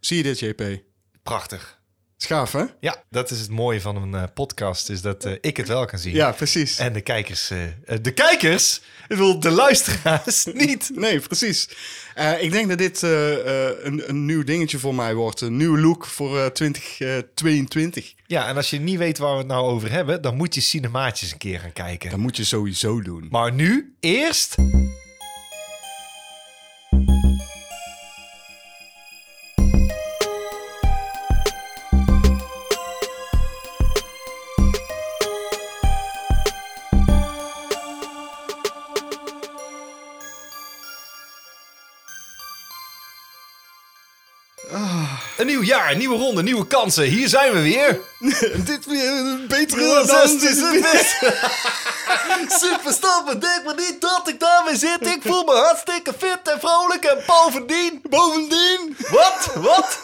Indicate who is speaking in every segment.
Speaker 1: Zie je dit, JP?
Speaker 2: Prachtig.
Speaker 1: Schaaf, hè?
Speaker 2: Ja, dat is het mooie van een eh, podcast, is dat eh, ik het wel kan zien.
Speaker 1: Ja, precies.
Speaker 2: En de kijkers, eh, eh, de kijkers, ik bedoel de luisteraars niet.
Speaker 1: Nee, precies. Eh, ik denk dat dit eh, eh, een, een nieuw dingetje voor mij wordt. Een nieuwe look voor eh, 2022.
Speaker 2: Ja, en als je niet weet waar we het nou over hebben, dan moet je cinemaatjes een keer gaan kijken.
Speaker 1: Dat moet je sowieso doen.
Speaker 2: Maar nu eerst. Ah. Een nieuw jaar, nieuwe ronde, nieuwe kansen. Hier zijn we weer.
Speaker 1: dit weer beter
Speaker 2: Dat is het beste. Super stop, maar denk maar niet dat ik daarmee zit. Ik voel me hartstikke fit en vrolijk en bovendien...
Speaker 1: Bovendien.
Speaker 2: Wat? Wat?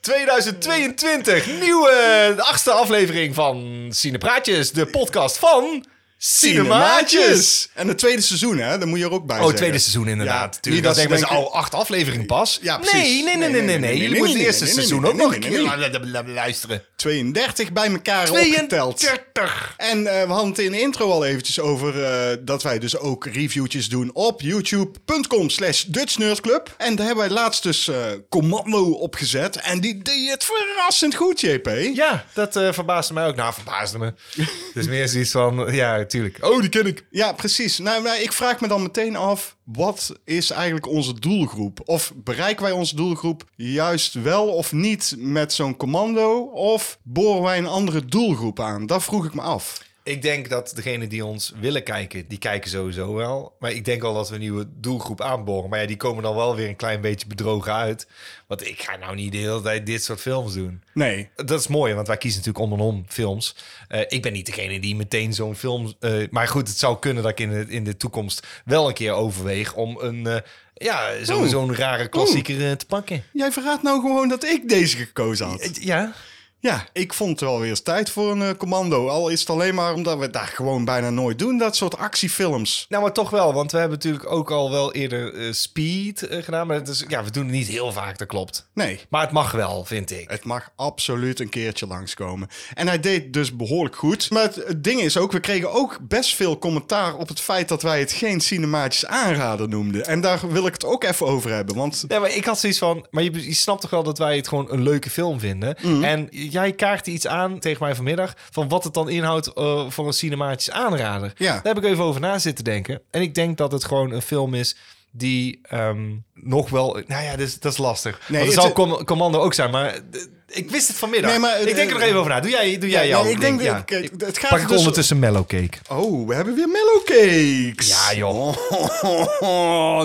Speaker 2: 2022, nieuwe de achtste aflevering van Cinepraatjes, de podcast van Cinemaatjes.
Speaker 1: En het tweede seizoen, hè? Daar moet je er ook bij
Speaker 2: Oh,
Speaker 1: zeggen.
Speaker 2: het tweede seizoen inderdaad.
Speaker 1: Ja,
Speaker 2: Tuurlijk,
Speaker 1: niet dat
Speaker 2: dat
Speaker 1: ze
Speaker 2: denken mensen,
Speaker 1: denken-
Speaker 2: oh, acht afleveringen pas.
Speaker 1: Ja, precies.
Speaker 2: nee, nee, nee, nee, nee, nee. Jullie
Speaker 1: nee,
Speaker 2: moeten
Speaker 1: nee,
Speaker 2: het eerste
Speaker 1: nee, nee,
Speaker 2: seizoen
Speaker 1: nee,
Speaker 2: ook nog een
Speaker 1: nee,
Speaker 2: keer luisteren.
Speaker 1: 32 bij elkaar opgeteld.
Speaker 2: 32.
Speaker 1: En eh, we hadden het in de intro al eventjes over eh, dat wij dus ook reviewtjes doen op youtube.com slash Dutch Nerd Club. En daar hebben wij laatst dus eh, Commando opgezet. En die deed het verrassend goed, JP.
Speaker 2: Ja, dat eh, verbaasde mij ook. Nou, verbaasde me. Dus meer zoiets van, ja, natuurlijk. Oh, die ken ik.
Speaker 1: Ja, precies. Nou, maar ik vraag me dan meteen af, wat is eigenlijk onze doelgroep? Of bereiken wij onze doelgroep juist wel of niet met zo'n commando? Of boren wij een andere doelgroep aan? Dat vroeg ik me af.
Speaker 2: Ik denk dat degenen die ons willen kijken, die kijken sowieso wel. Maar ik denk al dat we een nieuwe doelgroep aanboren. Maar ja, die komen dan wel weer een klein beetje bedrogen uit. Want ik ga nou niet de hele tijd dit soort films doen.
Speaker 1: Nee.
Speaker 2: Dat is mooi, want wij kiezen natuurlijk om en om films. Eh, ik ben niet degene die meteen zo'n film... eh, maar goed, het zou kunnen dat ik in de, in de toekomst wel een keer overweeg... om een, eh, ja, zo-
Speaker 1: Oeh.
Speaker 2: zo'n rare klassieker eh, te pakken.
Speaker 1: Jij verraadt nou gewoon dat ik deze gekozen had.
Speaker 2: Ja,
Speaker 1: Ja, ik vond het wel weer eens tijd voor een eh, commando. Al is het alleen maar omdat we daar gewoon bijna nooit doen, dat soort actiefilms.
Speaker 2: Nou, maar toch wel, want we hebben natuurlijk ook al wel eerder eh, Speed eh, gedaan. Maar het is, ja, we doen het niet heel vaak, dat klopt.
Speaker 1: Nee,
Speaker 2: Maar het mag wel, vind ik.
Speaker 1: het mag absoluut een keertje langskomen. En hij deed dus behoorlijk goed. Maar het, het ding is ook, we kregen ook best veel commentaar op het feit dat wij het geen cinemaatjes aanraden noemden. En daar wil ik het ook even over hebben, want...
Speaker 2: Nee, maar ik had zoiets van, maar je, je snapt toch wel dat wij het gewoon een leuke film vinden.
Speaker 1: Mhm.
Speaker 2: En jij kaartte iets aan tegen mij vanmiddag van wat het dan inhoudt eh, van een cinematisch aanrader.
Speaker 1: Ja.
Speaker 2: Daar heb ik even over na zitten denken. En ik denk dat het gewoon een film is die ehm, nog wel, nou ja, dat is, dat is lastig.
Speaker 1: Nee,
Speaker 2: Nee, dat
Speaker 1: het-
Speaker 2: zou Com- Commando ook zijn, maar eh, ik wist het vanmiddag.
Speaker 1: Nee, maar- eh,
Speaker 2: ik denk er nog even over na. Doe jij, doe jij
Speaker 1: Ja,
Speaker 2: jouw
Speaker 1: nee, ik denk
Speaker 2: ding,
Speaker 1: dat-
Speaker 2: ja.
Speaker 1: kijk, het gaat
Speaker 2: Pak ik
Speaker 1: dus-
Speaker 2: ondertussen mellow cake.
Speaker 1: Oh, we hebben weer mellowcakes.
Speaker 2: Ja, joh.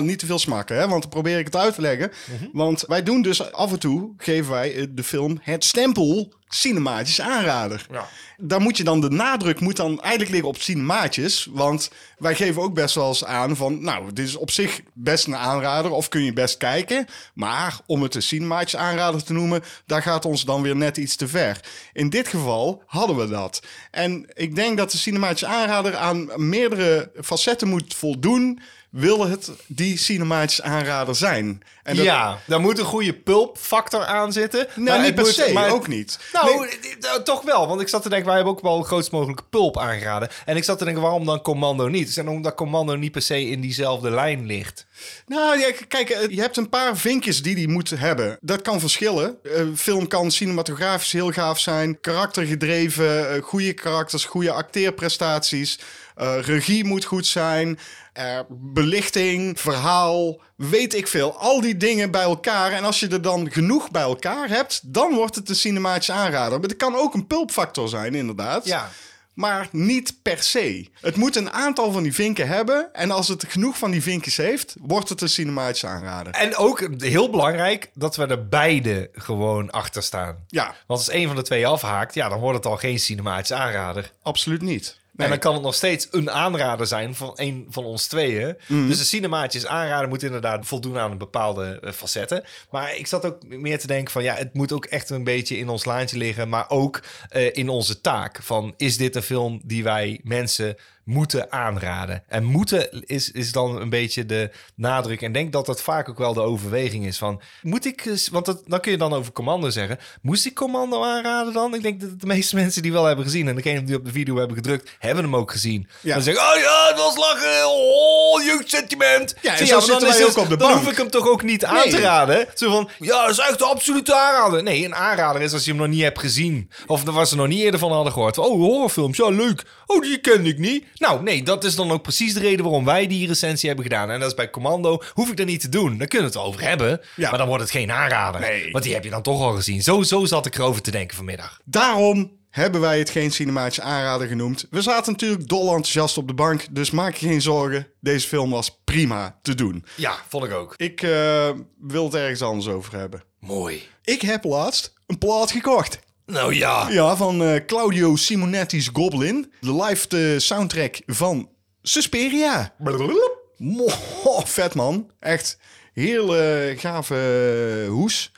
Speaker 1: Niet te veel smaken, hè? Want dan probeer ik het uit te leggen.
Speaker 2: Mhm.
Speaker 1: Want wij doen dus af en toe, geven wij eh, de film het stempel cinematisch aanrader.
Speaker 2: Ja.
Speaker 1: Daar moet je dan, de nadruk moet dan eigenlijk liggen op cinemaatjes. Want wij geven ook best wel eens aan van, nou, dit is op zich best een aanrader. Of kun je best kijken. Maar om het een cinemaatjes aanrader te noemen, daar gaat ons dan weer net iets te ver. In dit geval hadden we dat. En ik denk dat de cinemaatjes aanrader aan meerdere facetten moet voldoen. Wil het die cinemaatjes aanrader zijn? En dat-
Speaker 2: Ja, daar moet een goede pulpfactor aan zitten.
Speaker 1: Nou, niet
Speaker 2: het
Speaker 1: per
Speaker 2: moet-
Speaker 1: se,
Speaker 2: maar-
Speaker 1: ook niet.
Speaker 2: Nou,
Speaker 1: Nee.
Speaker 2: eh, nou, toch wel. Want ik zat te denken, wij hebben ook wel het grootst mogelijke pulp aangeraden. En ik zat te denken, waarom dan Commando niet? Dus En omdat Commando niet per se in diezelfde lijn ligt.
Speaker 1: Nou, ja, k- kijk, eh, je hebt een paar vinkjes die die moet hebben. Dat kan verschillen. Eh, film kan cinematografisch heel gaaf zijn, karaktergedreven, eh, goede karakters, goede acteerprestaties. Eh, regie moet goed zijn, eh, belichting, verhaal, weet ik veel. Al die dingen bij elkaar. En als je er dan genoeg bij elkaar hebt, dan wordt het een cinematisch aanrader. Maar het kan ook een pulpfactor zijn, inderdaad.
Speaker 2: Ja.
Speaker 1: Maar niet per se. Het moet een aantal van die vinken hebben. En als het genoeg van die vinkjes heeft, wordt het een cinematische aanrader.
Speaker 2: En ook heel belangrijk dat we er beide gewoon achter staan.
Speaker 1: Ja,
Speaker 2: Want als één van de twee afhaakt, ja, dan wordt het al geen cinematisch aanrader.
Speaker 1: absoluut niet. Nee.
Speaker 2: En dan kan het nog steeds een aanrader zijn van een van ons tweeën. Dus de cinemaatjes aanraden moet inderdaad voldoen aan een bepaalde eh, facetten. Maar ik zat ook meer te denken van ja, het moet ook echt een beetje in ons laantje liggen. Maar ook eh, in onze taak van is dit een film die wij mensen moeten aanraden. En moeten is, is dan een beetje de nadruk. En denk dat dat vaak ook wel de overweging is van... Moet ik... eens- Want dat, dan kun je dan over Commando zeggen. Moest ik Commando aanraden dan? Ik denk dat de meeste mensen die wel hebben gezien... en degene die op de video hebben gedrukt, hebben hem ook gezien.
Speaker 1: Ja.
Speaker 2: Dan zeggen oh ja, het was lachen. Oh, jeugdsentiment.
Speaker 1: Ja, en
Speaker 2: Zie je,
Speaker 1: zo
Speaker 2: maar dan
Speaker 1: zitten wij
Speaker 2: is
Speaker 1: ook op de
Speaker 2: dan
Speaker 1: bank.
Speaker 2: hoef ik hem toch ook niet aan
Speaker 1: Nee.
Speaker 2: te raden. Zo van, ja, dat is echt de absolute aanrader. Nee, een aanrader is als je hem nog niet hebt gezien. Of er was er nog niet eerder van hadden gehoord. Oh, horrorfilms, ja, leuk. Oh, die kende ik niet. Nou, nee, dat is dan ook precies de reden waarom wij die recensie hebben gedaan. En dat is bij Commando, hoef ik dat niet te doen. Dan kunnen we het over hebben,
Speaker 1: Ja.
Speaker 2: maar dan wordt het geen aanrader.
Speaker 1: Nee.
Speaker 2: Want die heb je dan toch al gezien. Zo, zo zat ik erover te denken vanmiddag.
Speaker 1: Daarom hebben wij het geen cinematisch aanrader genoemd. We zaten natuurlijk dol enthousiast op de bank, dus maak je geen zorgen. Deze film was prima te doen.
Speaker 2: Ja, vond ik ook.
Speaker 1: Ik eh, wil het ergens anders over hebben.
Speaker 2: Mooi.
Speaker 1: Ik heb laatst een plaat gekocht.
Speaker 2: Nou ja.
Speaker 1: Ja, van eh, Claudio Simonetti's Goblin. De live eh, soundtrack van Susperia. Mo, vet man. Echt heel eh, gave hoes.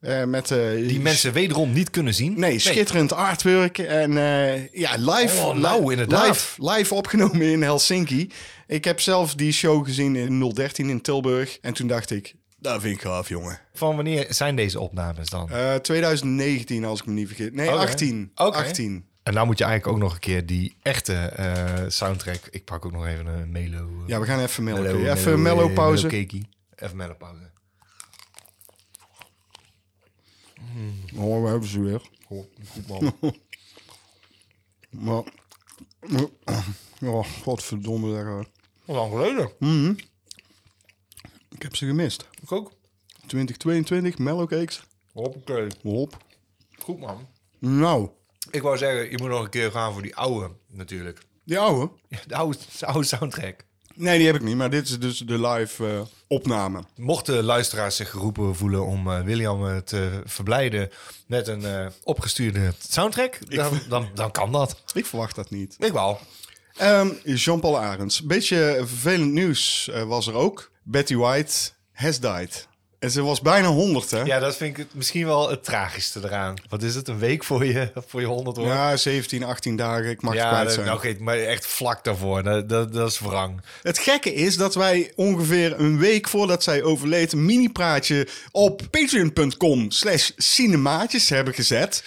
Speaker 1: Eh, met, eh,
Speaker 2: Die mensen wederom niet kunnen zien.
Speaker 1: Nee, schitterend artwork. En eh, ja, live,
Speaker 2: Oh, nou,
Speaker 1: li-
Speaker 2: inderdaad.
Speaker 1: live, live opgenomen in Helsinki. Ik heb zelf die show gezien in 013 in Tilburg. En toen dacht ik, dat vind ik gaaf, jongen.
Speaker 2: Van wanneer zijn deze opnames dan?
Speaker 1: Eh, 2019, als ik me niet vergis. Nee,
Speaker 2: Oké.
Speaker 1: 18.
Speaker 2: Oké.
Speaker 1: 18.
Speaker 2: En nou moet je eigenlijk ook nog een keer die echte eh, soundtrack. Ik pak ook nog even een Melo. eh,
Speaker 1: Ja, we gaan even melken.
Speaker 2: Melo-
Speaker 1: even een
Speaker 2: Melo,
Speaker 1: mellow
Speaker 2: eh,
Speaker 1: pauze.
Speaker 2: Melo cakey. Even mellow pauze.
Speaker 1: Oh, we hebben ze weer. Maar... Oh, godverdomme. zeg maar.
Speaker 2: lang geleden.
Speaker 1: Hm. Ik heb ze gemist.
Speaker 2: Ik ook.
Speaker 1: 2022, mellowcakes.
Speaker 2: Hoppakee.
Speaker 1: Hop.
Speaker 2: Goed man.
Speaker 1: Nou,
Speaker 2: Ik wou zeggen, je moet nog een keer gaan voor die oude natuurlijk.
Speaker 1: die oude.
Speaker 2: Ja, De oude, de oude soundtrack.
Speaker 1: Nee, die heb ik niet. Maar dit is dus de live eh, opname.
Speaker 2: Mochten luisteraars zich geroepen voelen om eh, William eh, te verblijden met een eh, opgestuurde soundtrack, dan, dan, dan kan dat.
Speaker 1: Ik verwacht dat niet.
Speaker 2: Ik wel.
Speaker 1: Ehm, Jean-Paul Arends. Beetje vervelend nieuws eh, was er ook. Betty White has died. En ze was bijna 100, hè?
Speaker 2: Ja, dat vind ik het misschien wel het tragischste eraan. Wat is het, een week voor je, voor je 100 hoor?
Speaker 1: Ja, 17, 18 dagen. Ik mag het kwijt
Speaker 2: dat-
Speaker 1: zijn.
Speaker 2: nou, oké, maar echt vlak daarvoor. Dat, dat, dat is wrang.
Speaker 1: Het gekke is dat wij ongeveer een week voordat zij overleed... een mini-praatje op patreon.com slash cinemaatjes hebben gezet.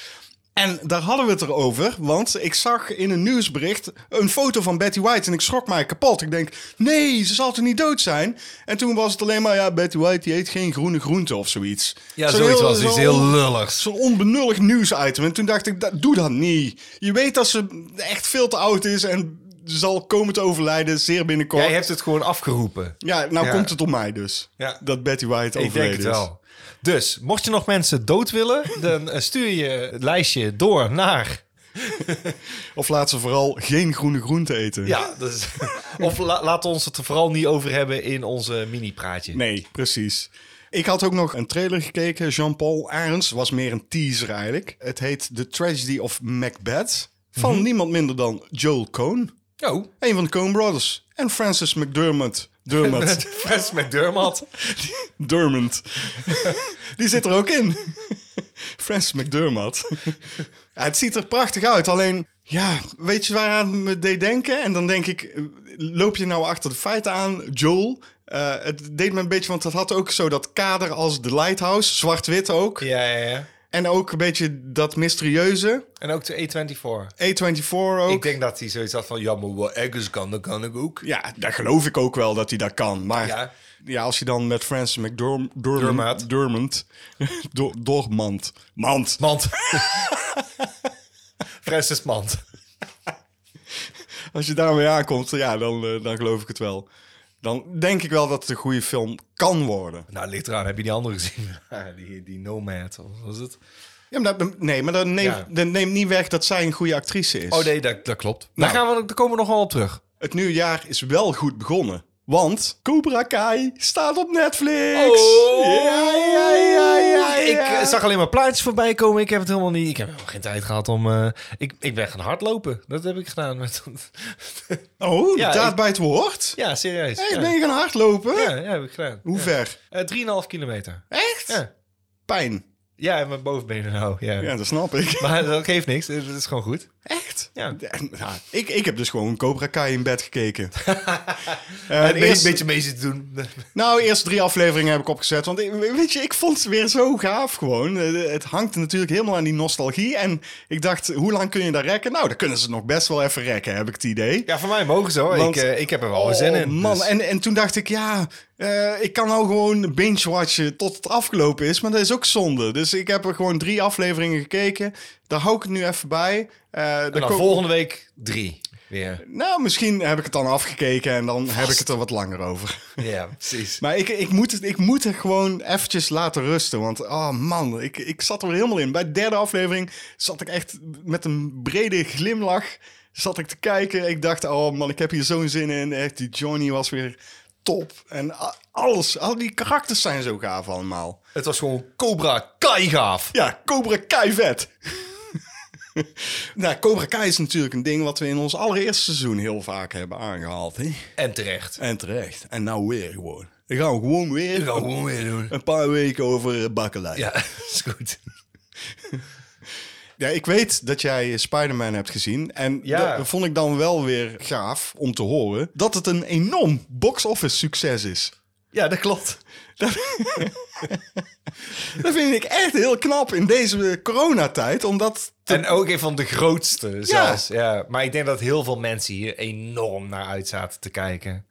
Speaker 1: En daar hadden we het erover, want ik zag in een nieuwsbericht een foto van Betty White... en ik schrok mij kapot. Ik denk, nee, ze zal toch niet dood zijn? En toen was het alleen maar, ja, Betty White die eet geen groene groente of zoiets.
Speaker 2: Ja,
Speaker 1: Zo'n
Speaker 2: zoiets
Speaker 1: heel-
Speaker 2: was iets
Speaker 1: zo'n
Speaker 2: heel lulligs.
Speaker 1: Zo'n onbenullig nieuwsitem. En toen dacht ik, dat, doe dat niet. Je weet dat ze echt veel te oud is en zal komen te overlijden zeer binnenkort.
Speaker 2: Jij hebt het gewoon afgeroepen.
Speaker 1: Ja, nou
Speaker 2: Ja.
Speaker 1: komt het op mij dus.
Speaker 2: Ja.
Speaker 1: Dat Betty White
Speaker 2: Ik denk
Speaker 1: overleden
Speaker 2: het
Speaker 1: is.
Speaker 2: wel. Dus, mocht je nog mensen dood willen, dan eh, stuur je het lijstje door naar...
Speaker 1: Of laat ze vooral geen groene groente eten.
Speaker 2: Ja, dat is- of la- laat ons het er vooral niet over hebben in onze mini-praatje.
Speaker 1: Nee, precies. Ik had ook nog een trailer gekeken. Jean-Paul Arends was meer een teaser eigenlijk. Het heet The Tragedy of Macbeth. Van
Speaker 2: Mhm.
Speaker 1: niemand minder dan Joel Cohn.
Speaker 2: Oh,
Speaker 1: Een van de Coen Brothers. En Francis McDermott. Dermott.
Speaker 2: Frans McDermott.
Speaker 1: Dermond. Die zit er ook in. Francis McDermott. Ja, het ziet er prachtig uit. Alleen, ja, weet je waaraan me deed denken? En dan denk ik, eh, loop je nou achter de feiten aan, Joel? Eh, het deed me een beetje, want dat had ook zo dat kader als The Lighthouse. Zwart-wit ook.
Speaker 2: Ja, ja, ja.
Speaker 1: En ook een beetje dat mysterieuze.
Speaker 2: En ook de A24.
Speaker 1: A24 ook.
Speaker 2: Ik denk dat hij zoiets had van, ja, maar wat Eggers kan, dat kan ik ook.
Speaker 1: Ja, daar geloof ik ook wel dat hij dat kan. Maar
Speaker 2: Ja.
Speaker 1: ja, als je dan met Francis McDormand... Dormant.
Speaker 2: Dermot.
Speaker 1: Dormant. Dor- Dormant. Mand.
Speaker 2: Mand. Francis Mand.
Speaker 1: Als je daarmee aankomt, ja, dan, eh, dan geloof ik het wel. Dan denk ik wel dat het een goede film kan worden.
Speaker 2: Nou, ligt eraan. Heb je die andere gezien? Ja, die, die Nomad, of wat was het?
Speaker 1: Ja, maar dat, nee, maar dat neemt,
Speaker 2: Ja.
Speaker 1: dat neemt niet weg dat zij een goede actrice is.
Speaker 2: Oh nee, dat, dat klopt. Daar, gaan we, daar komen we nog wel op terug.
Speaker 1: Het nieuwe jaar is wel goed begonnen. Want Cobra Kai staat op Netflix. Ja, ja, ja, ja,
Speaker 2: Oh. Ik
Speaker 1: ja.
Speaker 2: eh, zag alleen maar plaatjes voorbij komen. Ik heb het helemaal niet... Ik heb helemaal geen tijd gehad om... eh, ik, ik ben gaan hardlopen. Dat heb ik gedaan. Met,
Speaker 1: Oh,
Speaker 2: Ja,
Speaker 1: daad
Speaker 2: ik-
Speaker 1: bij het woord?
Speaker 2: ja, serieus.
Speaker 1: Echt,
Speaker 2: ja.
Speaker 1: ben je gaan hardlopen?
Speaker 2: ja, ja, heb ik gedaan.
Speaker 1: Hoe ver?
Speaker 2: Eh, 3,5 kilometer.
Speaker 1: Echt?
Speaker 2: Ja.
Speaker 1: Pijn.
Speaker 2: ja, en mijn bovenbenen nou. Ja.
Speaker 1: Ja, dat snap ik.
Speaker 2: Maar dat geeft niks. Dat is gewoon goed.
Speaker 1: Echt? echt.
Speaker 2: Ja.
Speaker 1: En, nou, ik, ik heb dus gewoon Cobra Kai in bed gekeken. Eh, de
Speaker 2: En eerst
Speaker 1: eerste-
Speaker 2: een beetje mee zitten doen.
Speaker 1: nou, eerst drie afleveringen heb ik opgezet. Want ik- weet je, ik vond het weer zo gaaf gewoon. Eh, Het hangt natuurlijk helemaal aan die nostalgie. En ik dacht, hoe lang kun je daar rekken? Nou, dan kunnen ze het nog best wel even rekken, heb ik het idee.
Speaker 2: Ja, voor mij mogen ze hoor.
Speaker 1: Want-
Speaker 2: ik, eh, ik heb er wel zin in.
Speaker 1: Man,
Speaker 2: dus-
Speaker 1: en, en toen dacht ik, ja, eh, ik kan nou gewoon binge-watchen tot het afgelopen is. Maar dat is ook zonde. Dus ik heb er gewoon drie afleveringen gekeken. Daar hou ik het nu even bij. Eh, daar
Speaker 2: En dan
Speaker 1: ko-
Speaker 2: volgende week drie weer.
Speaker 1: Nou, misschien heb ik het dan afgekeken en dan heb ik het er wat langer over.
Speaker 2: Ja, precies.
Speaker 1: Maar ik, ik, moet het, ik moet het gewoon eventjes laten rusten. Want, oh man, ik, ik zat er helemaal in. Bij de derde aflevering zat ik echt met een brede glimlach zat ik te kijken. Ik dacht, oh man, ik heb hier zo'n zin in. Echt, die Johnny was weer top. En a- alles, al die karakters zijn zo gaaf allemaal.
Speaker 2: Het was gewoon Cobra Kai gaaf.
Speaker 1: Ja, Cobra Kai vet. nou, Cobra Kai is natuurlijk een ding wat we in ons allereerste seizoen heel vaak hebben aangehaald. Hè?
Speaker 2: En terecht.
Speaker 1: En terecht. En nou weer gewoon. Dan gaan we gewoon weer
Speaker 2: Ik ga gewoon weer doen.
Speaker 1: een paar weken over eh, bakkelei. Ja.
Speaker 2: Ja, is goed.
Speaker 1: ik weet dat jij eh, Spider-Man hebt gezien. En
Speaker 2: Ja.
Speaker 1: dat vond ik dan wel weer gaaf om te horen. Dat het een enorm box-office succes is.
Speaker 2: Ja, dat klopt.
Speaker 1: Dat vind ik echt heel knap in deze eh, coronatijd. Omdat
Speaker 2: En ook een van de grootste zelfs. Ja. Maar ik denk dat heel veel mensen hier enorm naar uit zaten te kijken.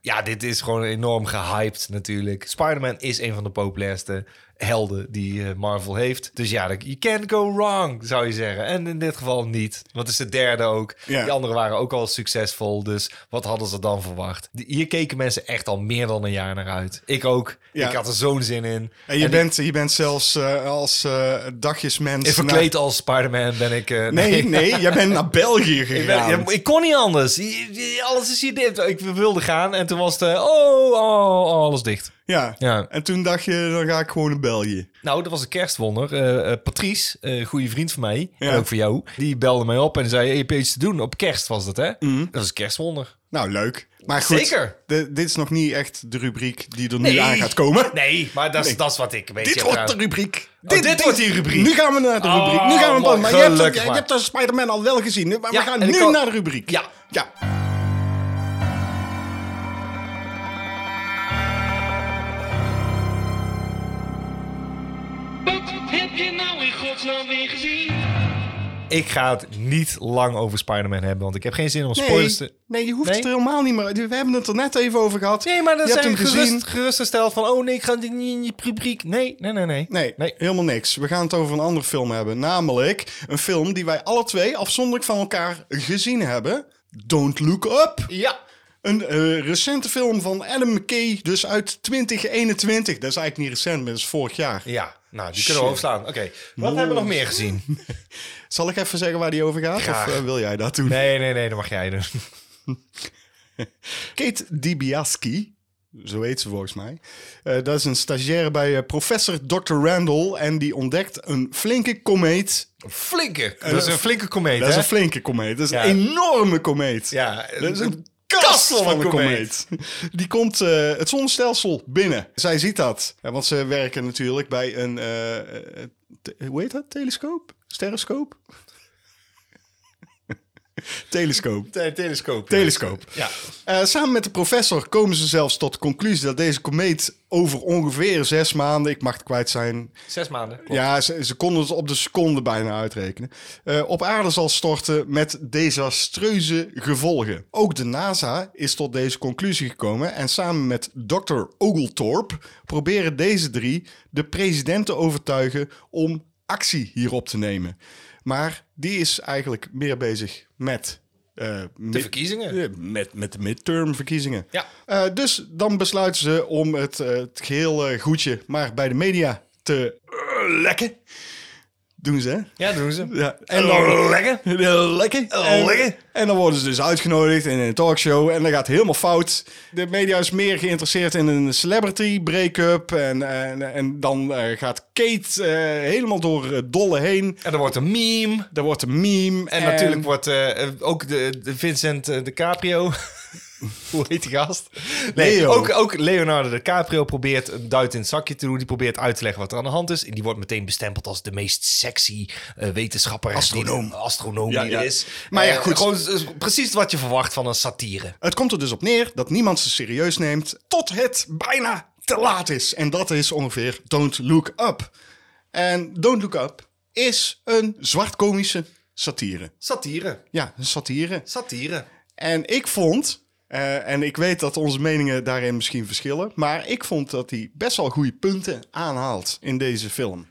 Speaker 2: Ja, dit is gewoon enorm gehyped natuurlijk. Spider-Man is een van de populairste helden die eh, Marvel heeft. Dus ja, dat- you can't go wrong, zou je zeggen. En in dit geval niet. Want het is de derde ook.
Speaker 1: Ja.
Speaker 2: Die anderen waren ook al succesvol. Dus wat hadden ze dan verwacht? Die- Hier keken mensen echt al meer dan een jaar naar uit. Ik ook.
Speaker 1: Ja.
Speaker 2: Ik had er zo'n zin in.
Speaker 1: en je, bent, je bent zelfs eh, als eh, dagjesmens...
Speaker 2: En
Speaker 1: naar-
Speaker 2: verkleed als Spider-Man ben ik... eh,
Speaker 1: Nee, nee, jij bent naar België
Speaker 2: Ik, ben-
Speaker 1: gegaan.
Speaker 2: ja, maar ik kon niet anders. Je- je- Alles is hier dicht. Ik wilde gaan en toen was het... eh, Oh, oh, oh, alles dicht.
Speaker 1: Ja.
Speaker 2: Ja.
Speaker 1: en toen dacht je, dan ga ik gewoon naar België.
Speaker 2: Nou, dat was een kerstwonder. Eh, eh, Patrice, een goede vriend van mij,
Speaker 1: Ja.
Speaker 2: en ook voor jou, die belde mij op en zei... Hey, heb je iets te doen? Op kerst was dat, hè?
Speaker 1: Mhm.
Speaker 2: Dat was een kerstwonder.
Speaker 1: Nou, leuk. Maar goed,
Speaker 2: Zeker.
Speaker 1: de- dit is nog niet echt de rubriek die er nu
Speaker 2: Nee.
Speaker 1: aan gaat komen.
Speaker 2: Nee, maar dat is,
Speaker 1: Nee.
Speaker 2: dat is wat ik een beetje
Speaker 1: Dit
Speaker 2: heb
Speaker 1: wordt de
Speaker 2: gedaan.
Speaker 1: rubriek.
Speaker 2: dit wordt die rubriek.
Speaker 1: Nu gaan we naar de
Speaker 2: Oh,
Speaker 1: rubriek. Nu gaan we
Speaker 2: man,
Speaker 1: maar je hebt,
Speaker 2: gelukkig
Speaker 1: het- je
Speaker 2: maar.
Speaker 1: hebt de Spider-Man al wel gezien. Maar
Speaker 2: Ja,
Speaker 1: we gaan
Speaker 2: en ik
Speaker 1: nu
Speaker 2: al-
Speaker 1: naar de rubriek.
Speaker 2: Ja.
Speaker 1: ja.
Speaker 3: Wat heb je nou in godsnaam weer gezien?
Speaker 2: Ik ga het niet lang over Spider-Man hebben, want ik heb geen zin om spoilers
Speaker 1: Nee,
Speaker 2: te...
Speaker 1: nee, je hoeft
Speaker 2: Nee?
Speaker 1: het er helemaal niet meer. We hebben het er net even over gehad.
Speaker 2: Nee, maar dan
Speaker 1: je hebt
Speaker 2: zijn
Speaker 1: hem gezien.
Speaker 2: gerust, gerustgesteld van... Oh nee, ik ga dit niet in je rubriek. Nee, nee, nee, nee.
Speaker 1: Nee, helemaal niks. We gaan het over een andere film hebben. Namelijk een film die wij alle twee afzonderlijk van elkaar gezien hebben. Don't Look Up.
Speaker 2: Ja.
Speaker 1: Een eh, recente film van Adam McKay, dus uit 2021. Dat is eigenlijk niet recent, maar dat is vorig jaar.
Speaker 2: Ja, nou, die kunnen we
Speaker 1: Shit.
Speaker 2: overslaan. Oké, wat hebben we nog meer gezien?
Speaker 1: Zal ik even zeggen waar die over gaat?
Speaker 2: Graag.
Speaker 1: Of eh, wil jij dat doen?
Speaker 2: Nee, nee, nee, dat mag jij doen.
Speaker 1: Kate DiBiase, zo heet ze volgens mij. eh, dat is een stagiaire bij eh, professor Dr. Randall. En die ontdekt een flinke komeet.
Speaker 2: Flinke. Dat is een flinke komeet,
Speaker 1: Dat is
Speaker 2: hè?
Speaker 1: een flinke komeet. Dat is
Speaker 2: Ja.
Speaker 1: een enorme komeet.
Speaker 2: ja,
Speaker 1: Dat is een kast van een komeet. Die komt eh, het zonnestelsel binnen. Zij ziet dat. Ja, want ze werken natuurlijk bij een... eh, eh, te- hoe heet dat? Telescoop? Sterrenscoop? Telescoop.
Speaker 2: Te- Telescoop.
Speaker 1: Telescoop.
Speaker 2: Ja.
Speaker 1: Eh, samen met de professor komen ze zelfs tot de conclusie dat deze komeet over ongeveer zes maanden, ik mag het kwijt zijn,
Speaker 2: Zes maanden. klopt.
Speaker 1: ja, ze, ze konden het op de seconde bijna uitrekenen. Eh, op aarde zal storten met desastreuze gevolgen. Ook de NASA is tot deze conclusie gekomen. En samen met Dr. Oglethorpe proberen deze drie de president te overtuigen om actie hierop te nemen. Maar die is eigenlijk meer bezig met. eh,
Speaker 2: De
Speaker 1: mid-
Speaker 2: verkiezingen.
Speaker 1: eh, Met, met de midtermverkiezingen.
Speaker 2: Ja.
Speaker 1: Eh, dus dan besluiten ze om het, eh, het geheel eh, goedje maar bij de media te eh, lekken. Doen ze, hè?
Speaker 2: Ja, doen ze.
Speaker 1: Ja. En dan
Speaker 2: lekker.
Speaker 1: lekker. En,
Speaker 2: lekker.
Speaker 1: en dan worden ze dus uitgenodigd in een talkshow en dat gaat helemaal fout. De media is meer geïnteresseerd in een celebrity break-up. En, en, en dan eh, gaat Kate eh, helemaal door eh, dolle heen.
Speaker 2: En er wordt een meme.
Speaker 1: Er wordt een meme.
Speaker 2: En, natuurlijk wordt eh, ook de, de Vincent eh, DiCaprio. Hoe heet die gast? Nee,
Speaker 1: Leo.
Speaker 2: ook, ook Leonardo DiCaprio probeert een duit in het zakje te doen. Die probeert uit te leggen wat er aan de hand is. En die wordt meteen bestempeld als de meest sexy eh, wetenschapper.
Speaker 1: Astronoom.
Speaker 2: Die, eh, astronoom
Speaker 1: Ja,
Speaker 2: die
Speaker 1: ja.
Speaker 2: er is.
Speaker 1: Maar ja,
Speaker 2: Eh,
Speaker 1: goed.
Speaker 2: Gewoon eh, precies wat je verwacht van een satire.
Speaker 1: Het komt er dus op neer dat niemand ze serieus neemt tot het bijna te laat is. En dat is ongeveer Don't Look Up. En Don't Look Up is een zwart-komische satire.
Speaker 2: Satire.
Speaker 1: Ja, een satire.
Speaker 2: Satire.
Speaker 1: En ik vond, eh, en ik weet dat onze meningen daarin misschien verschillen, maar ik vond dat hij best wel goede punten aanhaalt in deze film.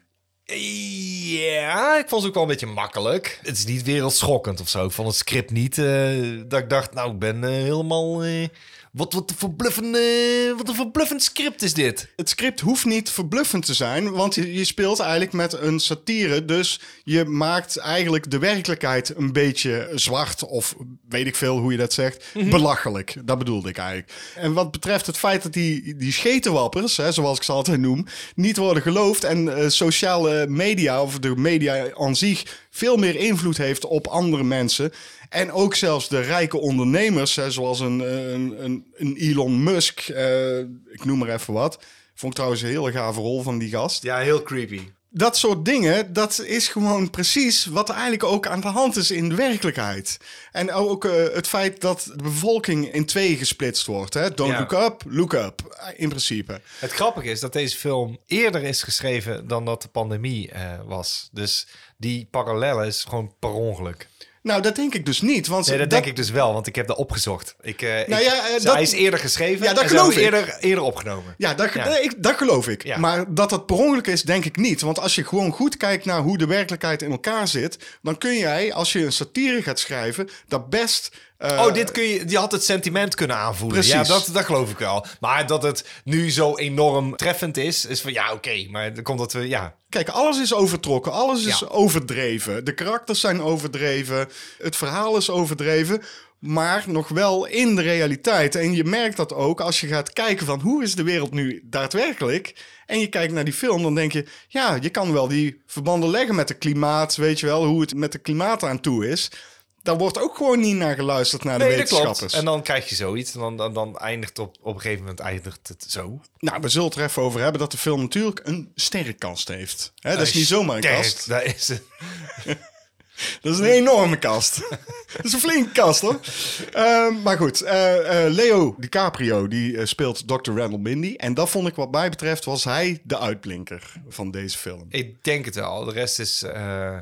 Speaker 2: Ja, ik vond het ook wel een beetje makkelijk. Het is niet wereldschokkend of zo. Ik vond het script niet eh, dat ik dacht, nou, ik ben eh, helemaal... eh, wat, wat, een verbluffende, wat een verbluffend script is dit.
Speaker 1: Het script hoeft niet verbluffend te zijn, want je, je speelt eigenlijk met een satire. Dus je maakt eigenlijk de werkelijkheid een beetje zwart of weet ik veel hoe je dat zegt, belachelijk. Dat bedoelde ik eigenlijk. En wat betreft het feit dat die, die schetenwappers, hè, zoals ik ze altijd noem, niet worden geloofd en eh, sociale media of de media aan zich veel meer invloed heeft op andere mensen. En ook zelfs de rijke ondernemers, hè, zoals een, eh, een, een, een Elon Musk, eh, ik noem maar even wat. Vond ik trouwens een hele gave rol van die gast.
Speaker 2: Ja, heel creepy.
Speaker 1: Dat soort dingen, dat is gewoon precies wat eigenlijk ook aan de hand is in de werkelijkheid. En ook eh, het feit dat de bevolking in twee gesplitst wordt. Hè? Don't
Speaker 2: Ja.
Speaker 1: look up, look up. eh, In principe.
Speaker 2: Het grappige is dat deze film eerder is geschreven dan dat de pandemie eh, was. Dus die parallel is gewoon per ongeluk.
Speaker 1: Nou, dat denk ik dus niet. Want
Speaker 2: Nee, dat, denk ik dus wel, want ik heb dat opgezocht. Ik, eh, ik-
Speaker 1: Nou ja, eh,
Speaker 2: ze-
Speaker 1: dat-
Speaker 2: Hij is eerder geschreven
Speaker 1: Ja, dat
Speaker 2: en ze hebben
Speaker 1: geloof ik.
Speaker 2: Eerder, eerder opgenomen.
Speaker 1: Ja, dat,
Speaker 2: Ja.
Speaker 1: nee, ik, dat geloof ik.
Speaker 2: Ja.
Speaker 1: Maar dat dat per ongeluk is, denk ik niet. Want als je gewoon goed kijkt naar hoe de werkelijkheid in elkaar zit... dan kun jij, als je een satire gaat schrijven, dat best... eh,
Speaker 2: Oh, dit kun je, die had het sentiment kunnen aanvoelen.
Speaker 1: Precies.
Speaker 2: Ja, dat, dat geloof ik wel. Maar dat het nu zo enorm treffend is, is van ja, oké. maar dan komt dat we, ja.
Speaker 1: Kijk, alles is overtrokken, alles is
Speaker 2: Ja.
Speaker 1: overdreven. De karakters zijn overdreven, het verhaal is overdreven, maar nog wel in de realiteit. En je merkt dat ook als je gaat kijken van hoe is de wereld nu daadwerkelijk. En je kijkt naar die film, dan denk je, ja, je kan wel die verbanden leggen met het klimaat, weet je wel, hoe het met het klimaat aan toe is. Daar wordt ook gewoon niet naar geluisterd naar de
Speaker 2: Nee, dat
Speaker 1: wetenschappers.
Speaker 2: klopt. En dan krijg je zoiets en dan, dan, dan eindigt op, op een gegeven moment eindigt het zo.
Speaker 1: Nou, we zullen het er even over hebben dat de film natuurlijk een sterrenkast heeft. Hè, dat is niet zomaar een
Speaker 2: Sterk,
Speaker 1: kast.
Speaker 2: Dat is het.
Speaker 1: Dat is een enorme kast. dat is een flinke kast, hoor. Ehm, maar goed, eh, eh, Leo DiCaprio die, eh, speelt Dr. Randall Mindy. En dat vond ik wat mij betreft was hij de uitblinker van deze film.
Speaker 2: Ik denk het wel. De rest is eh, eh,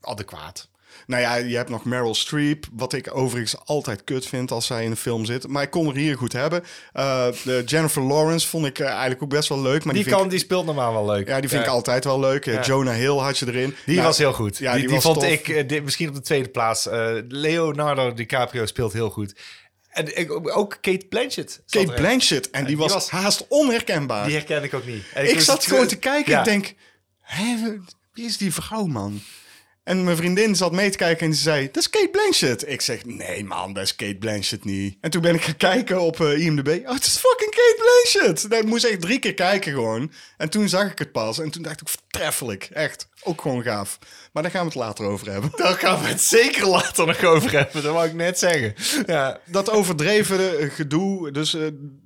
Speaker 2: adequaat.
Speaker 1: Nou ja, je hebt nog Meryl Streep, wat ik overigens altijd kut vind als zij in een film zit. Maar ik kon er hier goed hebben. Eh, de Jennifer Lawrence vond ik eh, eigenlijk ook best wel leuk. Maar die,
Speaker 2: Die,
Speaker 1: vind
Speaker 2: kan, die speelt normaal wel leuk.
Speaker 1: ik, ja, die vind ik altijd wel leuk. Eh, Jonah Hill had je erin.
Speaker 2: Die
Speaker 1: Nou,
Speaker 2: was heel goed.
Speaker 1: Ja,
Speaker 2: die
Speaker 1: die
Speaker 2: die
Speaker 1: was
Speaker 2: vond
Speaker 1: tof.
Speaker 2: ik eh, dit, misschien op de tweede plaats. Eh, Leonardo DiCaprio speelt heel goed. En ik, ook Kate Blanchett. zat
Speaker 1: Kate
Speaker 2: erin.
Speaker 1: Blanchett. En die, was,
Speaker 2: was-
Speaker 1: haast onherkenbaar.
Speaker 2: Die herken ik ook niet. En
Speaker 1: ik
Speaker 2: moest
Speaker 1: zat
Speaker 2: het-
Speaker 1: gewoon te kijken.
Speaker 2: Ja.
Speaker 1: Ik denk, hè, wie is die vrouw, man? En mijn vriendin zat mee te kijken en ze zei, dat is Kate Blanchett. Ik zeg, nee man, dat is Kate Blanchett niet. En toen ben ik gaan kijken op eh, IMDb. Oh, het is fucking Kate Blanchett. Dat moest echt drie keer kijken gewoon. En toen zag ik het pas. En toen dacht ik, vertreffelijk. Echt, ook gewoon gaaf. Maar daar gaan we het later over hebben.
Speaker 2: Daar gaan we het zeker later nog over hebben. Dat wou ik net zeggen. Ja.
Speaker 1: dat overdreven eh, gedoe, dus eh,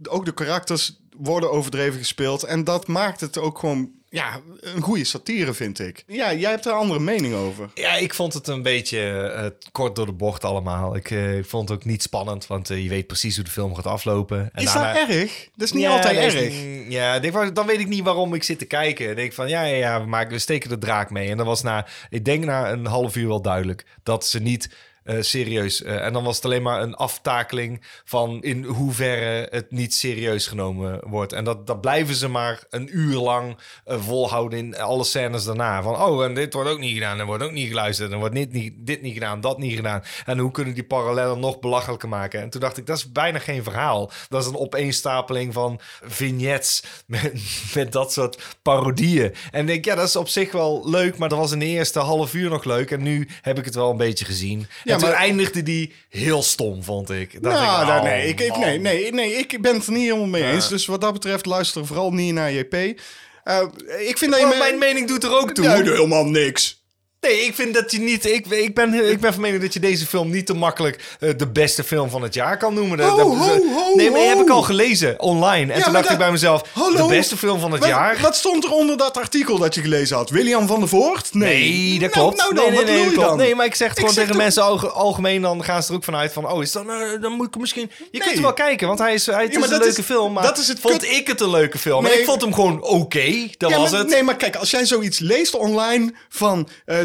Speaker 1: ook de karakters worden overdreven gespeeld. En dat maakt het ook gewoon ja, een goede satire, vind ik. Ja, jij hebt er een andere mening over.
Speaker 2: ja, ik vond het een beetje eh, kort door de bocht allemaal. Ik eh, vond het ook niet spannend, want eh, je weet precies hoe de film gaat aflopen. En
Speaker 1: is
Speaker 2: daarna-
Speaker 1: dat erg? Dat is niet
Speaker 2: Ja,
Speaker 1: altijd
Speaker 2: dat is
Speaker 1: erg.
Speaker 2: niet- ja, ik denk, wel- dan weet ik niet waarom ik zit te kijken. Ik denk van, ja, ja, ja we, maken, we steken de draak mee. En dat was na, ik denk na een half uur wel duidelijk. Dat ze niet eh, serieus... eh, en dan was het alleen maar een aftakeling van in hoeverre het niet serieus genomen wordt. En dat, dat blijven ze maar een uur lang eh, volhouden in alle scènes daarna. Van, oh, en dit wordt ook niet gedaan. Er wordt ook niet geluisterd. Er wordt dit niet, dit niet gedaan, dat niet gedaan. En hoe kunnen die parallellen nog belachelijker maken? En toen dacht ik, dat is bijna geen verhaal. Dat is een opeenstapeling van vignettes met, met dat soort parodieën. En ik denk, ja, dat is op zich wel leuk, maar dat was in de eerste half uur nog leuk. En nu heb ik het wel een beetje gezien.
Speaker 1: Ja,
Speaker 2: en toen
Speaker 1: maar-
Speaker 2: eindigde die heel stom, vond ik. Dacht
Speaker 1: Nou,
Speaker 2: ik,
Speaker 1: daar-
Speaker 2: oh,
Speaker 1: nee, ik, ik,
Speaker 2: man.
Speaker 1: nee, nee, nee, ik ben het er niet helemaal mee eens. Dus wat dat betreft, luister vooral niet naar JP. Eh, ik vind dat je...
Speaker 2: Maar
Speaker 1: me-
Speaker 2: mijn Oh, mening doet er ook toe.
Speaker 1: Nee, helemaal niks.
Speaker 2: Nee, ik vind dat je niet. Ik, ik, ben, ik ben van mening dat je deze film niet te makkelijk eh, de beste film van het jaar kan noemen. Dat-
Speaker 1: Ho,
Speaker 2: dat-
Speaker 1: ho, ho,
Speaker 2: nee, maar die heb
Speaker 1: ho.
Speaker 2: ik al gelezen online. En
Speaker 1: Ja, maar
Speaker 2: toen dacht ik
Speaker 1: dat-
Speaker 2: bij mezelf:
Speaker 1: Hallo?
Speaker 2: de beste film van het
Speaker 1: Wat-
Speaker 2: jaar.
Speaker 1: Wat stond er onder dat artikel dat je gelezen had? William van der Voort? Nee,
Speaker 2: Nee, dat
Speaker 1: Nou,
Speaker 2: klopt.
Speaker 1: Nou, dan,
Speaker 2: nee, nee,
Speaker 1: wat
Speaker 2: nee,
Speaker 1: wil je
Speaker 2: dat klopt.
Speaker 1: dan?
Speaker 2: Nee, maar ik zeg het gewoon
Speaker 1: zeg
Speaker 2: tegen
Speaker 1: toch-
Speaker 2: mensen alge- algemeen. Dan gaan ze er ook vanuit van... Oh, is dan, eh, dan moet ik misschien... Je kunt er wel kijken, want hij is, hij, het
Speaker 1: Ja,
Speaker 2: is
Speaker 1: maar
Speaker 2: een
Speaker 1: dat
Speaker 2: leuke
Speaker 1: is-
Speaker 2: film. Maar
Speaker 1: dat is het
Speaker 2: vond
Speaker 1: kut-
Speaker 2: ik het een leuke film. En
Speaker 1: Nee.
Speaker 2: ik vond hem gewoon oké. dat
Speaker 1: Ja,
Speaker 2: was
Speaker 1: maar-
Speaker 2: het.
Speaker 1: Nee, maar kijk, als jij zoiets leest online van... eh,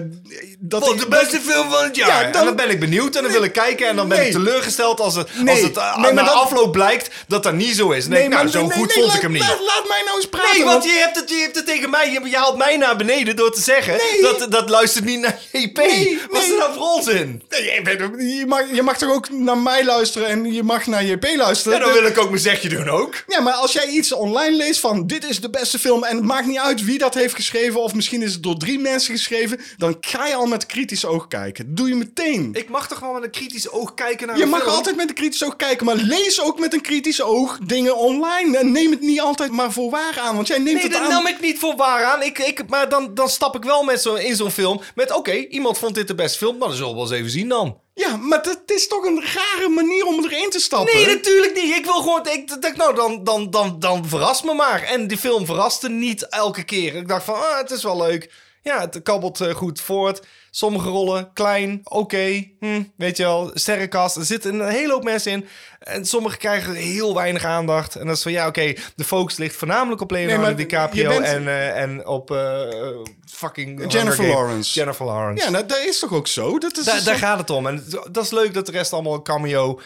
Speaker 1: dat
Speaker 2: Vond
Speaker 1: ik-
Speaker 2: de beste film van het jaar.
Speaker 1: Ja, dan-
Speaker 2: dan, en dan ben ik benieuwd en dan wil ik kijken. En dan ben
Speaker 1: Nee.
Speaker 2: ik teleurgesteld als het,
Speaker 1: Nee.
Speaker 2: als het eh,
Speaker 1: Nee, maar
Speaker 2: na
Speaker 1: dat-
Speaker 2: afloop blijkt dat dat niet zo is. Nee,
Speaker 1: maar-
Speaker 2: nou, zo
Speaker 1: nee,
Speaker 2: goed
Speaker 1: nee,
Speaker 2: vond ik
Speaker 1: laat-
Speaker 2: hem
Speaker 1: Laat,
Speaker 2: niet.
Speaker 1: laat mij nou eens praten.
Speaker 2: Nee, want je hebt, het, je hebt het tegen mij. Je, je haalt mij naar beneden door te zeggen...
Speaker 1: Nee.
Speaker 2: Dat, dat luistert niet naar JP.
Speaker 1: Nee,
Speaker 2: Wat is
Speaker 1: nee.
Speaker 2: er nou voor onzin?
Speaker 1: Nee, je, bent ook- je mag, je mag toch ook naar mij luisteren en je mag naar JP luisteren?
Speaker 2: En dan wil ik ook mijn zegje doen ook.
Speaker 1: Ja, maar als jij iets online leest van dit is de beste film en het maakt niet uit wie dat heeft geschreven of misschien is het door drie mensen geschreven, dan ga je al met kritisch oog kijken. Dat doe je meteen.
Speaker 2: Ik mag toch wel met een kritisch oog kijken naar
Speaker 1: je
Speaker 2: een
Speaker 1: mag
Speaker 2: film?
Speaker 1: altijd met een kritisch oog kijken, maar lees ook met een kritisch oog dingen online en neem het niet altijd maar voor waar aan, want jij neemt
Speaker 2: Nee,
Speaker 1: het
Speaker 2: dat nou,
Speaker 1: aan.
Speaker 2: nam ik niet voor waar aan. Ik, ik, maar dan, dan stap ik wel met zo, in zo'n film met... Oké, iemand vond dit de beste film. Nou, dat zullen we wel eens even zien dan.
Speaker 1: Ja, maar dat is toch een rare manier om erin te stappen.
Speaker 2: Nee, natuurlijk niet. Ik wil gewoon... Ik d- dacht, nou, dan, dan, dan, dan verras me maar. En die film verraste niet elke keer. Ik dacht van, ah, het is wel leuk. Ja, het kabbelt eh, goed voort. Sommige rollen, klein, oké. Hm, weet je wel, sterrenkast. Er zitten een hele hoop mensen in. En sommigen krijgen heel weinig aandacht. En dat is van, ja, oké, de focus ligt voornamelijk op Leonardo
Speaker 1: Nee, maar je
Speaker 2: DiCaprio
Speaker 1: bent-
Speaker 2: en, eh, en op eh, eh, fucking... Hunger
Speaker 1: Jennifer
Speaker 2: Game.
Speaker 1: Lawrence.
Speaker 2: Jennifer Lawrence.
Speaker 1: Ja, nou, dat, dat is toch ook zo? Dat is
Speaker 2: Da-
Speaker 1: dus
Speaker 2: daar
Speaker 1: een-
Speaker 2: gaat het om. En het- dat is leuk dat de rest allemaal een cameo,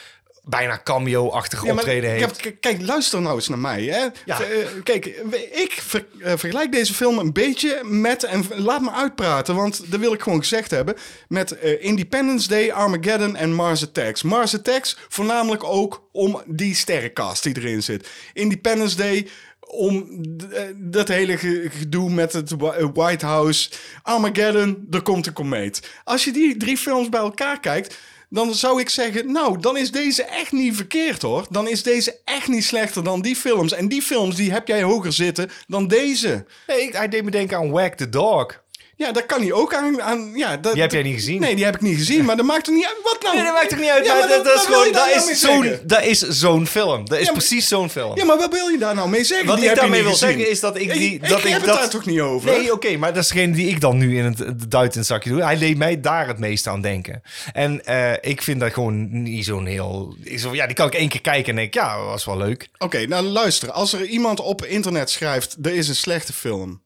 Speaker 2: bijna cameo-achtige
Speaker 1: Ja, maar
Speaker 2: optreden
Speaker 1: ik
Speaker 2: heeft.
Speaker 1: heb- k- kijk, luister nou eens naar mij. Hè?
Speaker 2: Ja.
Speaker 1: V- eh, kijk, w- ik ver- eh, vergelijk deze film een beetje met... En v- laat me uitpraten, want dat wil ik gewoon gezegd hebben. Met eh, Independence Day, Armageddon en Mars Attacks. Mars Attacks voornamelijk ook om die sterrenkast die erin zit. Independence Day om d- eh, dat hele ge- gedoe met het Wa- eh, White House. Armageddon, er komt een komeet. Als je die drie films bij elkaar kijkt dan zou ik zeggen, nou, dan is deze echt niet verkeerd hoor. Dan is deze echt niet slechter dan die films. En die films, die heb jij hoger zitten dan deze.
Speaker 2: Nee, ik- hij deed me denken aan Wag the Dog.
Speaker 1: Ja, daar kan hij ook aan... aan ja, dat,
Speaker 2: Die heb jij niet gezien.
Speaker 1: Nee, die heb ik niet gezien, maar dat maakt er niet uit. Wat nou?
Speaker 2: Nee, dat maakt toch niet uit.
Speaker 1: Ja,
Speaker 2: maar dat, dat is
Speaker 1: wat wil
Speaker 2: gewoon,
Speaker 1: je daar
Speaker 2: dat
Speaker 1: nou mee
Speaker 2: is zo'n,
Speaker 1: zeggen?
Speaker 2: dat is zo'n film. Dat is
Speaker 1: Ja, maar-
Speaker 2: precies zo'n film.
Speaker 1: Ja, maar wat wil je daar nou mee zeggen?
Speaker 2: Wat
Speaker 1: Die
Speaker 2: ik
Speaker 1: heb je
Speaker 2: daarmee
Speaker 1: niet
Speaker 2: wil
Speaker 1: gezien.
Speaker 2: zeggen is dat ik die-
Speaker 1: Ik,
Speaker 2: dat
Speaker 1: ik
Speaker 2: ik
Speaker 1: heb
Speaker 2: dat-
Speaker 1: het daar toch niet over?
Speaker 2: Nee, oké, maar dat is degene die ik dan nu in het, het duit in het zakje doe. Hij leed mij daar het meest aan denken. En eh, ik vind dat gewoon niet zo'n heel... is wel- Ja, die kan ik één keer kijken en denk, ja, was wel leuk.
Speaker 1: Oké, nou luister. Als er iemand op internet schrijft, er is een slechte film.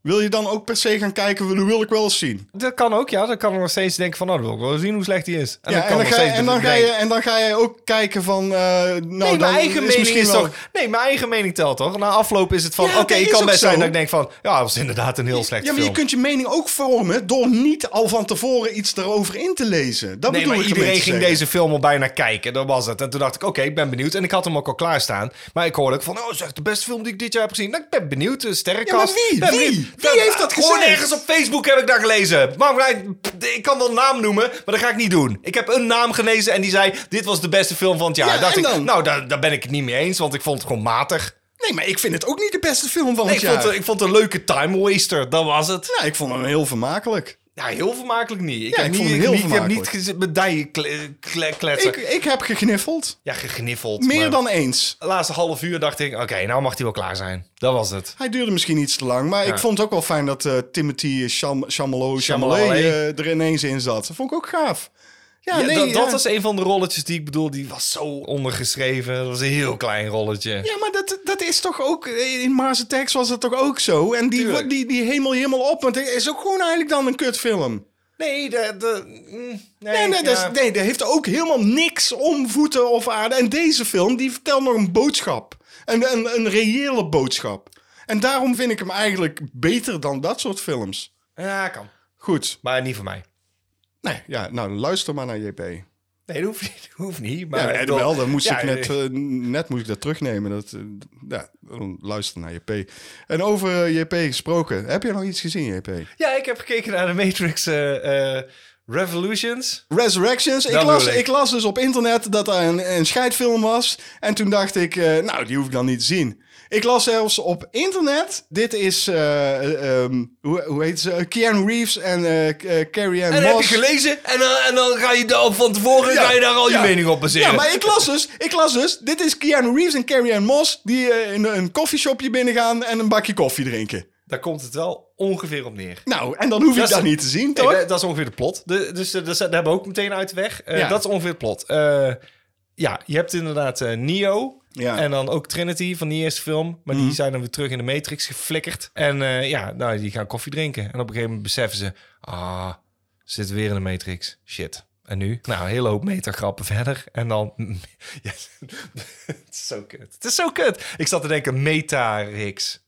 Speaker 1: Wil je dan ook per se gaan kijken, wil, wil ik wel eens zien?
Speaker 2: Dat kan ook, ja. Dan kan ik nog steeds denken van, nou, dan wil ik wel zien hoe slecht die is.
Speaker 1: Ja,
Speaker 2: kan
Speaker 1: en, dan
Speaker 2: nog
Speaker 1: ga, je-
Speaker 2: steeds
Speaker 1: en, dan ga
Speaker 2: denken.
Speaker 1: je, en dan ga je ook kijken van... eh, nou,
Speaker 2: nee,
Speaker 1: dan
Speaker 2: mijn eigen
Speaker 1: is
Speaker 2: mening
Speaker 1: misschien
Speaker 2: is
Speaker 1: wel-
Speaker 2: toch... Nee, mijn eigen mening telt toch? Na afloop is het van...
Speaker 1: Ja,
Speaker 2: Oké,
Speaker 1: dat
Speaker 2: ik
Speaker 1: is
Speaker 2: kan
Speaker 1: ook
Speaker 2: best
Speaker 1: zo.
Speaker 2: zijn dat ik denk van... Ja, dat was inderdaad een heel slecht
Speaker 1: Ja, maar je
Speaker 2: film.
Speaker 1: kunt je mening ook vormen door niet al van tevoren iets daarover in te lezen. Dat
Speaker 2: Nee,
Speaker 1: bedoel
Speaker 2: maar
Speaker 1: ik ermee
Speaker 2: iedereen
Speaker 1: te
Speaker 2: ging
Speaker 1: zeggen.
Speaker 2: deze film al bijna kijken. Dat was het. En toen dacht ik, oké, ik ben benieuwd. En ik had hem ook al klaarstaan. Maar ik hoorde ook van, oh, zeg, de beste film die ik dit jaar heb gezien. Nou, ik ben benieuwd. De sterrenkast.
Speaker 1: Ja, maar wie?
Speaker 2: Ben
Speaker 1: Wie?
Speaker 2: benieuwd.
Speaker 1: Wie
Speaker 2: Ben-
Speaker 1: heeft dat
Speaker 2: Gewoon
Speaker 1: gezegd?
Speaker 2: ergens op Facebook heb ik dat gelezen. Maar ik kan wel een naam noemen, maar dat ga ik niet doen. Ik heb een naam gelezen en die zei, dit was de beste film van het jaar.
Speaker 1: Ja,
Speaker 2: dacht
Speaker 1: en
Speaker 2: ik,
Speaker 1: dan?
Speaker 2: nou, daar, daar ben ik het niet mee eens, want ik vond het gewoon matig.
Speaker 1: Nee, maar ik vind het ook niet de beste film van
Speaker 2: Nee,
Speaker 1: het
Speaker 2: ik,
Speaker 1: jaar.
Speaker 2: vond, het- ik vond het een leuke time waster. Dat was het.
Speaker 1: Nou, ik vond hem heel vermakelijk.
Speaker 2: Ja, heel vermakelijk niet. Ik
Speaker 1: Ja,
Speaker 2: heb
Speaker 1: ik vond
Speaker 2: niet,
Speaker 1: het heel
Speaker 2: niet- ik heb niet
Speaker 1: vermakelijk.
Speaker 2: gez- met dijen kle- kle- kletsen.
Speaker 1: Ik, ik heb gegniffeld.
Speaker 2: Ja, gegniffeld.
Speaker 1: Meer
Speaker 2: maar-
Speaker 1: dan eens.
Speaker 2: De laatste half uur dacht ik, oké, nou mag hij wel klaar zijn. Dat was het.
Speaker 1: Hij duurde misschien iets te lang, maar ik vond het ook wel fijn dat eh, Timothy Cham Chamallow, Chalamet,
Speaker 2: Chalamet.
Speaker 1: eh, er ineens in zat. Dat vond ik ook gaaf. Ja,
Speaker 2: Ja,
Speaker 1: nee,
Speaker 2: dat, dat
Speaker 1: ja.
Speaker 2: was een van de rolletjes die ik bedoel, die was zo ondergeschreven. Dat was een heel klein rolletje.
Speaker 1: Ja, maar dat, dat is toch ook... eh, In Mars Attacks was dat toch ook zo? En die,
Speaker 2: Tuurlijk.
Speaker 1: die, die hemel helemaal op. Want het is ook gewoon eigenlijk dan een kutfilm.
Speaker 2: Nee, de, de, mm, nee,
Speaker 1: Nee, nee, dat,
Speaker 2: ja.
Speaker 1: is- nee, dat heeft ook helemaal niks om voeten of aarde. En deze film, die vertelt nog een boodschap. Een, een, een reële boodschap. En daarom vind ik hem eigenlijk beter dan dat soort films.
Speaker 2: Ja, kan.
Speaker 1: Goed.
Speaker 2: Maar niet voor mij.
Speaker 1: Nee, ja, nou, luister maar naar JP.
Speaker 2: Nee, dat hoeft niet. dat hoeft niet maar
Speaker 1: Ja,
Speaker 2: ik
Speaker 1: en
Speaker 2: bedoel-
Speaker 1: wel, dan moest
Speaker 2: Ja,
Speaker 1: ik net,
Speaker 2: nee.
Speaker 1: eh, net moest ik dat terugnemen. Dat, eh, ja, dan luister naar JP. En over eh, JP gesproken. Heb je nog iets gezien, JP?
Speaker 2: Ja, ik heb gekeken naar de Matrix eh, eh, Revolutions.
Speaker 1: Resurrections. Ik
Speaker 2: Dat
Speaker 1: las,
Speaker 2: bedoel ik.
Speaker 1: ik las dus op internet dat er een, een scheidfilm was. En toen dacht ik, eh, nou, die hoef ik dan niet te zien. Ik las zelfs op internet. Dit is, eh, ehm, hoe, hoe heet ze? Keanu Reeves en eh, K- eh, Carrie Ann
Speaker 2: En dan heb je
Speaker 1: Moss.
Speaker 2: gelezen en dan, en dan ga je daar van tevoren
Speaker 1: Ja,
Speaker 2: ga je daar al
Speaker 1: ja.
Speaker 2: je mening op baseren.
Speaker 1: Ja, maar ik las dus, ik las dus, dit is Keanu Reeves en Carrie Ann Moss die eh, in een koffieshopje binnengaan en een bakje koffie drinken.
Speaker 2: Daar komt het wel ongeveer op neer.
Speaker 1: Nou, en dan hoef
Speaker 2: Dat
Speaker 1: ik
Speaker 2: is-
Speaker 1: dat niet te zien,
Speaker 2: Nee,
Speaker 1: toch?
Speaker 2: dat- dat is ongeveer de plot. De- dus eh, dat, dat hebben we ook meteen uit de weg. Eh,
Speaker 1: Ja.
Speaker 2: Dat is ongeveer het plot. Eh, ja, je hebt inderdaad eh Neo.
Speaker 1: Ja. Mhm.
Speaker 2: En dan ook Trinity van die eerste film. Maar die zijn dan weer terug in de Matrix geflikkerd. En eh, ja, nou, die gaan koffie drinken. En op een gegeven moment beseffen ze... Ah, ze zitten weer in de Matrix. Shit. En nu? Nou, een hele hoop metagrappen verder. En dan... Ja, het is zo kut. Het is zo kut. Ik zat te denken, Metarix.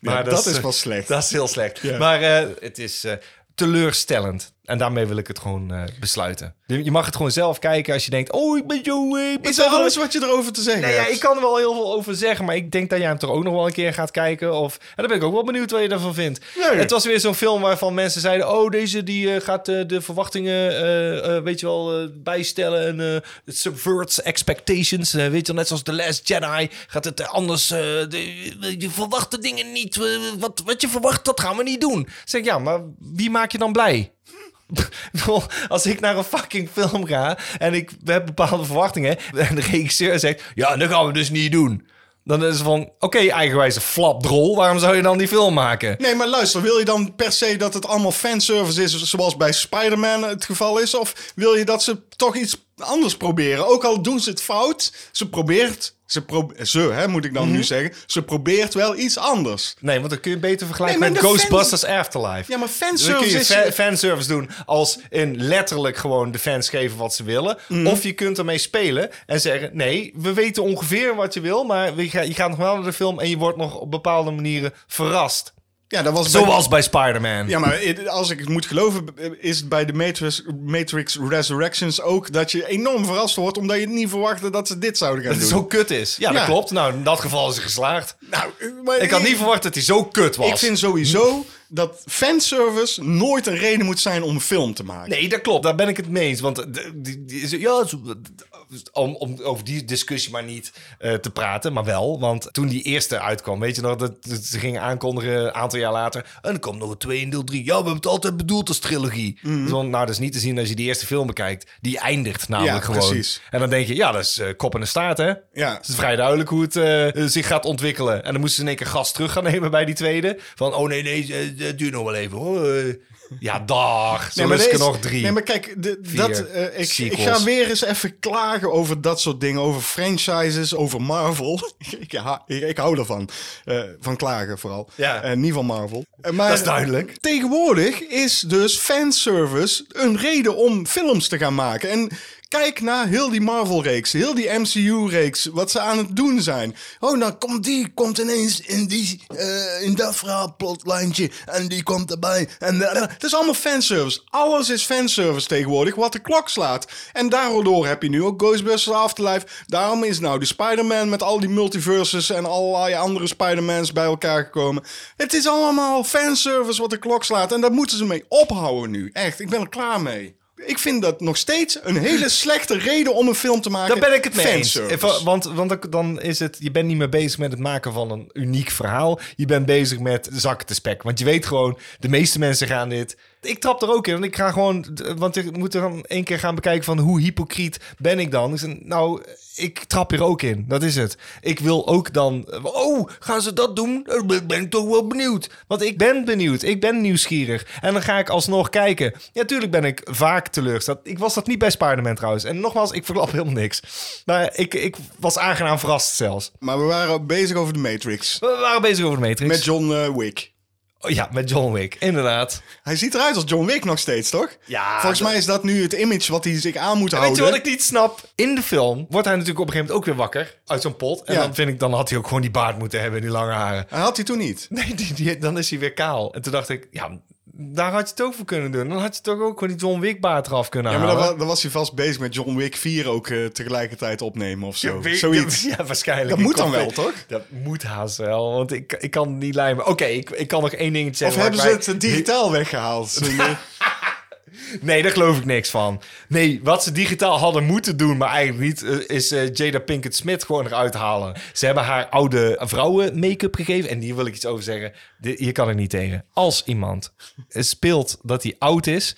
Speaker 1: Ja, dat is
Speaker 2: eh,
Speaker 1: wel slecht.
Speaker 2: Dat is heel slecht.
Speaker 1: Ja.
Speaker 2: Maar eh, het is eh, teleurstellend. En daarmee wil ik het gewoon eh, besluiten. Je je mag het gewoon zelf kijken als je denkt... Oh, ik ben zo... eh, ik ben
Speaker 1: Is dat
Speaker 2: zo-
Speaker 1: alles wat je erover te zeggen
Speaker 2: nou ja,
Speaker 1: hebt?
Speaker 2: ik kan er wel heel veel over zeggen, maar ik denk dat jij hem toch ook nog wel een keer gaat kijken. Of, en dan ben ik ook wel benieuwd wat je daarvan vindt.
Speaker 1: Nee.
Speaker 2: Het was weer zo'n film waarvan mensen zeiden: Oh, deze die eh, gaat eh, de verwachtingen, eh, eh, weet je wel, eh, bijstellen. En eh, het subverts expectations. Eh, weet je wel, net zoals The Last Jedi gaat het eh, anders. eh, de- je verwacht de dingen niet. Eh, wat, wat je verwacht, dat gaan we niet doen. Dan Zeg ik, ja, maar wie maak je dan blij? Ik bedoel, Als ik naar een fucking film ga en ik heb bepaalde verwachtingen en de regisseur zegt, ja, dat gaan we dus niet doen. Dan is het van, oké, eigenwijze flapdrol, waarom zou je dan die film maken?
Speaker 1: Nee, maar luister, wil je dan per se dat het allemaal fanservice is, zoals bij Spider-Man het geval is? Of wil je dat ze toch iets anders proberen? Ook al doen ze het fout, ze probeert, ze, pro- ze hè, moet ik dan
Speaker 2: Mhm.
Speaker 1: nu zeggen, ze probeert wel iets anders.
Speaker 2: Nee, want dan kun je beter vergelijken
Speaker 1: Nee, maar
Speaker 2: met
Speaker 1: de
Speaker 2: Ghostbusters Afterlife.
Speaker 1: Ja, maar
Speaker 2: dan kun
Speaker 1: fanservice
Speaker 2: je
Speaker 1: is...
Speaker 2: fa- fanservice doen als in letterlijk gewoon de fans geven wat ze willen.
Speaker 1: Mhm.
Speaker 2: Of je kunt ermee spelen en zeggen, nee, we weten ongeveer wat je wil, maar we ga- je gaat nog wel naar de film en je wordt nog op bepaalde manieren verrast.
Speaker 1: ja, dat was bij-
Speaker 2: Zoals bij Spider-Man.
Speaker 1: Ja, maar i- als ik het moet geloven, is het bij de Matrix, Matrix Resurrections ook dat je enorm verrast wordt, omdat je het niet verwachtte dat ze dit zouden gaan
Speaker 2: Dat
Speaker 1: doen.
Speaker 2: het zo kut is. Ja,
Speaker 1: Ja.
Speaker 2: dat klopt. Nou, in dat geval is hij geslaagd.
Speaker 1: Nou, maar
Speaker 2: Ik had niet verwacht dat hij zo kut was.
Speaker 1: Ik vind sowieso dat fanservice nooit een reden moet zijn om een film te maken.
Speaker 2: Nee, dat klopt. Daar ben ik het mee eens. Want eh, de- die, die, is- ja, zo- om, om over die discussie maar niet eh, te praten, maar wel. Want toen die eerste uitkwam, weet je nog, dat, dat ze gingen aankondigen een aantal jaar later. En er komt nog een 2 en deel 3. Ja, we hebben het altijd bedoeld als trilogie. Zo, nou, dat is niet te zien als je die eerste film bekijkt. Die eindigt namelijk
Speaker 1: Mhm. Ja,
Speaker 2: gewoon.
Speaker 1: precies.
Speaker 2: En dan denk je, ja, dat is eh, kop in de staart, hè?
Speaker 1: Ja.
Speaker 2: Het is vrij duidelijk hoe het eh, zich gaat ontwikkelen. En dan moesten ze in één keer gas terug gaan nemen bij die tweede. Van, oh nee, nee, eh, het duurt nog wel even. hoor. Eh, Ja, dag. Zo is er
Speaker 1: deze-
Speaker 2: nog drie.
Speaker 1: Nee, maar kijk, de- dat, eh, ik, ik
Speaker 2: sequels.
Speaker 1: ga weer eens even klagen over dat soort dingen. Over franchises, over Marvel. ik, ha- ik, ik hou ervan. Eh, van klagen vooral.
Speaker 2: Ja.
Speaker 1: Eh, niet van Marvel. Eh, maar
Speaker 2: Dat is duidelijk.
Speaker 1: Tegenwoordig is dus fanservice een reden om films te gaan maken. En kijk naar heel die Marvel-reeks, heel die MCU-reeks, wat ze aan het doen zijn. Oh, nou komt die, komt ineens in, die, eh, in dat verhaalplotlijntje en die komt erbij. En da- da- het is allemaal fanservice. Alles is fanservice tegenwoordig, wat de klok slaat. En daardoor heb je nu ook Ghostbusters Afterlife. Daarom is nou die Spider-Man met al die multiverses en allerlei andere Spider-Mans bij elkaar gekomen. Het is allemaal fanservice wat de klok slaat. En daar moeten ze mee ophouden nu. Echt, ik ben er klaar mee. Ik vind dat nog steeds een hele slechte reden om een film te maken.
Speaker 2: Daar ben ik het mee eens.
Speaker 1: Fanservice.
Speaker 2: Even, Want, want dan- dan is het, je bent niet meer bezig met het maken van een uniek verhaal. Je bent bezig met zakken te spek. Want je weet gewoon, de meeste mensen gaan dit. Ik trap er ook in, want ik ga gewoon, want ik moet er dan één keer gaan bekijken van hoe hypocriet ben ik dan. Ik zeg, nou, ik trap hier ook in, dat is het. Ik wil ook dan, oh, gaan ze dat doen? Eh, ben- Ben ik toch wel benieuwd. Want ik ben benieuwd, ik ben nieuwsgierig. En dan ga ik alsnog kijken. Ja, tuurlijk ben ik vaak teleurgesteld. Ik was dat niet bij Spider-Man trouwens. En nogmaals, ik verklap helemaal niks. Maar ik, ik was aangenaam verrast zelfs.
Speaker 1: Maar we waren bezig over de Matrix.
Speaker 2: We waren bezig over de Matrix.
Speaker 1: Met John eh, Wick.
Speaker 2: Oh ja, met John Wick, inderdaad.
Speaker 1: Hij ziet eruit als John Wick nog steeds, toch?
Speaker 2: Ja,
Speaker 1: Volgens
Speaker 2: dat-
Speaker 1: mij is dat nu het image wat hij zich aan moet
Speaker 2: En
Speaker 1: houden.
Speaker 2: Weet je wat ik niet snap? In de film wordt hij natuurlijk op een gegeven moment ook weer wakker uit zo'n pot. En
Speaker 1: Ja.
Speaker 2: dan vind ik, dan had hij ook gewoon die baard moeten hebben en die lange haren.
Speaker 1: Hij had hij toen niet.
Speaker 2: Nee, die, die- dan is hij weer kaal. En toen dacht ik, ja, daar had je het ook voor kunnen doen. Dan had je toch ook gewoon die John Wick baard eraf kunnen
Speaker 1: Ja, maar
Speaker 2: halen.
Speaker 1: dan, wa- dan was hij vast bezig met John Wick 4 ook eh, tegelijkertijd opnemen of zo.
Speaker 2: Ja, weet-
Speaker 1: Zoiets.
Speaker 2: Ja, waarschijnlijk.
Speaker 1: Dat
Speaker 2: Ik
Speaker 1: moet dan
Speaker 2: kan-
Speaker 1: wel, toch?
Speaker 2: Dat moet haast wel, want ik, ik kan niet lijmen. Oké, ik, ik kan nog één dingetje
Speaker 1: Of
Speaker 2: zeggen.
Speaker 1: hebben ze
Speaker 2: waar ik
Speaker 1: het eh, digitaal weggehaald? Nee.
Speaker 2: mij- Nee, daar geloof ik niks van. Nee, wat ze digitaal hadden moeten doen, maar eigenlijk niet, eh, is eh, Jada Pinkett Smith gewoon eruit halen. Ze hebben haar oude vrouwen make-up gegeven. En hier wil ik iets over zeggen. Di- hier kan ik niet tegen. Als iemand speelt dat hij oud is,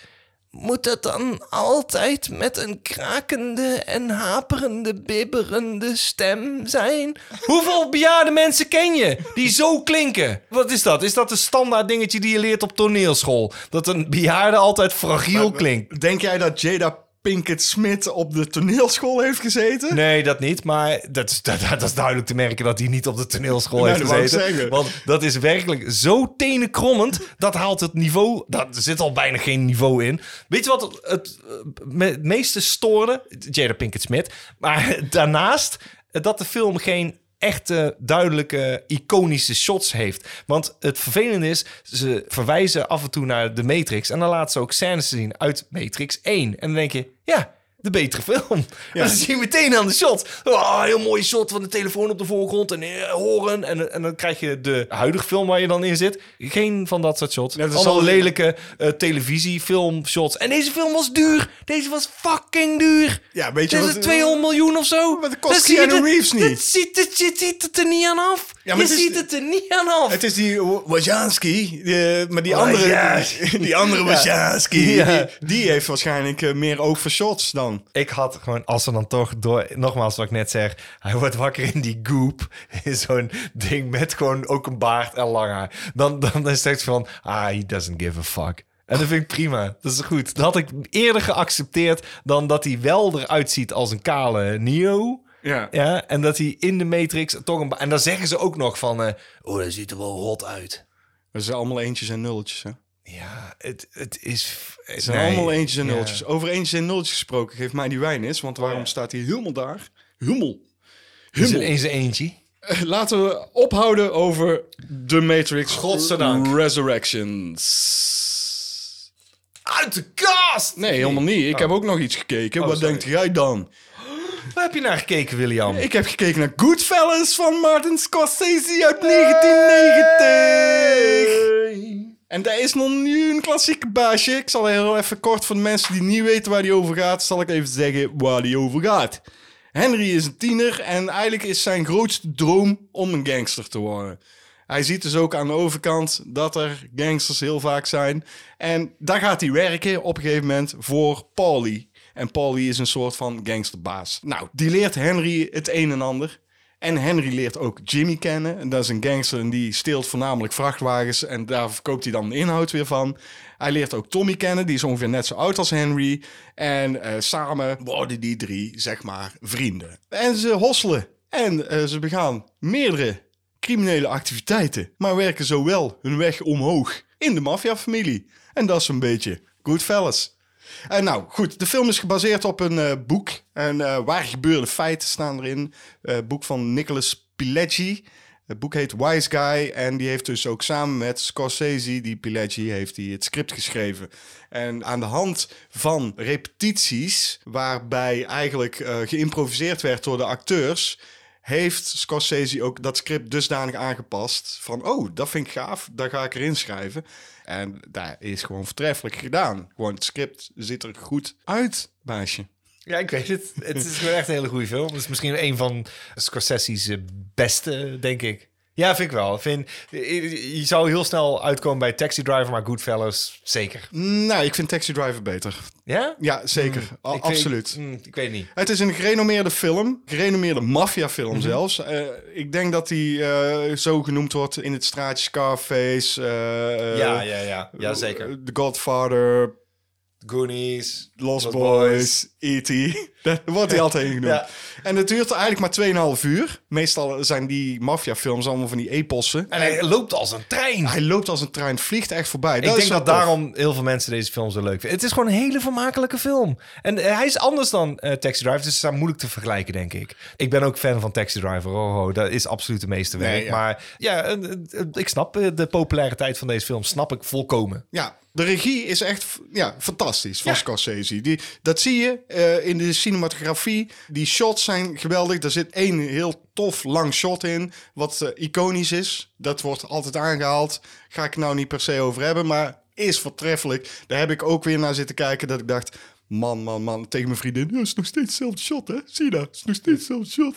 Speaker 2: moet dat dan altijd met een krakende en haperende, bibberende stem zijn? Hoeveel bejaarde mensen ken je die zo klinken? Wat is dat? Is dat een standaard dingetje die je leert op toneelschool? Dat een bejaarde altijd fragiel klinkt?
Speaker 1: Denk jij dat Jada Pinkett Smith op de toneelschool heeft gezeten?
Speaker 2: Nee, dat niet. Maar dat is, dat, dat is duidelijk te merken dat hij niet op de toneelschool
Speaker 1: Nee,
Speaker 2: heeft
Speaker 1: dat wou ik
Speaker 2: gezeten.
Speaker 1: zeggen.
Speaker 2: Want dat is werkelijk zo tenenkrommend. Dat haalt het niveau. Daar zit al bijna geen niveau in. Weet je wat het, het, eh, me- het meeste stoorde? Jada Pinkett Smith. Maar daarnaast eh, dat de film geen echte, duidelijke, iconische shots heeft. Want het vervelende is, ze verwijzen af en toe naar de Matrix... en dan laten ze ook scènes zien uit Matrix 1. En dan denk je, ja, de betere film. Dat zie je meteen aan de shot. Oh, heel mooie shot van de telefoon op de voorgrond en eh, horen. En, en dan krijg je de huidige film waar je dan in zit. Geen van dat soort shots.
Speaker 1: dat is
Speaker 2: Allemaal
Speaker 1: al-
Speaker 2: lelijke eh televisiefilm shots. En deze film was duur. Deze was fucking duur.
Speaker 1: Ja, weet je
Speaker 2: Dit
Speaker 1: wat-
Speaker 2: is 200 miljoen of zo.
Speaker 1: Maar dat kost
Speaker 2: Dan zie je
Speaker 1: Keanu
Speaker 2: de-
Speaker 1: Reeves niet.
Speaker 2: Dat ziet, dat, ziet- ziet het er niet aan af.
Speaker 1: Ja, maar
Speaker 2: je
Speaker 1: het is-
Speaker 2: ziet het er niet aan af.
Speaker 1: Het is die Wajanski, eh, maar die
Speaker 2: Oh,
Speaker 1: andere,
Speaker 2: ja.
Speaker 1: die andere Wajanski,
Speaker 2: Ja.
Speaker 1: die, die heeft waarschijnlijk eh, meer oog voor shots dan.
Speaker 2: Ik had gewoon, als ze dan toch door, nogmaals wat ik net zeg, hij wordt wakker in die goop, in zo'n ding met gewoon ook een baard en lang haar. Dan, dan is het echt van, ah, he doesn't give a fuck. En dat vind ik prima. Dat is goed. Dat had ik eerder geaccepteerd dan dat hij wel eruit ziet als een kale Neo.
Speaker 1: Ja.
Speaker 2: Ja, en dat hij in de Matrix toch een... ba- En dan zeggen ze ook nog van, eh, oh, dat ziet er wel rot uit.
Speaker 1: Dat zijn allemaal eentjes en nulletjes. Hè?
Speaker 2: Ja, het, het is...
Speaker 1: Het zijn
Speaker 2: nee,
Speaker 1: allemaal eentjes en
Speaker 2: ja.
Speaker 1: nulletjes. Over eentjes en nulletjes gesproken, geef mij die wijn eens, want
Speaker 2: Oh,
Speaker 1: waarom staat hij helemaal daar? Hummel.
Speaker 2: Het is
Speaker 1: Hummel.
Speaker 2: in zijn eentje.
Speaker 1: Eh, Laten we ophouden over The Matrix
Speaker 2: Godzijdank.
Speaker 1: Resurrections.
Speaker 2: Uit de kast!
Speaker 1: Nee, helemaal niet. Ik heb ook nog iets gekeken. Wat
Speaker 2: Oh. sorry.
Speaker 1: denkt jij dan?
Speaker 2: Waar heb je naar gekeken, William?
Speaker 1: Ik heb gekeken naar Goodfellas van Martin Scorsese uit 1990. En daar is nog nu een klassieke baasje. Ik zal heel even kort voor de mensen die niet weten waar die over gaat, zal ik even zeggen waar die over gaat. Henry is een tiener en eigenlijk is zijn grootste droom om een gangster te worden. Hij ziet dus ook aan de overkant dat er gangsters heel vaak zijn. En daar gaat hij werken op een gegeven moment voor Paulie. En Paulie is een soort van gangsterbaas. Nou, die leert Henry het een en ander. En Henry leert ook Jimmy kennen. En dat is een gangster en die steelt voornamelijk vrachtwagens. En daar verkoopt hij dan de inhoud weer van. Hij leert ook Tommy kennen. Die is ongeveer net zo oud als Henry. En eh, samen worden die drie, zeg maar, vrienden. En ze hosselen. En eh, ze begaan meerdere criminele activiteiten. Maar werken zowel hun weg omhoog in de maffiafamilie. En dat is een beetje Goodfellas. En nou, goed. De film is gebaseerd op een eh, boek. En eh, waar gebeurde feiten staan erin. Eh boek van Nicholas Pileggi. Het boek heet Wise Guy. En die heeft dus ook samen met Scorsese, die Pileggi, heeft hij het script geschreven. En aan de hand van repetities, waarbij eigenlijk eh, geïmproviseerd werd door de acteurs heeft Scorsese ook dat script dusdanig aangepast van oh, dat vind ik gaaf, daar ga ik erin schrijven. En daar is gewoon vertreffelijk gedaan. Gewoon het script ziet er goed uit, baasje.
Speaker 2: Ja, ik weet het. Het is gewoon echt een hele goede film. Het is misschien een van Scorsese's eh, beste, denk ik. Ja, vind ik wel. Ik Vind, je zou heel snel uitkomen bij Taxi Driver, maar Goodfellas zeker.
Speaker 1: Nou, ik vind Taxi Driver beter.
Speaker 2: Ja?
Speaker 1: Ja, zeker. A-
Speaker 2: Ik vind-
Speaker 1: absoluut.
Speaker 2: mm, ik weet niet.
Speaker 1: Het is een gerenommeerde film, gerenommeerde maffiafilm
Speaker 2: Mhm.
Speaker 1: zelfs. Eh, ik denk dat die eh, zo genoemd wordt in het straatje Scarface. eh,
Speaker 2: ja, ja, ja. Ja, zeker.
Speaker 1: The Godfather,
Speaker 2: Goonies.
Speaker 1: Lost, Boys, E.T. Daar wordt hij altijd in genoemd.
Speaker 2: Ja.
Speaker 1: En het duurt eigenlijk maar 2,5 uur. Meestal zijn die maffiafilms allemaal van die epossen.
Speaker 2: En hij loopt als een trein.
Speaker 1: Hij loopt als een trein, vliegt echt voorbij.
Speaker 2: ik denk
Speaker 1: is wel
Speaker 2: dat
Speaker 1: tof.
Speaker 2: daarom heel veel mensen deze film zo leuk vinden. Het is gewoon een hele vermakelijke film. En eh, hij is anders dan eh, Taxi Driver, dus ze zijn moeilijk te vergelijken, denk ik. Ik ben ook fan van Taxi Driver. Oh, oh, dat is absoluut de meesterwerk.
Speaker 1: Nee, ja.
Speaker 2: Maar ja, eh, eh, ik snap eh, de populariteit van deze film. Snap ik volkomen.
Speaker 1: Ja, de regie is echt f- ja, fantastisch van Scorsese. Die, dat zie je eh, in de cinematografie. Die shots zijn geweldig. Er zit één heel tof lang shot in, wat eh, iconisch is. Dat wordt altijd aangehaald. Ga ik nou niet per se over hebben, maar is voortreffelijk. Daar heb ik ook weer naar zitten kijken dat ik dacht... Man, man, man, tegen mijn vriendin. Ja, het is nog steeds hetzelfde shot, hè? Zie je dat? Het is nog steeds hetzelfde shot.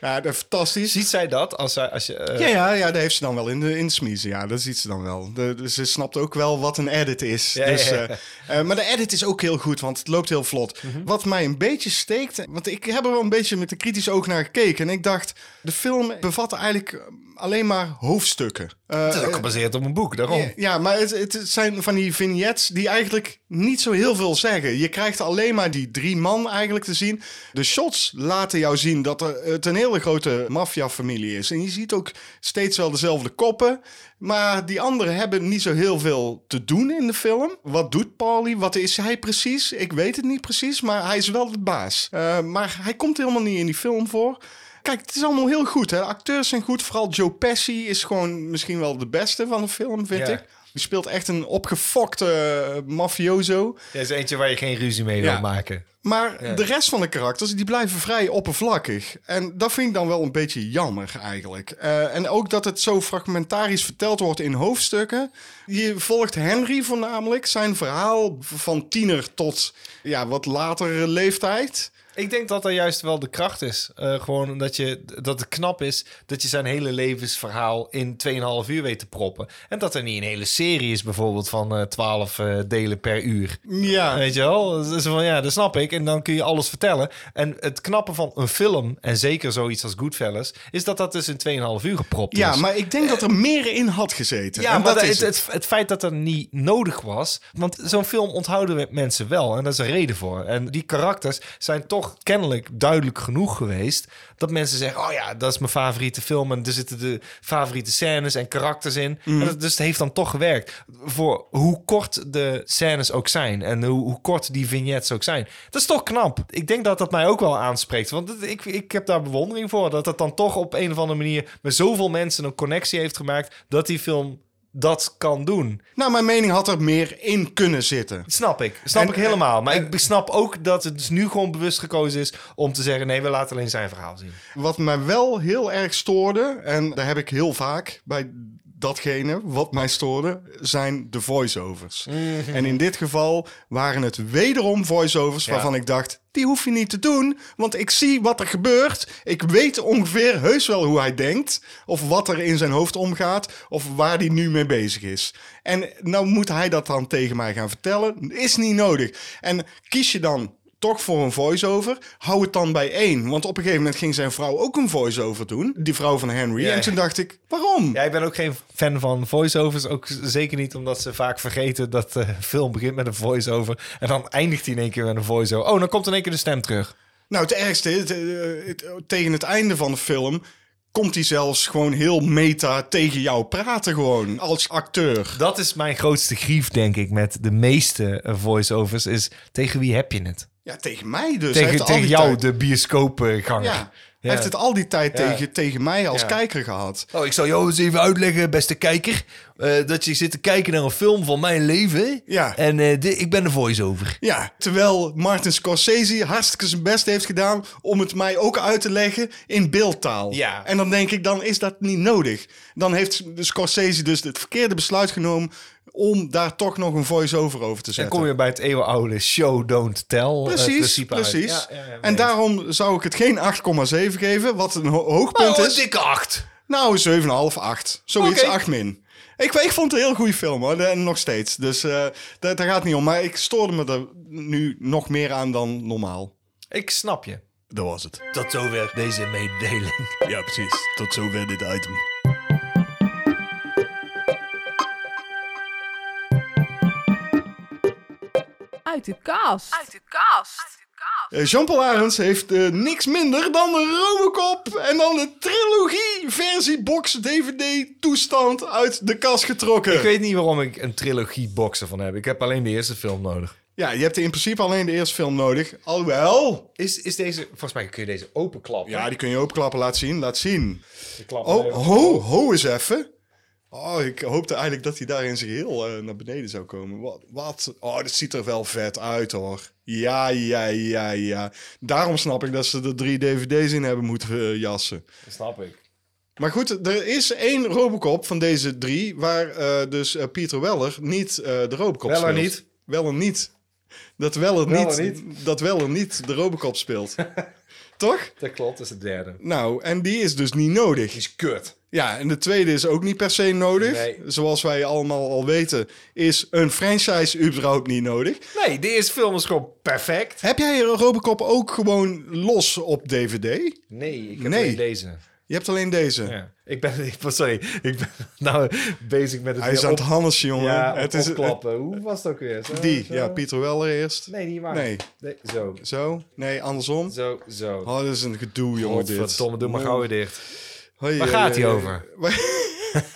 Speaker 1: Ja, dat is fantastisch.
Speaker 2: Ziet zij dat als, zij, als je... eh,
Speaker 1: Ja, ja, ja, dat heeft ze dan wel in de, in de smiezen. Ja, dat ziet ze dan wel. De- de- ze snapt ook wel wat een edit is.
Speaker 2: Ja,
Speaker 1: dus,
Speaker 2: ja, ja. Mhm.
Speaker 1: eh, eh, maar de edit is ook heel goed, want het loopt heel vlot. Wat mij een beetje steekt, want ik heb er wel een beetje met een kritisch oog naar gekeken. En ik dacht, de film bevat eigenlijk eh, alleen maar hoofdstukken. Eh,
Speaker 2: Het is ook gebaseerd op een boek, daarom.
Speaker 1: ja, Ja, maar het, het zijn van die vignettes die eigenlijk niet zo heel veel zeggen. Je krijgt alleen maar die drie man eigenlijk te zien. De shots laten jou zien dat er, het een hele grote maffiafamilie is. En je ziet ook steeds wel dezelfde koppen. Maar die anderen hebben niet zo heel veel te doen in de film. Wat doet Paulie? Wat is hij precies? Ik weet het niet precies, maar hij is wel de baas. Eh, maar hij komt helemaal niet in die film voor. Kijk, het is allemaal heel goed. Hè? De acteurs zijn goed. Vooral Joe Pesci is gewoon misschien wel de beste van de film, vind
Speaker 2: Ja.
Speaker 1: ik. Die speelt echt een opgefokte eh, mafioso.
Speaker 2: Er is eentje waar je geen ruzie mee
Speaker 1: Ja.
Speaker 2: wil maken.
Speaker 1: Maar de rest van de karakters, die blijven vrij oppervlakkig. En dat vind ik dan wel een beetje jammer eigenlijk. Eh, en ook dat het zo fragmentarisch verteld wordt in hoofdstukken. Je volgt Henry voornamelijk, zijn verhaal van tiener tot ja, wat latere leeftijd.
Speaker 2: Ik denk dat dat juist wel de kracht is. Eh, gewoon dat, je, dat het knap is dat je zijn hele levensverhaal in 2,5 uur weet te proppen. En dat er niet een hele serie is bijvoorbeeld van eh 12 eh, delen per uur.
Speaker 1: Ja,
Speaker 2: Weet je wel? Dus van, ja, dat snap ik. En dan kun je alles vertellen. En het knappe van een film, en zeker zoiets als Goodfellas... is dat dat dus in 2,5 uur gepropt
Speaker 1: ja
Speaker 2: is.
Speaker 1: maar ik denk dat er meer in had gezeten.
Speaker 2: Ja,
Speaker 1: En
Speaker 2: maar
Speaker 1: dat
Speaker 2: het,
Speaker 1: is het.
Speaker 2: het, het feit dat dat niet nodig was. Want zo'n film onthouden we mensen wel. En daar is een reden voor. En die karakters zijn toch kennelijk duidelijk genoeg geweest. Dat mensen zeggen: Oh ja, dat is mijn favoriete film. En er zitten de favoriete scènes en karakters in. En dat, dus het heeft dan toch gewerkt. Voor hoe kort de scènes ook zijn. En hoe, hoe kort die vignettes ook zijn. Dat is toch knap. Ik denk dat dat mij ook wel aanspreekt. Want het- ik, ik heb daar bewondering voor. Dat dat dan toch op een of andere manier met zoveel mensen een connectie heeft gemaakt. Dat die film dat kan doen.
Speaker 1: Nou, mijn mening had er meer in kunnen zitten.
Speaker 2: Dat snap ik. Dat snap
Speaker 1: En-
Speaker 2: ik helemaal. Maar ik snap ook dat het dus nu gewoon bewust gekozen is om te zeggen: nee, we laten alleen zijn verhaal zien.
Speaker 1: Wat mij wel heel erg stoorde, en daar heb ik heel vaak bij datgene wat mij stoorde, zijn de voiceovers. En in dit geval waren het wederom voiceovers waarvan ik dacht, die hoef je niet te doen, want ik zie wat er gebeurt. Ik weet ongeveer heus wel hoe hij denkt, of wat er in zijn hoofd omgaat, of waar hij nu mee bezig is. En nou moet hij dat dan tegen mij gaan vertellen, is niet nodig. En kies je dan toch voor een voice-over. Hou het dan bij één. Want op een gegeven moment ging zijn vrouw ook een voice-over doen. Die vrouw van Henry.
Speaker 2: Ja.
Speaker 1: En toen dacht ik, waarom?
Speaker 2: Ja, ik ben ook geen fan van voiceovers. Ook z- zeker niet omdat ze vaak vergeten dat de film begint met een voiceover. En dan eindigt hij in één keer met een voiceover. Oh, dan komt in één keer de stem terug.
Speaker 1: Nou, het ergste, het, eh, het- tegen het einde van de film... komt hij zelfs gewoon heel meta tegen jou praten gewoon. Als acteur.
Speaker 2: Dat is mijn grootste grief, denk ik, met de meeste eh, voiceovers. Is tegen wie heb je het?
Speaker 1: Ja, tegen mij dus. Hij heeft
Speaker 2: Tegen,
Speaker 1: al
Speaker 2: tegen
Speaker 1: die
Speaker 2: jou,
Speaker 1: tijd-
Speaker 2: de bioscoopganger.
Speaker 1: Ja. Hij heeft het al die tijd
Speaker 2: Ja.
Speaker 1: tegen, tegen mij als
Speaker 2: Ja.
Speaker 1: kijker gehad.
Speaker 2: Oh, ik zal jou eens even uitleggen, beste kijker. eh, dat je zit te kijken naar een film van mijn leven.
Speaker 1: Ja.
Speaker 2: En eh, di- ik ben de voice-over.
Speaker 1: Ja, terwijl Martin Scorsese hartstikke zijn best heeft gedaan om het mij ook uit te leggen in beeldtaal.
Speaker 2: Ja.
Speaker 1: En dan denk ik, dan is dat niet nodig. Dan heeft de Scorsese dus het verkeerde besluit genomen om daar toch nog een voice-over over te
Speaker 2: Dan
Speaker 1: zetten.
Speaker 2: kom je bij het eeuwenoude show don't tell eh,
Speaker 1: Precies,
Speaker 2: principe uit.
Speaker 1: precies.
Speaker 2: Ja, ja, ja,
Speaker 1: en
Speaker 2: nee.
Speaker 1: daarom zou ik het geen 8,7 geven, wat een ho- hoogpunt
Speaker 2: Oh, een
Speaker 1: is.
Speaker 2: dikke acht.
Speaker 1: Nou, 7,5, 8. Zoiets,
Speaker 2: Oké.
Speaker 1: 8 min. Ik, ik vond het een heel goede film hoor, en nog steeds. Dus eh, daar, daar gaat het niet om. Maar ik stoorde me er nu nog meer aan dan normaal.
Speaker 2: Ik snap je.
Speaker 1: Dat was het.
Speaker 2: Tot zover deze mededeling.
Speaker 1: Ja, precies. Tot zover dit item.
Speaker 4: Uit de kast.
Speaker 1: Jean-Paul Eh, Arends heeft eh, niks minder dan de Robocop en dan de trilogie versie box DVD toestand uit de kast getrokken.
Speaker 2: Ik weet niet waarom ik een trilogie boxen van heb. Ik heb alleen de eerste film nodig.
Speaker 1: Ja, je hebt in principe alleen de eerste film nodig. Alhoewel...
Speaker 2: Is, is deze... Volgens mij kun je deze openklappen.
Speaker 1: Ja, die kun je opklappen. Laat zien, laat zien.
Speaker 2: die klappen.
Speaker 1: Oh, ho, ho eens even. Oh, ik hoopte eigenlijk dat hij daar in zijn geheel eh, naar beneden zou komen. Wat, wat? Oh, dat ziet er wel vet uit hoor. Ja, ja, ja, ja. Daarom snap ik dat ze er drie DVD's in hebben moeten eh, jassen.
Speaker 2: Dat snap ik.
Speaker 1: Maar goed, er is één Robocop van deze drie... waar eh, dus eh, Pieter Weller niet eh, de Robocop
Speaker 2: Weller
Speaker 1: speelt.
Speaker 2: niet.
Speaker 1: Weller niet. Dat Weller,
Speaker 2: Weller
Speaker 1: niet, Dat Weller niet de Robocop speelt. Toch?
Speaker 2: Dat klopt, dat is de derde.
Speaker 1: Nou, en die is dus niet nodig.
Speaker 2: Die is kut.
Speaker 1: Ja, en de tweede is ook niet per se nodig.
Speaker 2: Nee.
Speaker 1: Zoals wij allemaal al weten, is een franchise überhaupt niet nodig.
Speaker 2: Nee, de eerste film is gewoon perfect.
Speaker 1: Heb jij een Robocop ook gewoon los op DVD?
Speaker 2: Nee, ik
Speaker 1: heb
Speaker 2: heb
Speaker 1: alleen
Speaker 2: deze.
Speaker 1: Je hebt alleen deze.
Speaker 2: Ja. Ik ben, ik, sorry, ik ben nou bezig met het
Speaker 1: Hij is
Speaker 2: weer
Speaker 1: aan
Speaker 2: op,
Speaker 1: het hannesje, jongen.
Speaker 2: ja,
Speaker 1: het
Speaker 2: het
Speaker 1: is
Speaker 2: opklappen. Hoe was het ook weer? Zo,
Speaker 1: Die,
Speaker 2: zo?
Speaker 1: ja, Pieter Weller eerst.
Speaker 2: Nee, niet waar.
Speaker 1: Nee.
Speaker 2: Nee, zo,
Speaker 1: Zo? Nee, andersom.
Speaker 2: zo, zo.
Speaker 1: Oh, dit is een gedoe, jongen, dit.
Speaker 2: Godverdomme, doe maar
Speaker 1: Man.
Speaker 2: gauw weer dicht. eh,
Speaker 1: Hoi, eh,
Speaker 2: Waar
Speaker 1: hoi,
Speaker 2: gaat
Speaker 1: hoi,
Speaker 2: hij
Speaker 1: hoi.
Speaker 2: over?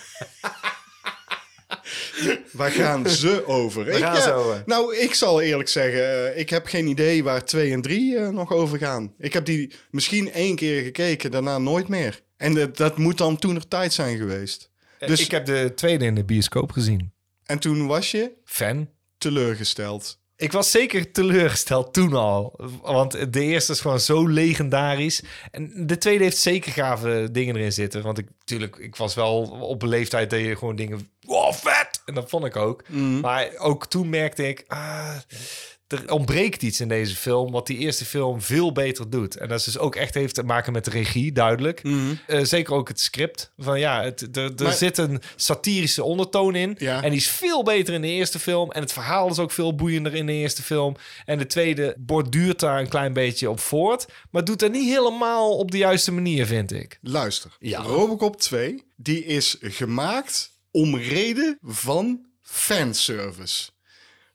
Speaker 1: Waar gaan ze over? Ik,
Speaker 2: gaan
Speaker 1: ja,
Speaker 2: ze over?
Speaker 1: Nou, ik zal eerlijk zeggen, eh, ik heb geen idee waar 2 en 3 nog over gaan. Ik heb die misschien één keer gekeken, daarna nooit meer. En dat, dat moet dan toen er tijd zijn geweest. Dus,
Speaker 2: Dus ik heb de tweede in de bioscoop gezien.
Speaker 1: En toen was je
Speaker 2: Fan.
Speaker 1: teleurgesteld.
Speaker 2: Ik was zeker teleurgesteld toen al. Want de eerste is gewoon zo legendarisch. En de tweede heeft zeker gave dingen erin zitten. Want ik, tuurlijk, ik was wel op een leeftijd dat je gewoon dingen... Wow, vet! En dat vond ik ook.
Speaker 1: Mhm.
Speaker 2: Maar ook toen merkte ik... Ah, er ontbreekt iets in deze film wat die eerste film veel beter doet. En dat is dus ook echt heeft te maken met de regie, duidelijk. Eh, zeker ook het script. Van ja, het, er- er
Speaker 1: Mhm. Maar-
Speaker 2: zit een satirische ondertoon in.
Speaker 1: Ja.
Speaker 2: En die is veel beter in de eerste film. En het verhaal is ook veel boeiender in de eerste film. En de tweede borduurt daar een klein beetje op voort. Maar doet dat niet helemaal op de juiste manier, vind ik.
Speaker 1: Luister,
Speaker 2: Ja.
Speaker 1: Robocop 2, die is gemaakt om reden van fanservice.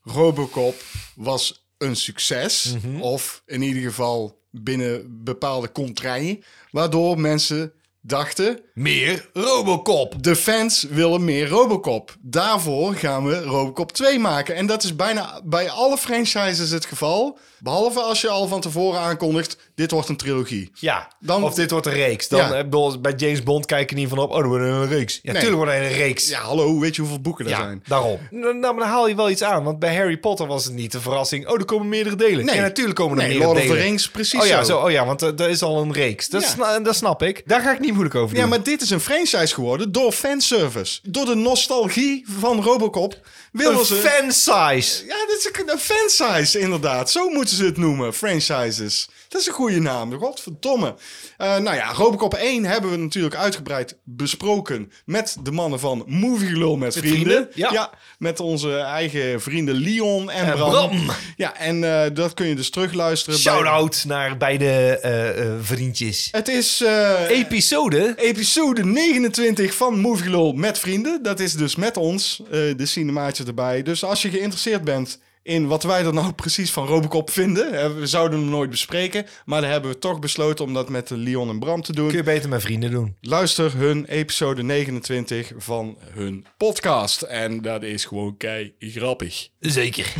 Speaker 1: Robocop was een succes,
Speaker 2: Mhm.
Speaker 1: of in ieder geval binnen bepaalde contraien, waardoor mensen dachten,
Speaker 2: Meer Robocop.
Speaker 1: de fans willen meer Robocop. Daarvoor gaan we Robocop 2 maken. En dat is bijna bij alle franchises het geval, behalve als je al van tevoren aankondigt, dit wordt een trilogie.
Speaker 2: Ja,
Speaker 1: Dan-
Speaker 2: of dit wordt een reeks. Dan,
Speaker 1: Ja.
Speaker 2: eh, ik bedoel, bij James Bond kijken niet van op, oh, er wordt een reeks. Ja,
Speaker 1: Nee.
Speaker 2: tuurlijk wordt er een reeks.
Speaker 1: Ja, hallo, weet je hoeveel boeken er
Speaker 2: Ja,
Speaker 1: zijn?
Speaker 2: daarom. Nou, maar dan haal je wel iets aan. Want bij Harry Potter was het niet de verrassing. Oh, er komen meerdere delen.
Speaker 1: Nee.
Speaker 2: Ja, natuurlijk komen er
Speaker 1: Nee,
Speaker 2: meerdere
Speaker 1: Lord of
Speaker 2: delen.
Speaker 1: the Rings, precies
Speaker 2: oh,
Speaker 1: zo.
Speaker 2: ja, zo. Oh ja, want eh, er is al een reeks. Dat,
Speaker 1: Ja.
Speaker 2: sna- dat snap ik. Daar ga ik niet moeilijk over doen.
Speaker 1: Ja, maar dit is een franchise geworden door fanservice. Door de nostalgie van Robocop wilden
Speaker 2: een
Speaker 1: ze...
Speaker 2: fansize.
Speaker 1: ja, dit is een, een franchise inderdaad. Zo moeten ze het noemen, franchises. Dat is een goede naam, godverdomme. Eh nou ja, Robocop 1 hebben we natuurlijk uitgebreid besproken... met de mannen van Movie Lul met vrienden.
Speaker 2: vrienden, ja.
Speaker 1: met onze eigen vrienden Leon en,
Speaker 2: En
Speaker 1: Bram.
Speaker 2: Bram.
Speaker 1: Ja, en eh, dat kun je dus terugluisteren. bij-
Speaker 2: Shout-out naar beide eh, eh, vriendjes.
Speaker 1: Het is... eh,
Speaker 2: Episode.
Speaker 1: Episode 29 van Movie Lol met vrienden. Dat is dus met ons, eh, de cinemaatje erbij. Dus als je geïnteresseerd bent in wat wij er nou precies van Robocop vinden... eh, we zouden hem nooit bespreken, maar dan hebben we toch besloten... om dat met eh, Leon en Bram te doen.
Speaker 2: Kun je beter met vrienden doen.
Speaker 1: Luister hun episode 29 van hun podcast. En dat is gewoon kei grappig.
Speaker 2: Zeker.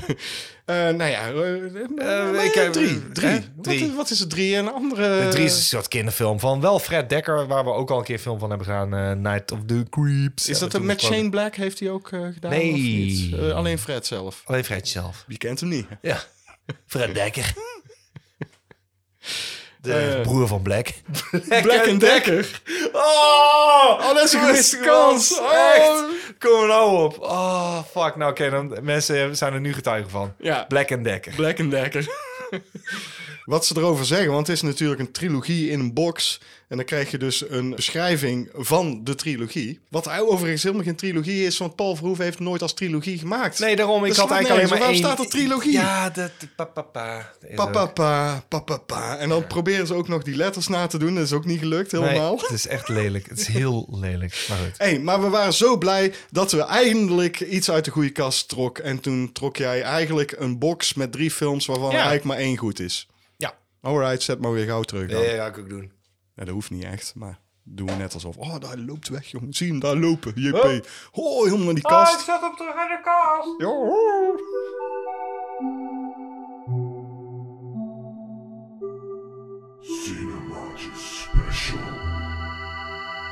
Speaker 1: Eh, nou ja, eh, eh,
Speaker 2: ik
Speaker 1: eh,
Speaker 2: heb-
Speaker 1: drie. drie.
Speaker 2: hè?
Speaker 1: Wat
Speaker 2: Drie.
Speaker 1: is- Wat, is het drie en een andere...
Speaker 2: Drie is een soort kinderfilm van wel Fred Dekker, waar we ook al een keer een film van hebben gedaan. eh, Night of the Creeps.
Speaker 1: Is dat
Speaker 2: Hebben
Speaker 1: een
Speaker 2: we
Speaker 1: met
Speaker 2: toen
Speaker 1: Shane Black? Heeft hij ook eh, gedaan?
Speaker 2: Nee.
Speaker 1: Of niet? Eh, alleen Fred zelf.
Speaker 2: besproken. Alleen Fred zelf.
Speaker 1: Je kent hem niet.
Speaker 2: Ja, Fred Dekker. De
Speaker 1: Eh.
Speaker 2: broer van Black.
Speaker 1: Black and Dekker.
Speaker 2: Oh,
Speaker 1: Oh, dat is een gemiste kans. Oh.
Speaker 2: Echt. Kom er nou op. Oh, fuck. Nou, oké, dan mensen zijn er nu getuigen van.
Speaker 1: Ja.
Speaker 2: Black and Dekker.
Speaker 1: Black and Dekker. Wat ze erover zeggen, want het is natuurlijk een trilogie in een box. En dan krijg je dus een beschrijving van de trilogie. Wat overigens helemaal geen trilogie is, want Paul Verhoeven heeft nooit als trilogie gemaakt.
Speaker 2: Nee, daarom. Ik
Speaker 1: Dat
Speaker 2: had
Speaker 1: slaat
Speaker 2: eigenlijk alleen
Speaker 1: nergens
Speaker 2: maar
Speaker 1: op.
Speaker 2: één.
Speaker 1: Waarom staat er trilogie?
Speaker 2: Ja, dat... Papapa.
Speaker 1: Papapa, papapa. En dan proberen ze ook nog die letters na te doen. Dat is ook niet gelukt helemaal.
Speaker 2: het is echt lelijk. Het is heel lelijk. Maar goed.
Speaker 1: Hey, maar we waren zo blij dat we eindelijk iets uit de goede kast trok. En toen trok jij eigenlijk een box met drie films waarvan
Speaker 2: Ja.
Speaker 1: eigenlijk maar één goed is.
Speaker 2: Ja.
Speaker 1: Alright, zet maar weer gauw terug dan.
Speaker 2: ga ik ook doen.
Speaker 1: Ja, dat hoeft niet echt, maar doen we net alsof... Oh, daar loopt weg, jongen. Zie hem daar lopen, JP.
Speaker 2: Huh?
Speaker 1: Oh, helemaal naar die kast.
Speaker 2: zag hem terug aan de kast.
Speaker 1: Joho.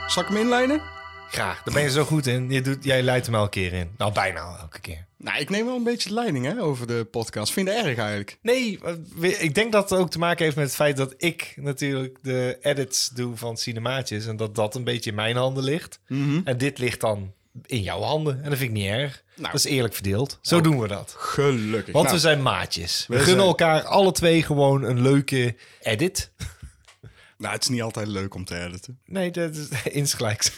Speaker 1: Zal ik hem inlijnen?
Speaker 2: Graag. Daar ben je zo goed in. Je doet, jij leidt hem elke keer in. Nou, bijna elke keer.
Speaker 1: Nou, ik neem wel een beetje de leiding hè, over de podcast. Vind je dat erg eigenlijk?
Speaker 2: Nee, eh, we- ik denk dat het ook te maken heeft met het feit dat ik natuurlijk de edits doe van cinemaatjes. En dat dat een beetje in mijn handen ligt. En dit ligt dan in jouw handen. En dat vind ik niet erg.
Speaker 1: Nou.
Speaker 2: dat is eerlijk verdeeld. Zo doen we dat.
Speaker 1: Gelukkig.
Speaker 2: Want
Speaker 1: Nou,
Speaker 2: we zijn maatjes. We, gunnen
Speaker 1: zijn-
Speaker 2: elkaar alle twee gewoon een leuke edit.
Speaker 1: nou, het is niet altijd leuk om te editen.
Speaker 2: Nee, dat is insgelijks.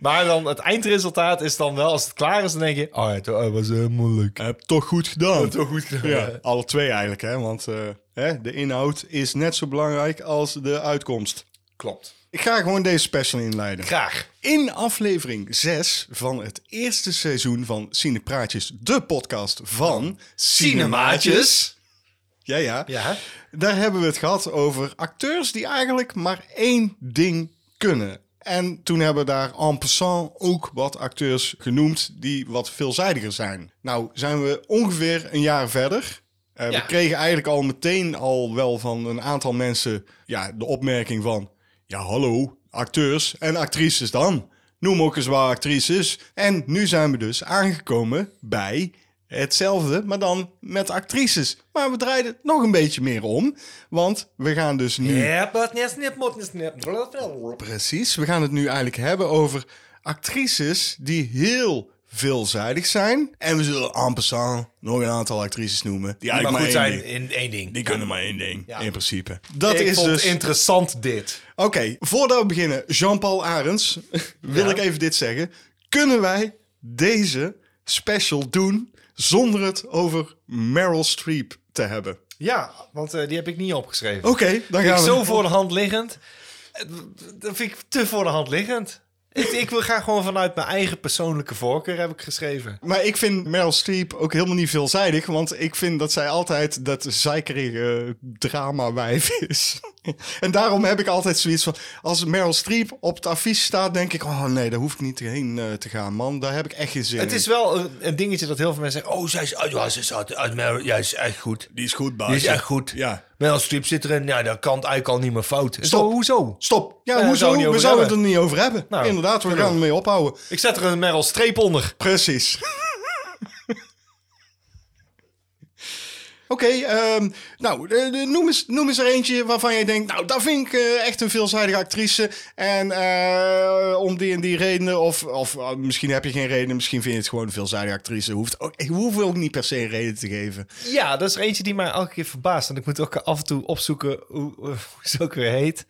Speaker 2: maar dan het eindresultaat is dan wel, als het klaar is, dan denk je... Oh ja, dat eh, was helemaal leuk.
Speaker 1: Heb toch goed gedaan.
Speaker 2: Toch goed gedaan.
Speaker 1: Ja, alle twee eigenlijk, hè? Want eh, hè, de inhoud is net zo belangrijk als de uitkomst.
Speaker 2: Klopt.
Speaker 1: Ik ga gewoon deze special inleiden.
Speaker 2: Graag.
Speaker 1: In aflevering 6 van het eerste seizoen van Cinepraatjes, de podcast van
Speaker 2: Cinemaatjes.
Speaker 1: Ja, ja,
Speaker 2: Ja.
Speaker 1: Daar hebben we het gehad over acteurs die eigenlijk maar één ding kunnen. En toen hebben we daar en passant ook wat acteurs genoemd die wat veelzijdiger zijn. Nou zijn we ongeveer een jaar verder. Eh,
Speaker 2: Ja.
Speaker 1: We kregen eigenlijk al meteen al wel van een aantal mensen ja, de opmerking van... Ja, hallo, acteurs en actrices dan. Noem ook eens waar actrices. En nu zijn we dus aangekomen bij hetzelfde, maar dan met actrices. Maar we draaien het nog een beetje meer om. Want we gaan dus nu...
Speaker 2: Ja, wat net niet, moet niet, niet. Blablabla.
Speaker 1: Precies, we gaan het nu eigenlijk hebben over actrices die heel veelzijdig zijn. En we zullen en passant nog een aantal actrices noemen. Die
Speaker 2: Maar
Speaker 1: eigenlijk
Speaker 2: goed
Speaker 1: maar, één
Speaker 2: zijn
Speaker 1: ding-
Speaker 2: in één ding.
Speaker 1: Die kunnen maar één ding,
Speaker 2: Ja.
Speaker 1: in principe. Dat
Speaker 2: ik
Speaker 1: is
Speaker 2: vond
Speaker 1: dus...
Speaker 2: interessant dit.
Speaker 1: Oké, voordat we beginnen, Jean-Paul Arends, wil
Speaker 2: Ja.
Speaker 1: ik even dit zeggen. Kunnen wij deze special doen zonder het over Meryl Streep te hebben?
Speaker 2: Ja, want eh, die heb ik niet opgeschreven.
Speaker 1: Oké, dan
Speaker 2: Vind
Speaker 1: gaan
Speaker 2: ik
Speaker 1: we.
Speaker 2: zo voor de hand liggend. Eh, Dat vind ik te voor de hand liggend. Ik, ik wil graag gewoon vanuit mijn eigen persoonlijke voorkeur heb ik geschreven.
Speaker 1: Maar ik vind Meryl Streep ook helemaal niet veelzijdig, want ik vind dat zij altijd dat zeikerige drama-wijf is. en daarom heb ik altijd zoiets van, als Meryl Streep op het affiche staat, denk ik, oh nee, daar hoef ik niet heen eh, te gaan, man. Daar heb ik echt geen zin
Speaker 2: Het
Speaker 1: in.
Speaker 2: is wel een, een dingetje dat heel veel mensen zeggen. Oh, zij is uit, ja, ze is uit, uit Meryl- ja, is echt goed.
Speaker 1: Die is goed, baas.
Speaker 2: Die is echt goed.
Speaker 1: Ja.
Speaker 2: Meryl Streep zit erin. Ja, dat kan het eigenlijk al niet meer fout. Zo,
Speaker 1: Stop.
Speaker 2: hoezo?
Speaker 1: Stop. Ja,
Speaker 2: Ja, daar zouden
Speaker 1: hoezo?
Speaker 2: we Eh, niet
Speaker 1: We
Speaker 2: over
Speaker 1: zouden het
Speaker 2: hebben.
Speaker 1: er niet over hebben.
Speaker 2: Nou,
Speaker 1: Inderdaad, we gaan ermee ophouden.
Speaker 2: Ik zet er een Meryl Streep onder.
Speaker 1: Precies. Oké, ehm, nou, eh, eh, noem, eens, noem eens er eentje waarvan jij denkt... nou, dat vind ik eh, echt een veelzijdige actrice. En eh, om die en die redenen, of, of eh, misschien heb je geen reden... misschien vind je het gewoon een veelzijdige actrice. Hoeft ook, ik hoef ook niet per se een reden te geven.
Speaker 2: Ja, dat is er eentje die mij elke keer verbaast. En ik moet ook af en toe opzoeken hoe, hoe ze ook weer heet.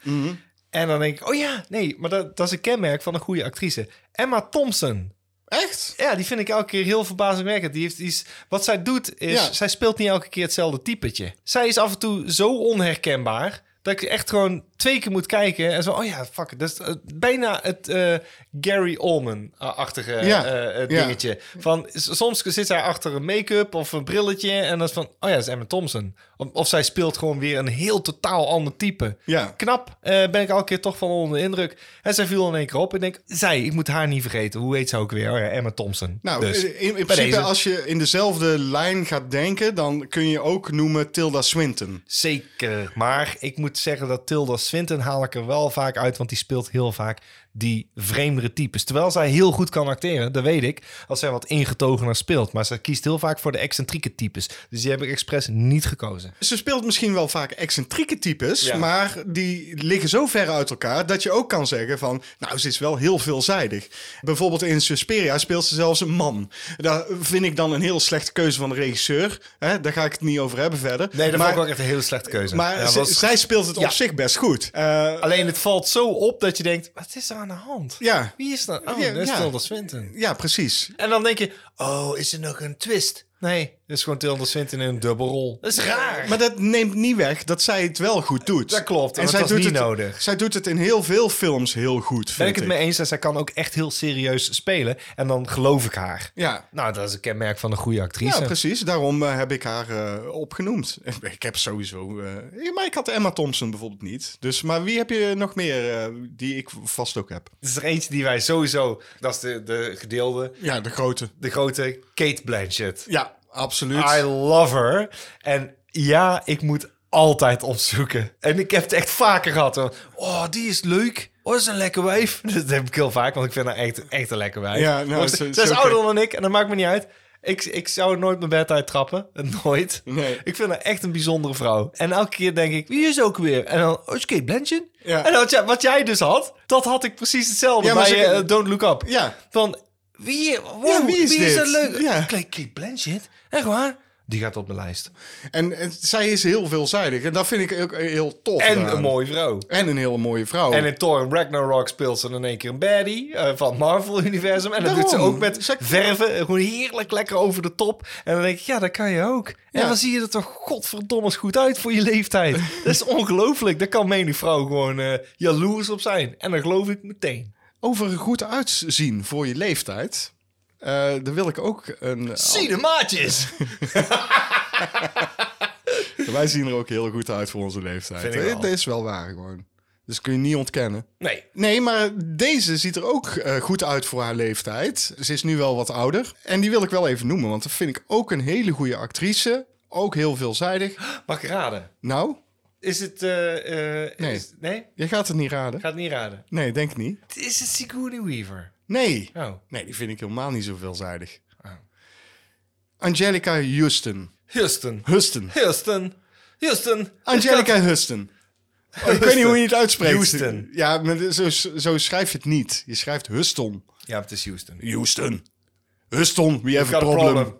Speaker 2: En dan denk ik, oh ja, nee, maar dat, dat is een kenmerk van een goede actrice. Emma Thompson.
Speaker 1: Echt?
Speaker 2: Ja, die vind ik elke keer heel verbazingwekkend. Die heeft, die is, wat zij doet is,
Speaker 1: Ja.
Speaker 2: zij speelt niet elke keer hetzelfde typetje. Zij is af en toe zo onherkenbaar dat ik echt gewoon twee keer moet kijken en zo, oh ja, fuck, it. dat is eh, bijna het eh, Gary Oldman-achtige eh,
Speaker 1: Ja.
Speaker 2: eh,
Speaker 1: Ja.
Speaker 2: dingetje. Van, s- soms zit zij achter een make-up of een brilletje en dan is van, oh ja, dat is Emma Thompson. Of, of zij speelt gewoon weer een heel totaal ander type.
Speaker 1: Ja.
Speaker 2: Knap, eh, ben ik elke keer toch van onder de indruk. En zij viel in één keer op. Ik denk, zij, ik moet haar niet vergeten. Hoe heet ze ook weer? Oh ja, Emma Thompson.
Speaker 1: Nou,
Speaker 2: Dus,
Speaker 1: in, in
Speaker 2: bij
Speaker 1: principe
Speaker 2: deze.
Speaker 1: als je in dezelfde lijn gaat denken... dan kun je ook noemen Tilda Swinton.
Speaker 2: Zeker. Maar ik moet zeggen dat Tilda Swinton haal ik er wel vaak uit. Want die speelt heel vaak die vreemdere types. Terwijl zij heel goed kan acteren, dat weet ik. Als zij wat ingetogener speelt. Maar ze kiest heel vaak voor de excentrieke types. Dus die heb ik expres niet gekozen.
Speaker 1: Ze speelt misschien wel vaak excentrieke types,
Speaker 2: Ja.
Speaker 1: maar die liggen zo ver uit elkaar dat je ook kan zeggen van, nou, ze is wel heel veelzijdig. Bijvoorbeeld in Suspiria speelt ze zelfs een man. Daar vind ik dan een heel slechte keuze van de regisseur. Hè, daar ga ik het niet over hebben verder.
Speaker 2: Nee, dat
Speaker 1: maar,
Speaker 2: vond ik ook echt een hele slechte keuze.
Speaker 1: Maar
Speaker 2: Ja,
Speaker 1: ze-
Speaker 2: was-
Speaker 1: zij speelt het
Speaker 2: Ja.
Speaker 1: op zich best goed. Eh,
Speaker 2: Alleen het valt zo op dat je denkt, wat is er aan de hand?
Speaker 1: ja.
Speaker 2: Wie is dat? Oh,
Speaker 1: Ja,
Speaker 2: dat is
Speaker 1: ja.
Speaker 2: Tilda Swinton.
Speaker 1: ja, precies.
Speaker 2: En dan denk je, oh, is er nog een twist? Nee, dat is gewoon Tilda Swinton in een dubbelrol. Dat is raar.
Speaker 1: Maar dat neemt niet weg dat zij het wel goed doet.
Speaker 2: Dat klopt, want
Speaker 1: zij
Speaker 2: het was
Speaker 1: doet
Speaker 2: niet
Speaker 1: het,
Speaker 2: nodig.
Speaker 1: Zij doet het in heel veel films heel goed, vind
Speaker 2: ben ik het mee eens dat zij kan ook echt heel serieus spelen. En dan geloof ik haar.
Speaker 1: Ja,
Speaker 2: Nou, dat is een kenmerk van een goede actrice.
Speaker 1: Ja, precies. Daarom eh, heb ik haar eh, opgenoemd. Ik heb sowieso... eh, ja, maar ik had Emma Thompson bijvoorbeeld niet. Dus, maar wie heb je nog meer eh, die ik vast ook heb?
Speaker 2: Het is er eentje die wij sowieso... Dat is de, de gedeelde,
Speaker 1: Ja, de grote.
Speaker 2: de grote Kate Blanchett.
Speaker 1: Ja, absoluut.
Speaker 2: I love her. En ja, ik moet altijd opzoeken. En ik heb het echt vaker gehad. hoor. Oh, die is leuk. Oh, dat is een lekker wijf. Dat heb ik heel vaak, want ik vind haar echt, echt een lekker wijf.
Speaker 1: Ja, nou,
Speaker 2: Maar
Speaker 1: zo-
Speaker 2: ze,
Speaker 1: zo
Speaker 2: ze is ouder
Speaker 1: kijk-
Speaker 2: dan ik en dat maakt me niet uit. Ik, ik zou nooit mijn bed uittrappen. Nooit.
Speaker 1: Nee.
Speaker 2: Ik vind haar echt een bijzondere vrouw. En elke keer denk ik, wie is ook weer? En dan, oh, is Kate Blanchett?
Speaker 1: Ja.
Speaker 2: En wat jij, wat jij dus had, dat had ik precies hetzelfde
Speaker 1: Ja, maar
Speaker 2: bij
Speaker 1: ze-
Speaker 2: eh, Don't Look Up.
Speaker 1: Ja.
Speaker 2: Van, wie, wow,
Speaker 1: Ja,
Speaker 2: wie is,
Speaker 1: dit?
Speaker 2: dat leuk?
Speaker 1: Ja.
Speaker 2: Kijk, Kate Blanchett? Echt waar? Die gaat op de lijst.
Speaker 1: En, en zij is heel veelzijdig. En dat vind ik ook eh, heel tof.
Speaker 2: En
Speaker 1: daaraan.
Speaker 2: een mooie vrouw.
Speaker 1: En een hele mooie vrouw.
Speaker 2: En in Thor Ragnarok speelt ze in één keer een baddie eh, van het Marvel-universum. En dat
Speaker 1: Daarom.
Speaker 2: doet ze ook met
Speaker 1: Ze-
Speaker 2: verven. eh, Gewoon heerlijk lekker over de top. En dan denk ik, ja, dat kan je ook.
Speaker 1: Ja.
Speaker 2: En dan zie je er toch godverdomme goed uit voor je leeftijd. dat is ongelooflijk. Daar kan menig vrouw gewoon eh, jaloers op zijn. En dat geloof ik meteen.
Speaker 1: Over een goed uitzien voor je leeftijd. eh daar wil ik ook een...
Speaker 2: Zie de maatjes!
Speaker 1: Wij zien er ook heel goed uit voor onze leeftijd.
Speaker 2: Vind ik wel.
Speaker 1: Eh, Dat is wel waar gewoon. Dus kun je niet ontkennen.
Speaker 2: Nee.
Speaker 1: Nee, maar deze ziet er ook eh, goed uit voor haar leeftijd. Ze is nu wel wat ouder. En die wil ik wel even noemen, want dat vind ik ook een hele goede actrice. Ook heel veelzijdig.
Speaker 2: Mag ik raden?
Speaker 1: Nou,
Speaker 2: Is het... eh, eh,
Speaker 1: Nee.
Speaker 2: Is, nee?
Speaker 1: jij gaat het niet raden.
Speaker 2: Ik ga het niet raden.
Speaker 1: Nee, denk ik niet.
Speaker 2: Is het Sigourney Weaver?
Speaker 1: Nee.
Speaker 2: Oh.
Speaker 1: Nee, die vind ik helemaal niet zo veelzijdig.
Speaker 2: Oh.
Speaker 1: Angelica Houston.
Speaker 2: Houston.
Speaker 1: Houston.
Speaker 2: Houston. Houston.
Speaker 1: Angelica Houston. Oh, ik weet niet hoe je het uitspreekt.
Speaker 2: Houston.
Speaker 1: Ja, maar zo, zo schrijf je het niet. Je schrijft Houston.
Speaker 2: Ja, het is Houston.
Speaker 1: Houston. Houston, we have a
Speaker 2: Got a
Speaker 1: problem.
Speaker 2: problem.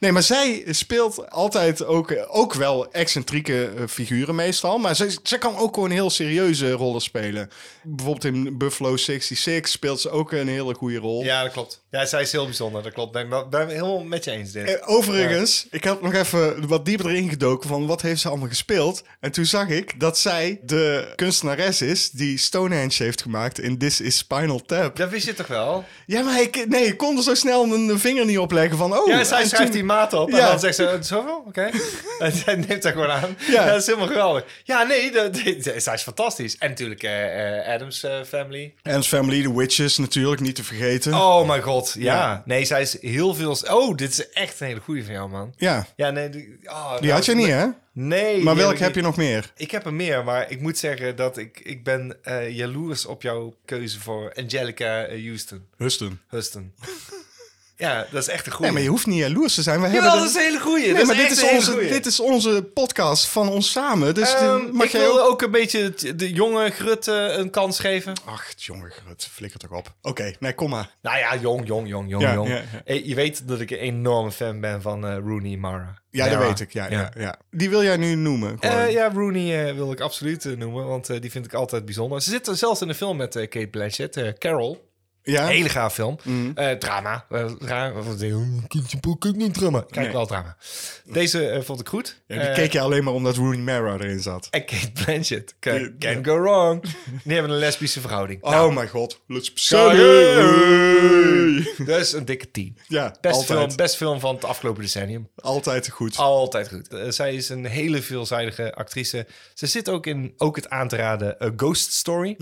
Speaker 1: Nee, maar zij speelt altijd ook, ook wel excentrieke eh, figuren meestal. Maar ze, ze kan ook gewoon heel serieuze rollen spelen. Bijvoorbeeld in Buffalo 66 speelt ze ook een hele goede rol.
Speaker 2: Ja, dat klopt. Ja, zij is heel bijzonder. Dat klopt. Ben, ben, ben helemaal met je eens, Dit.
Speaker 1: Eh, Overigens, ik heb nog even wat dieper erin gedoken van wat heeft ze allemaal gespeeld. En toen zag ik dat zij de kunstenares is die Stonehenge heeft gemaakt in This is Spinal Tap.
Speaker 2: Dat wist je toch wel?
Speaker 1: Ja, maar ik, nee, ik kon er zo snel mijn vinger niet opleggen van... Oh,
Speaker 2: Ja, zij
Speaker 1: en
Speaker 2: schrijft
Speaker 1: toen-
Speaker 2: die maat op en
Speaker 1: Ja.
Speaker 2: dan zegt ze, eh, zoveel? Oké. En zij neemt dat gewoon aan.
Speaker 1: Ja.
Speaker 2: Ja. Dat is helemaal geweldig. Ja, nee, dat, dit- zij is fantastisch. En natuurlijk eh, eh, Adams eh, Family.
Speaker 1: Anne's Family, The Witches natuurlijk, niet te vergeten.
Speaker 2: Oh mijn god, ja.
Speaker 1: Ja.
Speaker 2: Nee, zij is heel veel... Oh, dit is echt een hele goede van jou, man.
Speaker 1: Ja,
Speaker 2: Ja, nee. Die, oh,
Speaker 1: die
Speaker 2: nou,
Speaker 1: had je niet, hè?
Speaker 2: Nee.
Speaker 1: Maar
Speaker 2: die
Speaker 1: welk
Speaker 2: ik
Speaker 1: heb je
Speaker 2: niet.
Speaker 1: nog meer?
Speaker 2: Ik heb er meer, maar ik moet zeggen dat ik, ik ben eh, jaloers op jouw keuze voor Angelica eh, Houston.
Speaker 1: Husten.
Speaker 2: Huston. Ja, dat is echt een goeie.
Speaker 1: Nee, maar je hoeft niet jaloers te zijn. We
Speaker 2: Jawel,
Speaker 1: hebben
Speaker 2: dat is een hele goeie.
Speaker 1: Nee,
Speaker 2: dat
Speaker 1: maar
Speaker 2: is
Speaker 1: dit
Speaker 2: echt
Speaker 1: is,
Speaker 2: een hele
Speaker 1: onze,
Speaker 2: goeie.
Speaker 1: dit is onze podcast van ons samen. Dus die-
Speaker 2: Ehm,
Speaker 1: mag
Speaker 2: ik
Speaker 1: jij ook...
Speaker 2: wilde ook... een beetje het- de jonge Grut eh, een kans geven.
Speaker 1: Ach, jongen, het flikker toch op. Oké, nee, kom maar.
Speaker 2: Nou ja, jong, jong, jong, jong,
Speaker 1: Ja,
Speaker 2: jong.
Speaker 1: ja, ja.
Speaker 2: Eh, je weet dat ik een enorme fan ben van eh, Rooney Mara.
Speaker 1: Ja, dat weet ik. Ja, ja. Ja, Die wil jij nu noemen. gewoon.
Speaker 2: Eh, ja, Rooney eh, wil ik absoluut eh, noemen, want eh, die vind ik altijd bijzonder. Ze zit er zelfs in een film met eh, Kate Blanchett, eh, Carol.
Speaker 1: Ja?
Speaker 2: Hele gaaf film.
Speaker 1: Mhm.
Speaker 2: Eh, drama. Eh, dra- wat- eh, kindje boek, ik niet drama. Kijk
Speaker 1: Nee.
Speaker 2: wel drama. Deze eh, vond ik goed.
Speaker 1: Ja, die
Speaker 2: Eh,
Speaker 1: keek je alleen maar omdat Rooney Mara erin zat.
Speaker 2: En Kate Blanchett.
Speaker 1: Ja.
Speaker 2: Can, can go wrong. Die hebben een lesbische verhouding.
Speaker 1: Oh
Speaker 2: Nou,
Speaker 1: mijn god, let's
Speaker 2: Sorry. dat is Dus een dikke 10.
Speaker 1: Ja,
Speaker 2: Best
Speaker 1: altijd.
Speaker 2: film, best film van het afgelopen decennium.
Speaker 1: Altijd goed.
Speaker 2: Altijd goed. Eh, zij is een hele veelzijdige actrice. Ze zit ook in ook het aan te raden eh, Ghost Story.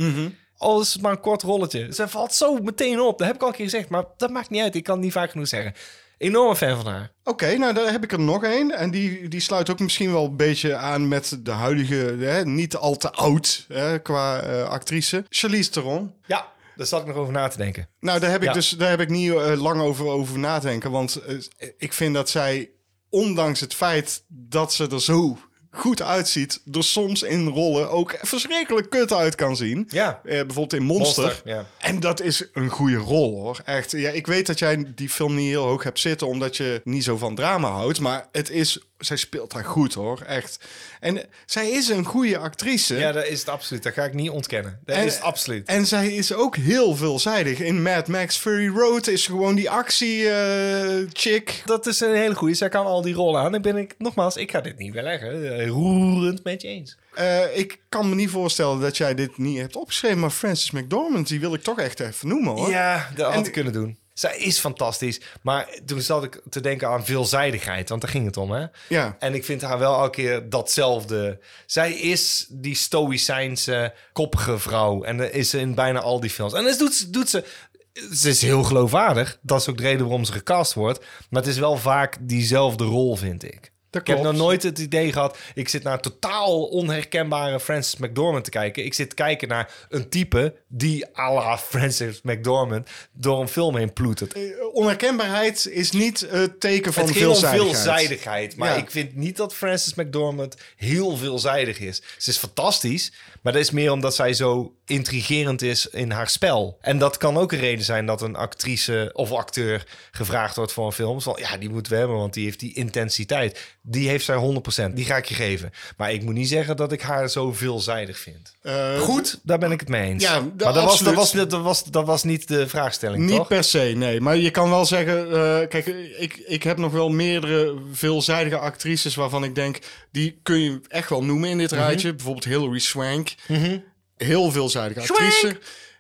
Speaker 2: Al is het maar een kort rolletje. Ze valt zo meteen op. Dat heb ik al een keer gezegd, maar dat maakt niet uit. Ik kan het niet vaak genoeg zeggen. Enorme fan van haar.
Speaker 1: Oké, nou daar heb ik er nog één. En die, die sluit ook misschien wel een beetje aan met de huidige, hè, niet al te oud hè, qua eh, actrice. Charlize Theron.
Speaker 2: Ja, daar zat ik nog over na te denken.
Speaker 1: Nou, daar heb ik
Speaker 2: Ja.
Speaker 1: dus daar heb ik niet eh, lang over, over nadenken. Want eh, ik vind dat zij, ondanks het feit dat ze er zo goed uitziet, er soms in rollen ook verschrikkelijk kut uit kan zien.
Speaker 2: Ja.
Speaker 1: Eh, bijvoorbeeld in Monster.
Speaker 2: Monster, ja.
Speaker 1: En dat is een goede rol hoor. Echt. Ja, ik weet dat jij die film niet heel hoog hebt zitten, omdat je niet zo van drama houdt. Maar het is, zij speelt haar goed hoor. Echt. En eh, zij is een goede actrice.
Speaker 2: Ja, dat is het absoluut. Dat ga ik niet ontkennen. Dat
Speaker 1: En-
Speaker 2: is het absoluut.
Speaker 1: En zij is ook heel veelzijdig. In Mad Max Fury Road is gewoon die eh, actie-chick.
Speaker 2: Dat is een hele goeie. Zij kan al die rollen aan. En ben ik, nogmaals, ik ga dit niet weleggen. Eh, Roerend met je eens.
Speaker 1: Eh, ik kan me niet voorstellen dat jij dit niet hebt opgeschreven. Maar Frances McDormand, die wil ik toch echt even noemen hoor.
Speaker 2: Ja, dat
Speaker 1: En-
Speaker 2: had ik kunnen doen. Zij is fantastisch. Maar toen zat ik te denken aan veelzijdigheid. Want daar ging het om, hè?
Speaker 1: Ja.
Speaker 2: En ik vind haar wel elke keer datzelfde. Zij is die stoïcijnse, koppige vrouw. En dat is ze in bijna al die films. En dat doet, ze- doet ze... Ze is heel geloofwaardig. Dat is ook de reden waarom ze gecast wordt. Maar het is wel vaak diezelfde rol, vind ik.
Speaker 1: Dat
Speaker 2: Ik heb
Speaker 1: klopt.
Speaker 2: nog nooit het idee gehad. Ik zit naar een totaal onherkenbare Francis McDormand te kijken. Ik zit te kijken naar een type die à la Francis McDormand door een film heen ploetert.
Speaker 1: Eh, Onherkenbaarheid is niet het teken van
Speaker 2: Het ging om
Speaker 1: veelzijdigheid.
Speaker 2: veelzijdigheid. Maar
Speaker 1: Ja.
Speaker 2: ik vind niet dat Frances McDormand heel veelzijdig is. Ze is fantastisch, maar dat is meer omdat zij zo intrigerend is in haar spel. En dat kan ook een reden zijn dat een actrice of acteur gevraagd wordt voor een film. Van, ja, die moeten we hebben, want die heeft die intensiteit. Die heeft zij 100%, die ga ik je geven. Maar ik moet niet zeggen dat ik haar zo veelzijdig vind.
Speaker 1: Eh,
Speaker 2: Goed, daar ben ik het mee eens.
Speaker 1: Ja,
Speaker 2: maar
Speaker 1: da-
Speaker 2: dat was, dat,
Speaker 1: absoluut.
Speaker 2: was, dat, was, dat was niet de vraagstelling,
Speaker 1: Niet
Speaker 2: toch?
Speaker 1: per se, nee. Maar je kan wel zeggen, eh, kijk, ik, ik heb nog wel meerdere veelzijdige actrices waarvan ik denk, die kun je echt wel noemen in dit
Speaker 2: Mhm.
Speaker 1: rijtje. Bijvoorbeeld Hilary Swank. Heel veelzijdige actrice.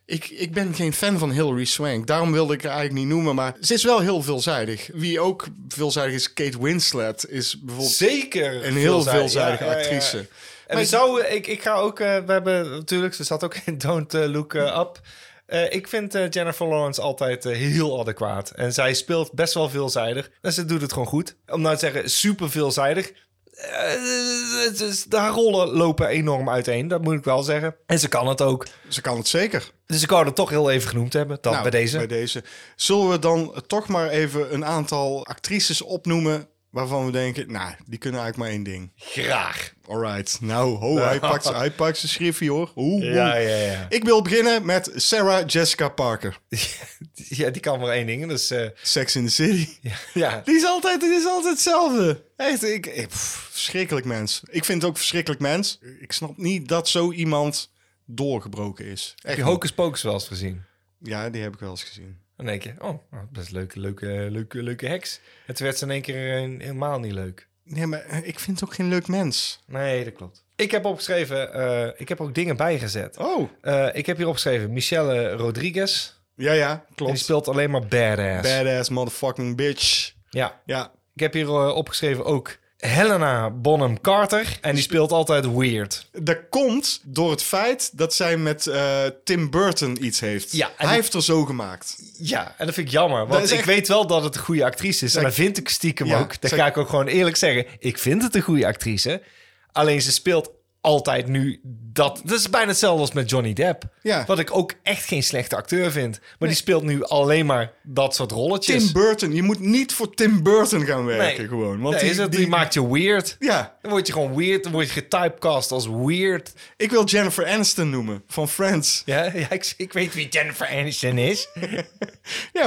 Speaker 1: Ik, ik ben geen fan van Hilary Swank. Daarom wilde ik haar eigenlijk niet noemen. Maar ze is wel heel veelzijdig. Wie ook veelzijdig is, Kate Winslet, is bijvoorbeeld
Speaker 2: Zeker.
Speaker 1: een heel
Speaker 2: veelzijdig.
Speaker 1: veelzijdige
Speaker 2: Ja, ja, ja.
Speaker 1: actrice.
Speaker 2: En
Speaker 1: Maar
Speaker 2: we zouden, ik, ik ga ook, eh, we hebben natuurlijk, ze zat ook in Don't eh, Look eh, Up. Eh, ik vind eh, Jennifer Lawrence altijd eh, heel adequaat. En zij speelt best wel veelzijdig. En ze doet het gewoon goed. Om nou te zeggen, super veelzijdig. eh, het is- haar rollen lopen enorm uiteen, dat moet ik wel zeggen. En ze kan het ook.
Speaker 1: Ze kan het zeker.
Speaker 2: Dus ik wou het toch heel even genoemd hebben, dan
Speaker 1: Nou,
Speaker 2: bij deze.
Speaker 1: bij deze. Zullen we dan toch maar even een aantal actrices opnoemen waarvan we denken, nou, die kunnen eigenlijk maar één ding.
Speaker 2: Graag.
Speaker 1: Alright, nou, ho, hij, pakt, hij pakt zijn schriftje hoor. Oeh, oeh.
Speaker 2: Ja, ja, ja.
Speaker 1: Ik wil beginnen met Sarah Jessica Parker.
Speaker 2: Ja, die kan maar één ding. Dus eh,
Speaker 1: Sex in the City.
Speaker 2: ja.
Speaker 1: Die is altijd, die is altijd hetzelfde. Echt, ik, ik- pff, verschrikkelijk mens. Ik vind het ook verschrikkelijk mens. Ik snap niet dat zo iemand doorgebroken is. Echt.
Speaker 2: Heb je Hocus Pocus wel eens gezien?
Speaker 1: Ja, die heb ik wel eens gezien.
Speaker 2: Dan denk je, oh, nou, best leuke, leuke, leuke, leuke heks. Het werd ze in één keer eh, helemaal niet leuk.
Speaker 1: Nee, maar eh, ik vind het ook geen leuk mens.
Speaker 2: Nee, dat klopt. Ik heb opgeschreven, eh, ik heb ook dingen bijgezet.
Speaker 1: Oh,
Speaker 2: Eh, ik heb hier opgeschreven Michelle Rodriguez.
Speaker 1: ja, ja,
Speaker 2: En die
Speaker 1: klopt.
Speaker 2: speelt alleen maar badass.
Speaker 1: Badass motherfucking bitch.
Speaker 2: Ja.
Speaker 1: Ja,
Speaker 2: Ik heb hier eh, opgeschreven ook Helena Bonham Carter. En die speelt altijd weird.
Speaker 1: dat komt door het feit dat zij met eh, Tim Burton iets heeft.
Speaker 2: Ja, en-
Speaker 1: Hij heeft er zo gemaakt.
Speaker 2: Ja, en dat vind ik jammer.
Speaker 1: Dat
Speaker 2: Want
Speaker 1: is
Speaker 2: ik
Speaker 1: echt-
Speaker 2: weet wel dat het een goede actrice is. En
Speaker 1: Zij-
Speaker 2: dat vind ik stiekem
Speaker 1: Ja,
Speaker 2: ook. Dat
Speaker 1: zij-
Speaker 2: ga ik ook gewoon eerlijk zeggen. Ik vind het een goede actrice. Alleen ze speelt altijd nu dat... Dat is bijna hetzelfde als met Johnny Depp.
Speaker 1: Ja.
Speaker 2: Wat ik ook echt geen slechte acteur vind. Maar die speelt nu alleen maar dat soort rolletjes.
Speaker 1: Tim Burton, je moet niet voor Tim Burton gaan werken
Speaker 2: Nee.
Speaker 1: gewoon. Want
Speaker 2: Want
Speaker 1: die,
Speaker 2: is het, die, maakt je weird.
Speaker 1: Ja,
Speaker 2: Dan word je gewoon weird. Dan word je getypecast als weird.
Speaker 1: ik wil Jennifer Aniston noemen van Friends. Ja,
Speaker 2: Ja, ja ik, ik weet wie Jennifer Aniston is.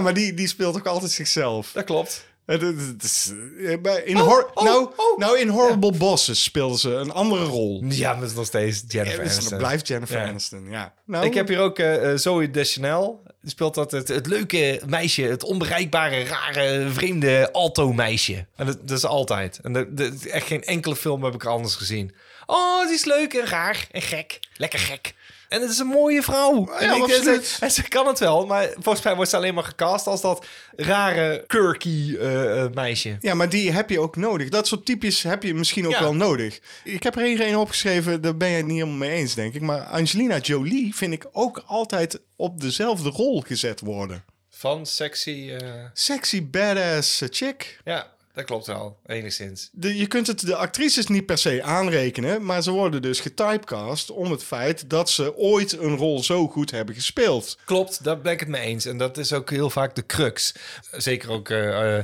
Speaker 1: maar die, die speelt ook altijd zichzelf.
Speaker 2: dat klopt.
Speaker 1: Het- het- het is- eh, bij- In
Speaker 2: Oh,
Speaker 1: hor-
Speaker 2: oh,
Speaker 1: nou,
Speaker 2: oh.
Speaker 1: nou, in Horrible Bosses speelde ze een andere rol.
Speaker 2: Ja, maar het is nog steeds Jennifer
Speaker 1: Ja, dus
Speaker 2: Aniston.
Speaker 1: dat blijft Jennifer
Speaker 2: Ja.
Speaker 1: Aniston, ja. Nou,
Speaker 2: Ik heb hier ook eh eh, Zoe Deschanel. Die speelt dat het, het leuke meisje, het onbereikbare, rare, vreemde alto-meisje. En dat, dat is altijd. En dat, dat- echt geen enkele film heb ik anders gezien. Oh, die is leuk en raar en gek. Lekker gek. En het is een mooie vrouw. en, ik- en,
Speaker 1: absoluut.
Speaker 2: ze, en ze kan het wel, maar volgens mij wordt ze alleen maar gecast als dat rare, quirky eh, eh, meisje.
Speaker 1: Ja, maar die heb je ook nodig. Dat soort types heb je misschien ook
Speaker 2: Ja.
Speaker 1: wel nodig. Ik heb er hier een opgeschreven, daar ben je het niet helemaal mee eens, denk ik. Maar Angelina Jolie vind ik ook altijd op dezelfde rol gezet worden.
Speaker 2: Van sexy. eh,
Speaker 1: Sexy, badass eh, chick.
Speaker 2: ja, dat klopt wel, enigszins.
Speaker 1: De, je kunt het de actrices niet per se aanrekenen, maar ze worden dus getypecast om het feit dat ze ooit een rol zo goed hebben gespeeld.
Speaker 2: Klopt, daar ben ik het mee eens. En dat is ook heel vaak de crux. Zeker ook eh, eh,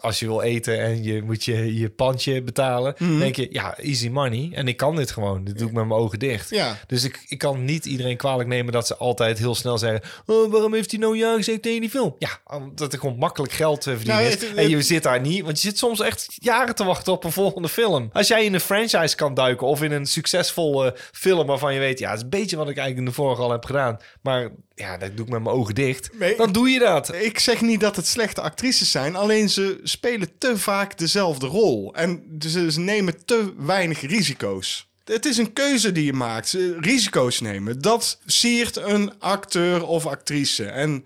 Speaker 2: als je wil eten en je moet je, je pandje betalen.
Speaker 1: Mhm.
Speaker 2: denk je, ja, easy money. En ik kan dit gewoon. Dit doe ik met mijn ogen dicht.
Speaker 1: Ja.
Speaker 2: Dus ik, ik kan niet iedereen kwalijk nemen dat ze altijd heel snel zeggen... Oh, waarom heeft hij nou ja gezegd tegen die film? Ja, omdat er gewoon makkelijk geld eh, verdienen
Speaker 1: Nou,
Speaker 2: is.
Speaker 1: het- het-
Speaker 2: en je zit daar niet. Want je zit soms echt jaren te wachten op een volgende film. Als jij in een franchise kan duiken of in een succesvolle eh, film waarvan je weet, ja, het is een beetje wat ik eigenlijk in de vorige al heb gedaan. Maar ja, dat doe ik met mijn ogen dicht.
Speaker 1: Nee.
Speaker 2: Dan doe je dat.
Speaker 1: Ik zeg niet dat het slechte actrices zijn, alleen ze spelen te vaak dezelfde rol. En ze ze nemen te weinig risico's. Het is een keuze die je maakt. Ze- Risico's nemen, dat siert een acteur of actrice. En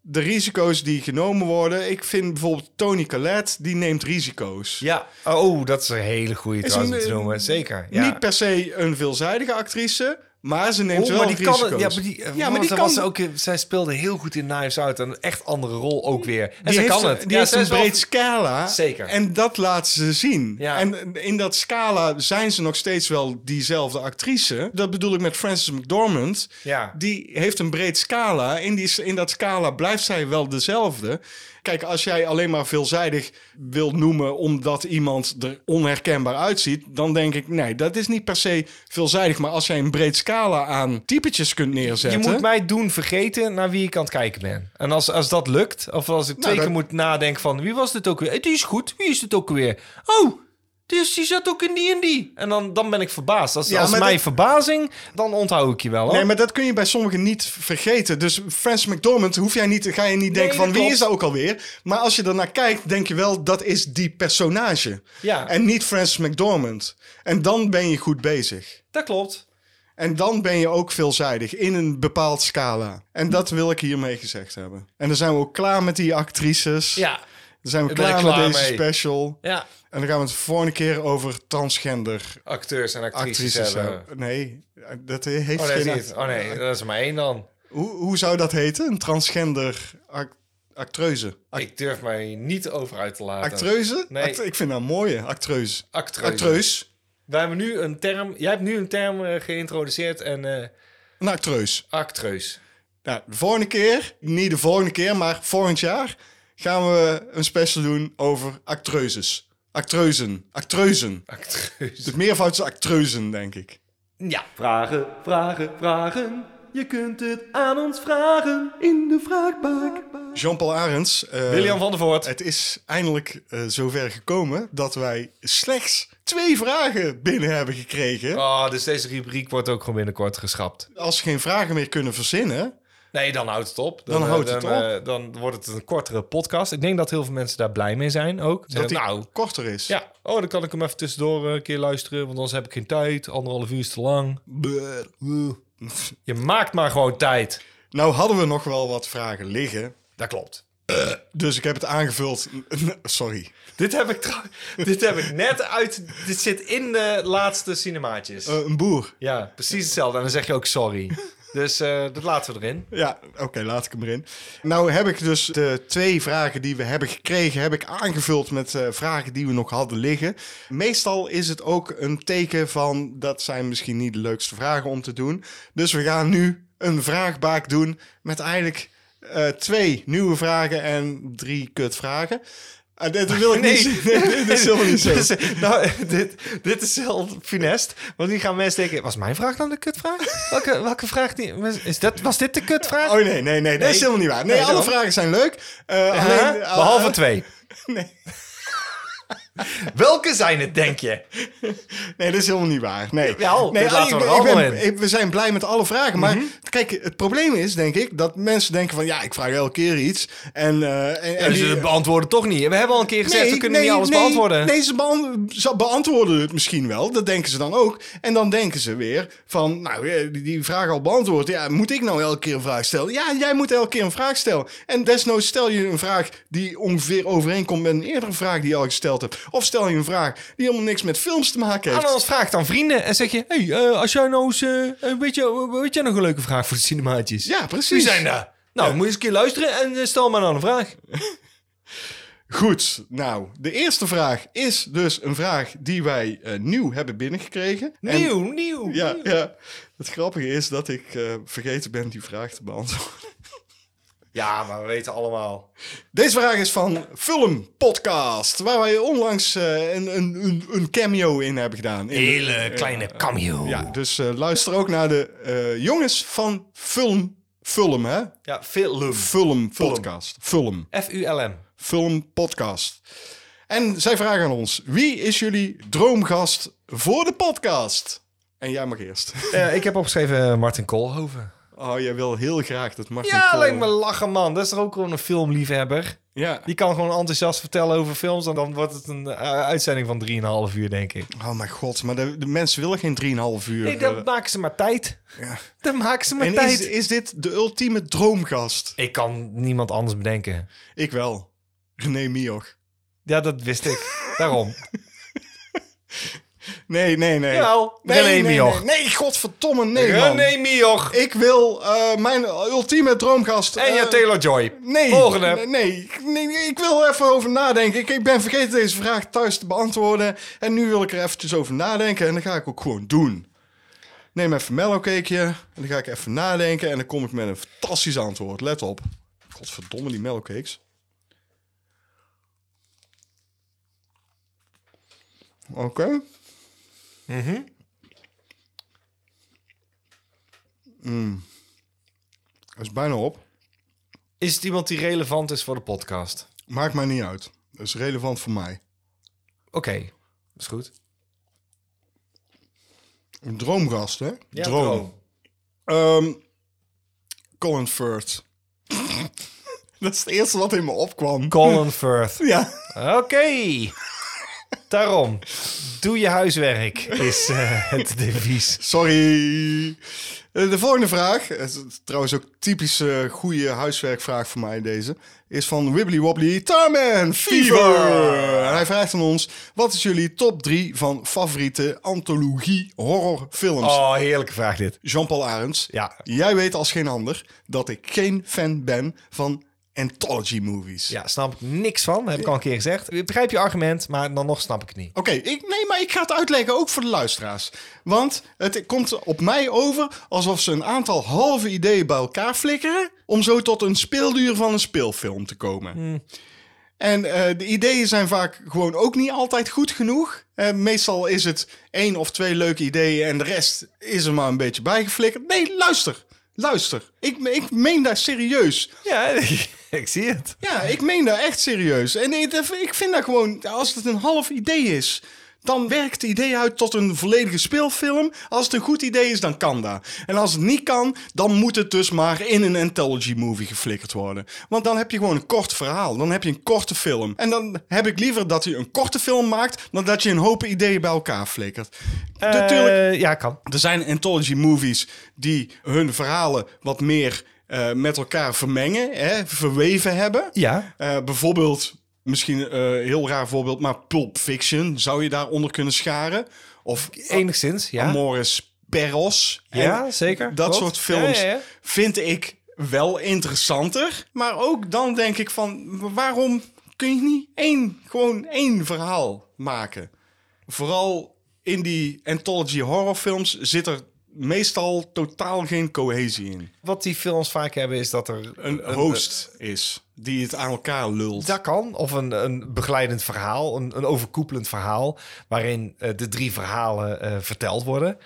Speaker 1: de risico's die genomen worden... Ik vind bijvoorbeeld Tony Collette, die neemt risico's.
Speaker 2: Ja, oh, dat is een hele goede
Speaker 1: Is
Speaker 2: trouwens om
Speaker 1: een,
Speaker 2: te
Speaker 1: eh,
Speaker 2: noemen. Zeker. Ja.
Speaker 1: Niet per se een veelzijdige actrice, Maar ze neemt
Speaker 2: Oh,
Speaker 1: wel
Speaker 2: maar die
Speaker 1: risico's.
Speaker 2: kan het. Ja, maar die, eh, want
Speaker 1: die
Speaker 2: zij
Speaker 1: kan-
Speaker 2: was ook, eh, zij speelde heel goed in Knives Out. Een echt andere rol ook weer. En
Speaker 1: die
Speaker 2: zij
Speaker 1: heeft,
Speaker 2: kan het.
Speaker 1: Die
Speaker 2: Ja,
Speaker 1: heeft
Speaker 2: zij
Speaker 1: een
Speaker 2: is wel-
Speaker 1: breed scala.
Speaker 2: Zeker.
Speaker 1: En dat laten ze zien.
Speaker 2: Ja.
Speaker 1: En in dat scala zijn ze nog steeds wel diezelfde actrice. Dat bedoel ik met Frances McDormand.
Speaker 2: Ja.
Speaker 1: Die heeft een breed scala. In, die, in dat scala blijft zij wel dezelfde. Kijk, als jij alleen maar veelzijdig wilt noemen omdat iemand er onherkenbaar uitziet, dan denk ik, nee, dat is niet per se veelzijdig. Maar als jij een breed scala aan typetjes kunt neerzetten.
Speaker 2: Je moet mij doen vergeten naar wie ik aan het kijken ben. En als, als dat lukt, of als ik
Speaker 1: Nou,
Speaker 2: twee
Speaker 1: dat-
Speaker 2: keer moet nadenken van wie was dit ook weer? Eh, Die is goed, wie is dit ook weer? Oh, dus die zat ook in die en die. En dan, dan ben ik verbaasd. Als,
Speaker 1: Ja,
Speaker 2: als
Speaker 1: maar
Speaker 2: mijn
Speaker 1: dat-
Speaker 2: verbazing, dan onthoud ik je wel. Hoor.
Speaker 1: Nee, maar dat kun je bij sommigen niet vergeten. Dus Francis McDormand hoef jij niet, ga je niet denken
Speaker 2: dat
Speaker 1: van wie
Speaker 2: klopt.
Speaker 1: is dat ook alweer. Maar als je ernaar kijkt, denk je wel dat is die personage.
Speaker 2: Ja.
Speaker 1: En niet Francis McDormand. En dan ben je goed bezig.
Speaker 2: Dat klopt.
Speaker 1: En dan ben je ook veelzijdig in een bepaald scala. En dat wil ik hiermee gezegd hebben. En dan zijn we ook klaar met die actrices.
Speaker 2: Ja,
Speaker 1: Dan zijn we
Speaker 2: Ik ben
Speaker 1: klaar,
Speaker 2: er
Speaker 1: met
Speaker 2: klaar
Speaker 1: deze
Speaker 2: mee.
Speaker 1: special.
Speaker 2: ja.
Speaker 1: En dan gaan we het volgende keer over transgender
Speaker 2: acteurs en actrices,
Speaker 1: actrices
Speaker 2: hebben.
Speaker 1: hebben. Nee, eh, dat heeft
Speaker 2: Oh nee,
Speaker 1: geen...
Speaker 2: dat is niet. oh nee, dat is er maar één dan.
Speaker 1: Hoe, hoe zou dat heten? Een transgender ac- actreuze.
Speaker 2: Ik durf mij niet over uit te laten.
Speaker 1: Actreuze?
Speaker 2: Nee.
Speaker 1: Act- ik vind dat een mooie. Actreuse.
Speaker 2: Actreuse.
Speaker 1: Actreus.
Speaker 2: Wij hebben nu een term. Jij hebt nu een term eh, geïntroduceerd en eh
Speaker 1: Een actreus.
Speaker 2: actreus.
Speaker 1: Nou, de volgende keer, niet de volgende keer, maar volgend jaar gaan we een special doen over actreuses. Actreuzen. Actreuzen.
Speaker 2: Actreus.
Speaker 1: Het meervoud is actreuzen, denk ik.
Speaker 2: Ja.
Speaker 5: Vragen, vragen, vragen. Je kunt het aan ons vragen in de vraagbak.
Speaker 1: Jean-Paul Arends. eh,
Speaker 2: William van der Voort.
Speaker 1: Het is eindelijk eh, zover gekomen dat wij slechts twee vragen binnen hebben gekregen.
Speaker 2: Oh, dus deze rubriek wordt ook gewoon binnenkort geschrapt.
Speaker 1: Als ze geen vragen meer kunnen verzinnen,
Speaker 2: Nee, dan houdt het op.
Speaker 1: Dan
Speaker 2: eh,
Speaker 1: houdt het
Speaker 2: dan, eh, dan wordt het een kortere podcast. Ik denk dat heel veel mensen daar blij mee zijn ook.
Speaker 1: dat
Speaker 2: Zeggen,
Speaker 1: die
Speaker 2: Nou,
Speaker 1: korter is.
Speaker 2: ja. Oh, dan kan ik hem even tussendoor eh, een keer luisteren, want anders heb ik geen tijd. Anderhalf uur is te lang.
Speaker 1: Brrr.
Speaker 2: Je maakt maar gewoon tijd.
Speaker 1: Nou hadden we nog wel wat vragen liggen.
Speaker 2: Dat klopt.
Speaker 1: Dus ik heb het aangevuld. Sorry.
Speaker 2: Dit heb ik, trouw- dit heb ik net uit... Dit zit in de laatste cinemaatjes.
Speaker 1: Eh, een boer.
Speaker 2: Ja, precies hetzelfde. En dan zeg je ook sorry. Dus eh, dat laten we erin.
Speaker 1: Ja, oké, laat ik hem erin. Nou heb ik dus de twee vragen die we hebben gekregen, heb ik aangevuld met eh, vragen die we nog hadden liggen. Meestal is het ook een teken van dat zijn misschien niet de leukste vragen om te doen. Dus we gaan nu een vraagbaak doen met eigenlijk eh, twee nieuwe vragen en drie kutvragen. Eh, dit wil ik niet zien. Nee, dit is helemaal niet zo.
Speaker 2: Dit is- nou, dit, dit is heel funest. Want nu gaan mensen denken, was mijn vraag dan de kutvraag? Welke, welke vraag? Die, is dat, was dit de kutvraag?
Speaker 1: Oh nee, nee, nee, dat
Speaker 2: Nee.
Speaker 1: is helemaal niet waar. Nee,
Speaker 2: Nee,
Speaker 1: alle
Speaker 2: dan?
Speaker 1: vragen zijn leuk. Eh,
Speaker 2: Huh?
Speaker 1: alleen, eh,
Speaker 2: Behalve twee.
Speaker 1: Nee.
Speaker 2: Welke zijn het, denk je?
Speaker 1: Nee, dat is helemaal niet waar. Nee,
Speaker 2: Jawel,
Speaker 1: nee
Speaker 2: dit laten
Speaker 1: ik-
Speaker 2: we er
Speaker 1: ik
Speaker 2: allemaal
Speaker 1: ben-
Speaker 2: in. Mhm.
Speaker 1: ik- We zijn blij met alle vragen. Maar kijk, het probleem is, denk ik, dat mensen denken van... ja, ik vraag elke keer iets. En, eh, en, en
Speaker 2: En
Speaker 1: die-
Speaker 2: ze beantwoorden toch niet. We hebben al een keer gezegd, we kunnen niet alles
Speaker 1: nee,
Speaker 2: beantwoorden.
Speaker 1: Nee, ze, beant- ze beantwoorden het misschien wel. Dat denken ze dan ook. En dan denken ze weer van, nou, eh, die, die vraag al beantwoord. Ja, moet ik nou elke keer een vraag stellen? Ja, jij moet elke keer een vraag stellen. En desnoods stel je een vraag die ongeveer overeenkomt met een eerdere vraag die je al gesteld hebt. Of stel je een vraag die helemaal niks met films te maken
Speaker 2: En
Speaker 1: heeft.
Speaker 2: anders vraag Ah, dan vrienden en zeg je... hey, eh, als jij nou eens... eh, eh, weet, je, weet jij nog een leuke vraag voor de cinemaatjes?
Speaker 1: Ja, precies.
Speaker 2: Wie zijn daar? Nou, moet je eens een keer luisteren en eh, stel maar dan een vraag.
Speaker 1: Goed, nou, de eerste vraag is dus een vraag die wij eh, nieuw hebben binnengekregen. En-
Speaker 2: Nieuw, nieuw.
Speaker 1: Ja, ja, het grappige is dat ik eh, vergeten ben die vraag te beantwoorden.
Speaker 2: ja, maar we weten allemaal.
Speaker 1: Deze vraag is van Film Podcast, waar wij onlangs eh, een, een, een, een cameo in hebben gedaan. In de-
Speaker 2: Hele kleine cameo.
Speaker 1: ja, dus eh, luister ook naar de eh, jongens van Film, Film hè?
Speaker 2: Ja, film.
Speaker 1: Film Podcast. Film.
Speaker 2: F-U-L-M.
Speaker 1: Film Podcast. En zij vragen aan ons: wie is jullie droomgast voor de podcast? En jij mag eerst.
Speaker 2: Eh, ik heb opgeschreven Martin Koolhoven.
Speaker 1: Oh, jij wil heel graag dat eh, Martin
Speaker 2: Ja,
Speaker 1: Kool-
Speaker 2: lijkt me lachen, man. Dat is toch ook gewoon een filmliefhebber?
Speaker 1: Ja.
Speaker 2: Die kan gewoon enthousiast vertellen over films. En dan wordt het een eh, uitzending van 3,5 uur, denk ik.
Speaker 1: Oh mijn god, maar de, de mensen willen geen 3,5 uur. eh,
Speaker 2: Nee, dan maken ze maar tijd. Dan maken ze maar
Speaker 1: en
Speaker 2: tijd.
Speaker 1: is, is dit de ultieme droomgast?
Speaker 2: Ik kan niemand anders bedenken.
Speaker 1: Ik wel. René Mioch.
Speaker 2: Ja, dat wist ik. Daarom.
Speaker 1: Nee, nee, nee.
Speaker 2: Jawel.
Speaker 1: nee,
Speaker 2: René
Speaker 1: nee, nee,
Speaker 2: Mioch.
Speaker 1: Nee, godverdomme, nee, man.
Speaker 2: René Mioch
Speaker 1: Ik wil eh, mijn ultieme droomgast...
Speaker 2: en
Speaker 1: eh,
Speaker 2: je Taylor Joy.
Speaker 1: Nee,
Speaker 2: Volgende.
Speaker 1: nee, nee, nee, ik wil er even over nadenken. Ik, ik ben vergeten deze vraag thuis te beantwoorden. En nu wil ik er eventjes over nadenken. En dan ga ik ook gewoon doen. Neem even een mellowcakeje. En dan ga ik even nadenken. En dan kom ik met een fantastisch antwoord. Let op. Godverdomme, die mellowcakes. Oké. Mm. Dat is bijna op.
Speaker 2: Is het iemand die relevant is voor de podcast?
Speaker 1: Maakt mij niet uit. Dat is relevant voor mij.
Speaker 2: Oké, is goed.
Speaker 1: Een droomgast, hè?
Speaker 2: Ja,
Speaker 1: Ehm, Colin Firth. dat is het eerste wat in me opkwam.
Speaker 2: Colin Firth.
Speaker 1: ja.
Speaker 2: Oké. Daarom. Doe je huiswerk, is eh, het devies.
Speaker 1: Sorry. Eh, De volgende vraag, het is trouwens ook typische goede huiswerkvraag voor mij deze, is van Wibbly Wobbly Tarman Fever. En hij vraagt aan ons, wat is jullie top 3 van favoriete antologie horrorfilms?
Speaker 2: Oh, heerlijke vraag dit.
Speaker 1: Jean-Paul Arends,
Speaker 2: Ja.
Speaker 1: jij weet als geen ander dat ik geen fan ben van anthology movies.
Speaker 2: Ja, snap ik niks van. Heb ik al een keer gezegd. Ik begrijp je argument, maar dan nog snap ik het niet.
Speaker 1: Oké, ik nee, maar ik ga het uitleggen ook voor de luisteraars. Want het komt op mij over alsof ze een aantal halve ideeën bij elkaar flikkeren. om zo tot een speelduur van een speelfilm te komen. En eh, de ideeën zijn vaak gewoon ook niet altijd goed genoeg. Eh, meestal is het één of twee leuke ideeën en de rest is er maar een beetje bijgeflikkerd. Nee, luister. Luister. Ik, ik meen daar serieus.
Speaker 2: Ja, ik zie het.
Speaker 1: Ja, ik meen dat echt serieus. En ik, ik vind dat gewoon, als het een half idee is, dan werkt het idee uit tot een volledige speelfilm. Als het een goed idee is, dan kan dat. En als het niet kan, dan moet het dus maar in een anthology movie geflikkerd worden. Want dan heb je gewoon een kort verhaal. Dan heb je een korte film. En dan heb ik liever dat je een korte film maakt, dan dat je een hoop ideeën bij elkaar flikkert. Natuurlijk,
Speaker 2: Eh, ja, kan.
Speaker 1: er zijn anthology movies die hun verhalen wat meer eh, met elkaar vermengen, hè, verweven hebben.
Speaker 2: Ja.
Speaker 1: Eh, bijvoorbeeld, misschien een heel raar voorbeeld, maar Pulp Fiction zou je daaronder kunnen scharen. Of
Speaker 2: Enigszins, ja.
Speaker 1: Amores Perros.
Speaker 2: Ja,
Speaker 1: En
Speaker 2: zeker,
Speaker 1: Dat
Speaker 2: klopt.
Speaker 1: soort films
Speaker 2: Ja, ja, ja.
Speaker 1: vind ik wel interessanter. Maar ook dan denk ik van, waarom kun je niet één, gewoon één verhaal maken? Vooral in die anthology horrorfilms zit er meestal totaal geen cohesie in.
Speaker 2: Wat die films vaak hebben is dat er
Speaker 1: Een host is die het aan elkaar lult.
Speaker 2: Dat kan. Of een, een begeleidend verhaal, een, een overkoepelend verhaal, waarin eh, de drie verhalen eh, verteld worden.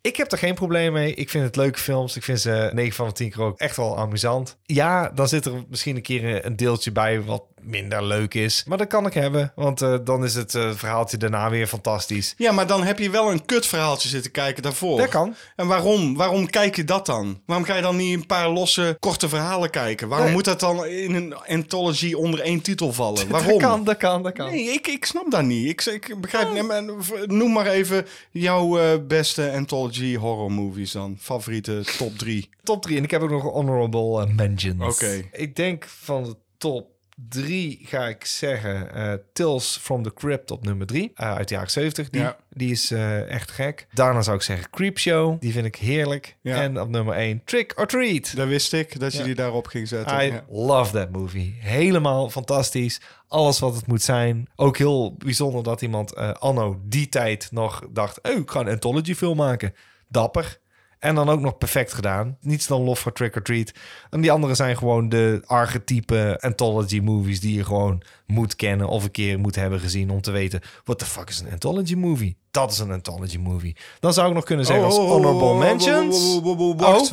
Speaker 2: Ik heb er geen probleem mee. Ik vind het leuke films. Ik vind ze 9 van de 10 keer ook echt wel amusant. Ja, dan zit er misschien een keer eh, een- een deeltje bij wat minder leuk is. Maar dat kan ik hebben, want eh, dan is het eh, verhaaltje daarna weer fantastisch.
Speaker 1: Ja, maar dan heb je wel een kutverhaaltje zitten kijken daarvoor.
Speaker 2: Dat kan.
Speaker 1: En waarom? Waarom kijk je dat dan? Waarom ga je dan niet een paar losse, korte verhalen kijken? Waarom
Speaker 2: Nee.
Speaker 1: moet dat dan in een anthology onder één titel vallen? Waarom?
Speaker 2: Dat kan, dat kan, dat kan.
Speaker 1: Nee, ik, ik snap dat niet. Ik, ik begrijp niet. Maar Noem maar even jouw eh, beste anthology horror movies dan. Favoriete top drie.
Speaker 2: top 3. En ik heb ook nog honorable eh, mentions.
Speaker 1: Oké.
Speaker 2: Ik denk van de top 3 ga ik zeggen eh Tales from the Crypt op nummer 3. uit de jaren 70. Die,
Speaker 1: Ja.
Speaker 2: die is eh, echt gek. Daarna zou ik zeggen Creepshow. Die vind ik heerlijk.
Speaker 1: Ja.
Speaker 2: En op nummer 1 Trick or Treat.
Speaker 1: Daar wist ik dat je
Speaker 2: Ja.
Speaker 1: die daarop ging zetten.
Speaker 2: I
Speaker 1: Ja.
Speaker 2: love that movie. Helemaal fantastisch. Alles wat het moet zijn. Ook heel bijzonder dat iemand eh, anno die tijd nog dacht... Oh, ik ga een anthology film maken. Dapper. En dan ook nog perfect gedaan. Niets dan lof voor Trick or Treat. En die andere zijn gewoon de archetype anthology movies... die je gewoon moet kennen of een keer moet hebben gezien... om te weten, what the fuck is een anthology movie? Dat is een anthology movie. Dan zou ik nog kunnen
Speaker 1: Oh,
Speaker 2: zeggen als honorable mentions...
Speaker 1: Wacht,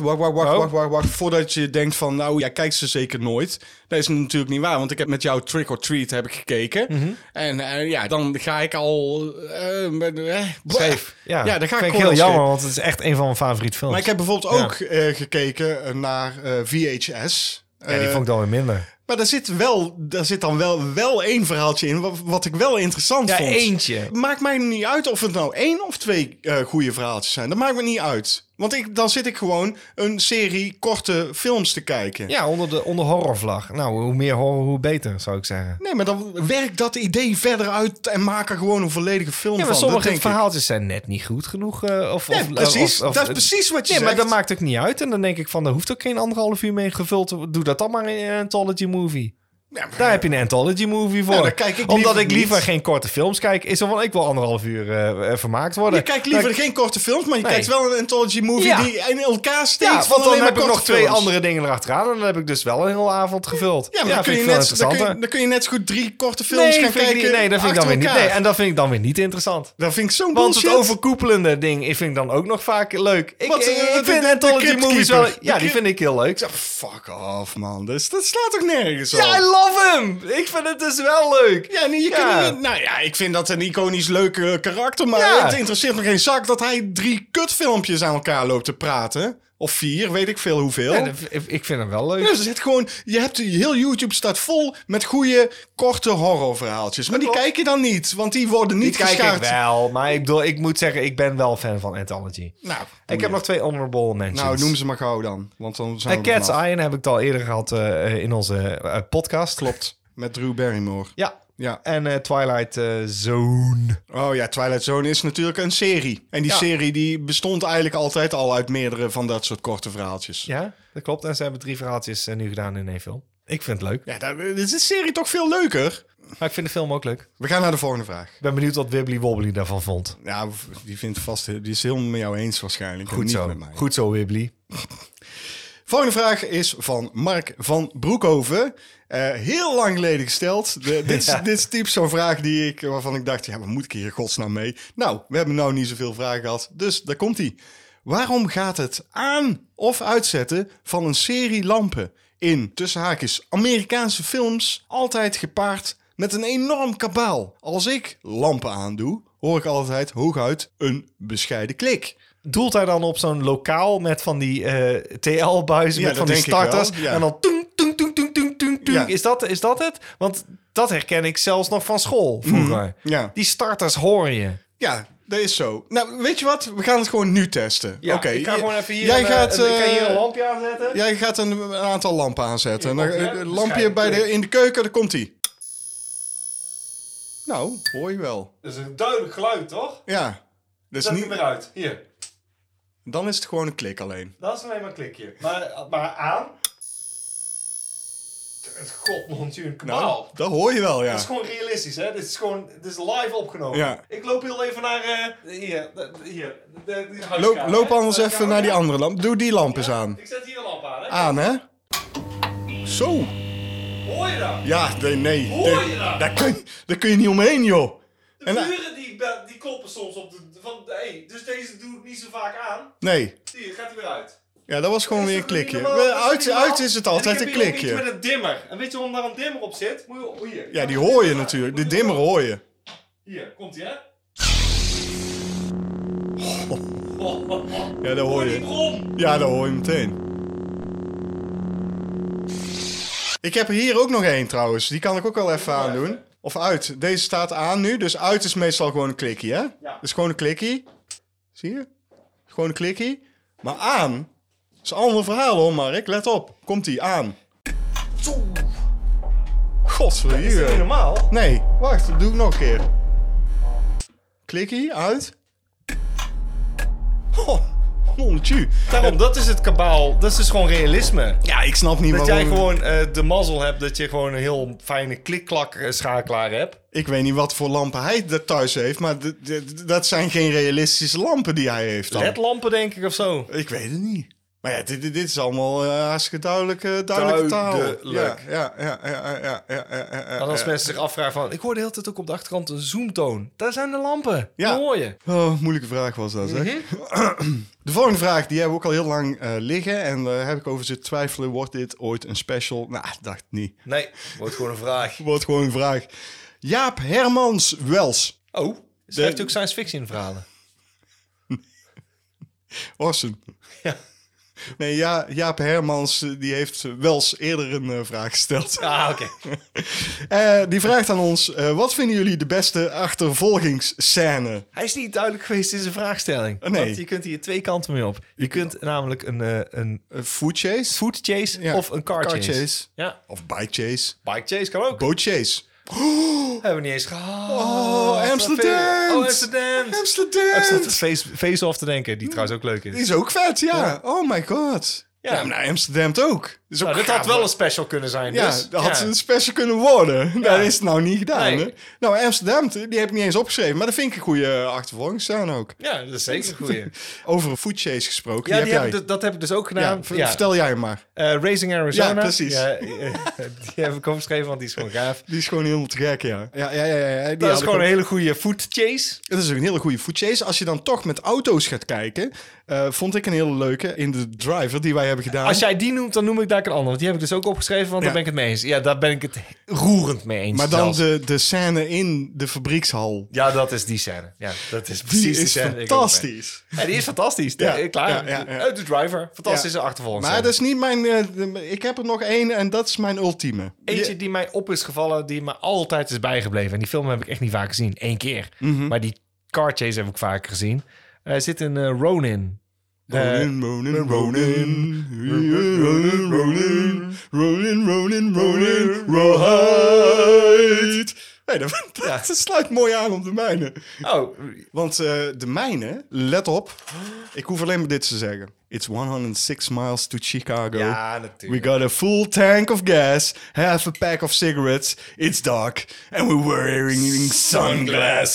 Speaker 2: Oh.
Speaker 1: wacht, wacht, wacht,
Speaker 2: Oh.
Speaker 1: wacht, wacht, wacht. Voordat je denkt van, nou, jij kijkt ze zeker nooit. Dat is natuurlijk niet waar, want ik heb met jou Trick or Treat heb ik gekeken.
Speaker 2: Mhm.
Speaker 1: En eh, ja, dan ga ik al... eh, met- eh,
Speaker 2: Scheef.
Speaker 1: blah. Ja, dan ga ik
Speaker 2: vind ik
Speaker 1: gewoon
Speaker 2: heel
Speaker 1: al
Speaker 2: jammer,
Speaker 1: scheef.
Speaker 2: want het is echt een van mijn favoriete films.
Speaker 1: Maar ik heb bijvoorbeeld
Speaker 2: Ja.
Speaker 1: ook eh, gekeken eh, naar eh, VHS.
Speaker 2: Ja, die
Speaker 1: Eh,
Speaker 2: vond ik dan weer minder.
Speaker 1: Maar daar zit, wel, daar zit dan wel, wel één verhaaltje in, wat, wat ik wel interessant
Speaker 2: Ja,
Speaker 1: vond.
Speaker 2: eentje.
Speaker 1: Maakt mij niet uit of het nou één of twee eh, goede verhaaltjes zijn. Dat maakt me niet uit. Want ik, dan zit ik gewoon een serie korte films te kijken.
Speaker 2: Ja, onder, de, onder horrorvlag. Nou, hoe meer horror, hoe beter, zou ik zeggen.
Speaker 1: Nee, maar dan werk dat idee verder uit en maak er gewoon een volledige film
Speaker 2: Ja, maar
Speaker 1: van. dat
Speaker 2: sommige
Speaker 1: denk ik.
Speaker 2: verhaaltjes zijn net niet goed genoeg. eh, of,
Speaker 1: Nee,
Speaker 2: of,
Speaker 1: precies.
Speaker 2: of- of-
Speaker 1: dat is precies wat je
Speaker 2: Nee, maar
Speaker 1: zegt.
Speaker 2: dat maakt ook niet uit. En dan denk ik van, daar hoeft ook geen anderhalf uur mee gevuld te worden. Doe dat dan maar in een anthology movie.
Speaker 1: Ja, maar-
Speaker 2: Daar heb je een anthology movie voor.
Speaker 1: Ja, daar kijk ik
Speaker 2: Omdat
Speaker 1: liever
Speaker 2: ik liever
Speaker 1: niet.
Speaker 2: geen korte films kijk. Is er van, ik wil anderhalf uur eh, eh, vermaakt worden.
Speaker 1: Je kijkt liever
Speaker 2: Dan-
Speaker 1: geen korte films, maar je
Speaker 2: Nee.
Speaker 1: kijkt wel een anthology movie
Speaker 2: Ja.
Speaker 1: die in elkaar steekt.
Speaker 2: Ja,
Speaker 1: van
Speaker 2: want dan
Speaker 1: alleen maar
Speaker 2: heb ik nog
Speaker 1: korte
Speaker 2: twee
Speaker 1: films.
Speaker 2: andere dingen erachteraan. En dan heb ik dus wel een hele avond gevuld.
Speaker 1: Ja, maar dan, kun
Speaker 2: vind
Speaker 1: je
Speaker 2: ik veel
Speaker 1: net, dan, kun je,
Speaker 2: interessanter.
Speaker 1: dan kun je net zo goed drie korte films gaan
Speaker 2: vind ik
Speaker 1: kijken.
Speaker 2: niet- nee, dat vind ik dan weer niet.
Speaker 1: achter
Speaker 2: Nee,
Speaker 1: elkaar.
Speaker 2: en dat vind ik dan weer niet interessant.
Speaker 1: Dat vind ik zo'n
Speaker 2: Want
Speaker 1: bullshit.
Speaker 2: het overkoepelende ding ik vind ik dan ook nog vaak leuk. Ik,
Speaker 1: Wat,
Speaker 2: ik,
Speaker 1: eh,
Speaker 2: ik
Speaker 1: de-
Speaker 2: vind
Speaker 1: de- de
Speaker 2: anthology
Speaker 1: Crypt
Speaker 2: movies wel...
Speaker 1: Keeper.
Speaker 2: Ja,
Speaker 1: De
Speaker 2: die
Speaker 1: Crypt-
Speaker 2: vind ik heel leuk.
Speaker 1: Ja, fuck off, man. Dus, dat slaat toch nergens op?
Speaker 2: Ja, I love hem! Ik vind het dus wel leuk.
Speaker 1: Ja, nee, je
Speaker 2: Ja.
Speaker 1: kunt niet- nou ja, ik vind dat een iconisch leuk eh, karakter, maar
Speaker 2: Ja.
Speaker 1: het interesseert me geen zak dat hij drie kutfilmpjes aan elkaar loopt te praten. Of vier, weet ik veel hoeveel.
Speaker 2: Ja, dat- ik- ik vind hem wel leuk.
Speaker 1: Ja, er zit gewoon, je hebt heel YouTube staat vol met goede korte horrorverhaaltjes. Maar die kijk je dan niet, want die worden niet
Speaker 2: die kijk
Speaker 1: geschaard.
Speaker 2: ik wel, maar ik, bedoel, ik moet zeggen, ik ben wel fan van Anthology.
Speaker 1: Nou,
Speaker 2: Ik heb nog twee honorable mentions.
Speaker 1: nou, noem ze maar gauw dan, want dan zijn
Speaker 2: En
Speaker 1: we er
Speaker 2: Cat's
Speaker 1: vanaf.
Speaker 2: Eye heb ik het al eerder gehad eh, in onze eh, podcast. Klopt.
Speaker 1: met Drew Barrymore.
Speaker 2: Ja.
Speaker 1: Ja.
Speaker 2: En eh, Twilight eh, Zone.
Speaker 1: Oh ja, Twilight Zone is natuurlijk een serie. En die
Speaker 2: Ja.
Speaker 1: serie die bestond eigenlijk altijd al uit meerdere van dat soort korte verhaaltjes.
Speaker 2: Ja, dat klopt. En ze hebben drie verhaaltjes eh, nu gedaan in één film. Ik vind het leuk.
Speaker 1: Ja, dat, dit is een serie toch veel leuker.
Speaker 2: Maar ik vind de film ook leuk.
Speaker 1: We gaan naar de volgende vraag.
Speaker 2: Ik ben benieuwd wat Wibbly Wobbly daarvan vond.
Speaker 1: Ja, die vindt vast, die is helemaal met jou eens waarschijnlijk. en
Speaker 2: Goed
Speaker 1: niet
Speaker 2: zo.
Speaker 1: met mij.
Speaker 2: Goed zo, Wibbly.
Speaker 1: Volgende vraag is van Mark van Broekhoven. Eh, heel lang geleden gesteld. De- dit, is, dit is typisch zo'n vraag die ik, waarvan ik dacht, ja, wat moet ik hier in godsnaam mee? Nou, we hebben nou niet zoveel vragen gehad, dus daar komt hij. Waarom gaat het aan of uitzetten van een serie lampen in, tussen haakjes, Amerikaanse films altijd gepaard met een enorm kabaal? Als ik lampen aandoe, hoor ik altijd hooguit een bescheiden klik.
Speaker 2: Doelt hij dan op zo'n lokaal met van die TL-buizen,
Speaker 1: Ja,
Speaker 2: met van
Speaker 1: dat denk
Speaker 2: die
Speaker 1: ik wel,
Speaker 2: starters?
Speaker 1: ja.
Speaker 2: En dan toeng, toeng, toeng, toeng, toeng, toeng, toeng.
Speaker 1: Ja.
Speaker 2: Is, dat, is dat het? Want dat herken ik zelfs nog van school vroeger.
Speaker 1: Ja.
Speaker 2: Die starters hoor je.
Speaker 1: Ja, dat is zo. Nou, weet je wat? We gaan het gewoon nu testen. Oké. j- Jij gaat, eh,
Speaker 2: lampje aanzetten.
Speaker 1: jij gaat een, een aantal lampen aanzetten. En dan, eh,
Speaker 2: lampje,
Speaker 1: een
Speaker 2: hè?
Speaker 1: lampje bij de, in de keuken, daar komt ie. Nou, hoor je wel.
Speaker 2: Dat is een duidelijk geluid, toch?
Speaker 1: Ja. Dus niet,
Speaker 2: uit. Hier.
Speaker 1: dan is het gewoon een klik alleen.
Speaker 2: Dat is alleen maar een klikje. Maar, maar aan. Godmondje, een
Speaker 1: Nou, dat hoor je wel, ja.
Speaker 2: Het is gewoon realistisch, hè? Dit is gewoon dit is live opgenomen.
Speaker 1: Ja.
Speaker 2: Ik loop heel even naar. eh, hier, de- de- hier. de- de- die
Speaker 1: Loop,
Speaker 2: huiskamer,
Speaker 1: loop
Speaker 2: hè?
Speaker 1: anders even
Speaker 2: Huiskamer,
Speaker 1: naar die Ah.
Speaker 2: ja.
Speaker 1: andere lamp. Doe die lamp eens aan.
Speaker 2: Ik zet hier een lamp aan, hè?
Speaker 1: Aan, hè? Zo.
Speaker 2: Hoor je dat?
Speaker 1: Ja, nee. nee.
Speaker 2: Hoor je
Speaker 1: Nee,
Speaker 2: dat?
Speaker 1: Daar kun, je- daar kun je niet omheen, joh.
Speaker 2: De
Speaker 1: En-
Speaker 2: buren die, be- die kloppen soms op de. Van, hey, dus deze doe ik niet zo vaak aan.
Speaker 1: Nee.
Speaker 2: Hier, gaat hij weer uit.
Speaker 1: Ja, dat was gewoon weer een
Speaker 2: Is dat niet
Speaker 1: klikje.
Speaker 2: normaal?
Speaker 1: Wel,
Speaker 2: Dat niet
Speaker 1: Uit,
Speaker 2: normaal?
Speaker 1: uit is het
Speaker 2: En
Speaker 1: altijd
Speaker 2: ik
Speaker 1: een
Speaker 2: heb hier ook iets
Speaker 1: klikje.
Speaker 2: Met een dimmer. En weet je waarom daar een dimmer op zit? Moet je oh, hier.
Speaker 1: Ja, die hoor je natuurlijk. De dimmer hoor je.
Speaker 2: Hier, komt hij, hè?
Speaker 1: Ja, dat hoor je.
Speaker 2: Brom.
Speaker 1: Ja, dat hoor je meteen. Ik heb er hier ook nog één trouwens. Die kan ik ook wel even aandoen. Of uit. Deze staat aan nu. Dus uit is meestal gewoon een klikje, hè?
Speaker 2: Ja.
Speaker 1: Dus gewoon een klikkie. Zie je? Gewoon een klikkie. Maar aan. is een ander verhaal hoor, Mark. Let op. Komt die aan. God, wil
Speaker 2: Is dat niet normaal?
Speaker 1: Nee, wacht, doe ik nog een keer. Klikkie, uit. Oh, honderdje.
Speaker 2: Daarom, dat is het kabaal. Dat is dus gewoon realisme.
Speaker 1: Ja, ik snap niet
Speaker 2: Dat
Speaker 1: waarom...
Speaker 2: jij gewoon eh, de mazzel hebt dat je gewoon een heel fijne klikklak eh, schakelaar hebt.
Speaker 1: Ik weet niet wat voor lampen hij er thuis heeft, maar d- d- dat zijn geen realistische lampen die hij heeft dan.
Speaker 2: LED-lampen, denk ik, of zo.
Speaker 1: Ik weet het niet. Maar ja, dit, dit is allemaal eh hartstikke duidelijke, duidelijke taal. Ja,
Speaker 2: Duidelijk.
Speaker 1: ja, ja, ja, ja, ja, ja, ja, ja.
Speaker 2: En als mensen zich afvragen van... Ik hoor de hele tijd ook op de achterkant een zoomtoon. Daar zijn de lampen.
Speaker 1: Ja.
Speaker 2: Dat hoor je.
Speaker 1: Oh, moeilijke vraag was dat, zeg.
Speaker 2: Mhm.
Speaker 1: De volgende vraag, die hebben we ook al heel lang eh, liggen. En daar heb ik over zitten twijfelen. Wordt dit ooit een special? Nou, dacht niet.
Speaker 2: Nee, wordt gewoon een vraag.
Speaker 1: Wordt gewoon een vraag. Jaap Hermans Wels.
Speaker 2: Oh, schrijft
Speaker 1: De-
Speaker 2: u ook science fiction verhalen?
Speaker 1: Orson.
Speaker 2: Ja.
Speaker 1: Nee, ja, Jaap Hermans eh, die heeft wel eens eerder een eh, vraag gesteld.
Speaker 2: Ah, oké.
Speaker 1: Eh, die vraagt aan ons: eh, wat vinden jullie de beste achtervolgingsscène?
Speaker 2: Hij is niet duidelijk geweest in zijn vraagstelling.
Speaker 1: Oh, nee.
Speaker 2: Want je kunt hier twee kanten mee op. Je kunt namelijk een, eh, een
Speaker 1: Een food chase?
Speaker 2: food chase
Speaker 1: Ja.
Speaker 2: of een car, chase. Ja.
Speaker 1: Of bike chase?
Speaker 2: Bike chase kan ook.
Speaker 1: Boat chase?
Speaker 2: Hebben we niet eens gehad.
Speaker 1: Oh, Amsterdam!
Speaker 2: Oh, Amsterdam!
Speaker 1: Amsterdam!
Speaker 2: Ik zat face- Face-off te denken, die trouwens ook leuk
Speaker 1: Die
Speaker 2: is.
Speaker 1: is ook vet, ja. Oh my god. Ja,
Speaker 2: Ja.
Speaker 1: maar nou, Amsterdam ook. Is ook
Speaker 2: Nou, dit
Speaker 1: gaaf,
Speaker 2: had wel
Speaker 1: hoor.
Speaker 2: een special kunnen zijn.
Speaker 1: Ja,
Speaker 2: dus,
Speaker 1: dat had
Speaker 2: ja.
Speaker 1: een special kunnen worden. Dat is het nou niet gedaan.
Speaker 2: Nee.
Speaker 1: Hè? Nou, Amsterdam, die heb ik niet eens opgeschreven. Maar dat vind ik een goede eh, achtervolgingsscène ook.
Speaker 2: Ja, dat is zeker een goeie.
Speaker 1: Over een food chase gesproken.
Speaker 2: Ja,
Speaker 1: die
Speaker 2: die
Speaker 1: heb
Speaker 2: hebben
Speaker 1: jij.
Speaker 2: dat- dat heb ik dus ook
Speaker 1: Ja,
Speaker 2: gedaan.
Speaker 1: ver-
Speaker 2: Ja.
Speaker 1: Vertel jij hem maar.
Speaker 2: Eh, Raising Arizona.
Speaker 1: Ja, precies.
Speaker 2: Ja, eh, die heb ik opgeschreven, want die is gewoon gaaf.
Speaker 1: Die is gewoon helemaal te gek, ja. ja, ja, ja, ja. Die
Speaker 2: Dat
Speaker 1: had
Speaker 2: is
Speaker 1: ik
Speaker 2: gewoon
Speaker 1: ook.
Speaker 2: een hele goede food chase.
Speaker 1: Het is een hele goede food chase. Als je dan toch met auto's gaat kijken, eh, vond ik een hele leuke in de driver die wij hebben gedaan.
Speaker 2: Als jij die noemt, dan noem ik daar ook een ander. Want die heb ik dus ook opgeschreven, want
Speaker 1: Ja.
Speaker 2: daar ben ik het mee eens. Ja, daar ben ik het roerend mee eens.
Speaker 1: maar dan
Speaker 2: zelfs.
Speaker 1: de, de scène in de fabriekshal.
Speaker 2: Ja, dat is die scène. Ja, dat is precies
Speaker 1: Die
Speaker 2: die,
Speaker 1: is
Speaker 2: scène. die ik ook
Speaker 1: fantastisch.
Speaker 2: ben. Ja, die is fantastisch.
Speaker 1: Ja,
Speaker 2: Ja, klaar.
Speaker 1: ja, ja, ja.
Speaker 2: Eh, De driver. Fantastische achtervolging.
Speaker 1: Maar dat is niet mijn... eh, de- ik heb er nog één en dat is mijn ultieme.
Speaker 2: Eentje die mij op is gevallen, die me altijd is bijgebleven. En die film heb ik echt niet vaak gezien. Eén keer.
Speaker 1: Mhm.
Speaker 2: Maar die car chase heb ik vaker gezien. Er zit een eh, Ronin. Eh,
Speaker 1: Ronin, Ronin, Ronin. Ronin, Ronin, Ronin, Ronin, Ronin, Rawhide. Nee, dat, dat sluit mooi aan op de mijne.
Speaker 2: oh,
Speaker 1: Want eh, de mijne, let op. Ik hoef alleen maar dit te zeggen. It's 106 miles to Chicago.
Speaker 2: ja,
Speaker 1: We
Speaker 2: natuurlijk.
Speaker 1: got a full tank of gas, half a pack of cigarettes, it's dark and we're wearing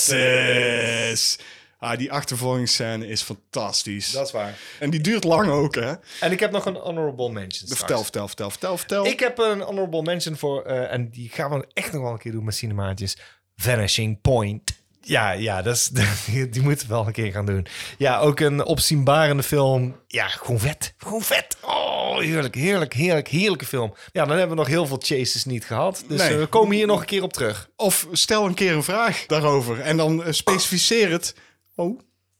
Speaker 1: sunglasses. Ah, die achtervolgingsscène is fantastisch.
Speaker 2: Dat is waar.
Speaker 1: En die duurt lang ook, hè?
Speaker 2: En ik heb nog een honorable mention. straks.
Speaker 1: Vertel, vertel, vertel, vertel, vertel.
Speaker 2: Ik heb een honorable mention voor, eh, en die gaan we echt nog wel een keer doen met cinemaatjes. Vanishing Point. Ja, ja, dat is, die, die moeten we wel een keer gaan doen. Ja, ook een opzienbarende film. Ja, gewoon vet. Gewoon vet. Oh, heerlijk, heerlijk, heerlijk, heerlijke film. Ja, dan hebben we nog heel veel chases niet gehad. Dus
Speaker 1: Nee.
Speaker 2: eh, we komen hier nog een keer op terug.
Speaker 1: Of stel een keer een vraag daarover en dan eh, specificeer het. Oh,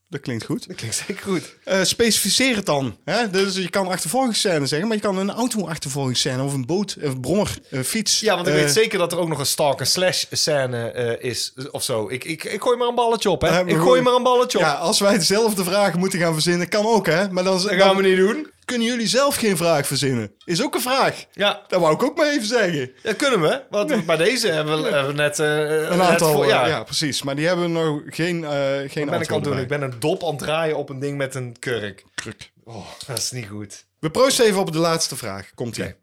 Speaker 1: dat klinkt goed.
Speaker 2: Dat klinkt zeker goed.
Speaker 1: Eh, specificeer het dan. Hè? Dus je kan achtervolgingsscène zeggen, maar je kan een auto-achtervolgingsscène of een boot, een brommer, een fiets.
Speaker 2: Ja, want ik
Speaker 1: eh,
Speaker 2: weet zeker dat er ook nog een stalk en slash scène eh, is of zo. Ik, ik, ik gooi maar een balletje op, hè.
Speaker 1: Eh, we
Speaker 2: ik gooi
Speaker 1: gooien-
Speaker 2: maar een balletje op.
Speaker 1: Ja, als wij zelf de vragen moeten gaan verzinnen, kan ook, hè? Maar dan,
Speaker 2: dat gaan we niet doen.
Speaker 1: kunnen jullie zelf geen vraag verzinnen. Is ook een vraag.
Speaker 2: Ja,
Speaker 1: Dat wou ik ook maar even zeggen.
Speaker 2: Dat kunnen we, want bij deze hebben we, hebben we net eh,
Speaker 1: Een
Speaker 2: net
Speaker 1: aantal,
Speaker 2: voor-
Speaker 1: eh,
Speaker 2: ja.
Speaker 1: ja. precies. Maar die hebben nog geen, eh geen
Speaker 2: Wat ben ik aan het doen?
Speaker 1: antwoorden
Speaker 2: Ik
Speaker 1: bij.
Speaker 2: ben een dop aan het draaien op een ding met een kurk.
Speaker 1: Kruk.
Speaker 2: Oh, dat is niet goed.
Speaker 1: We proosten even op de laatste vraag. Komt ie.
Speaker 2: Oké.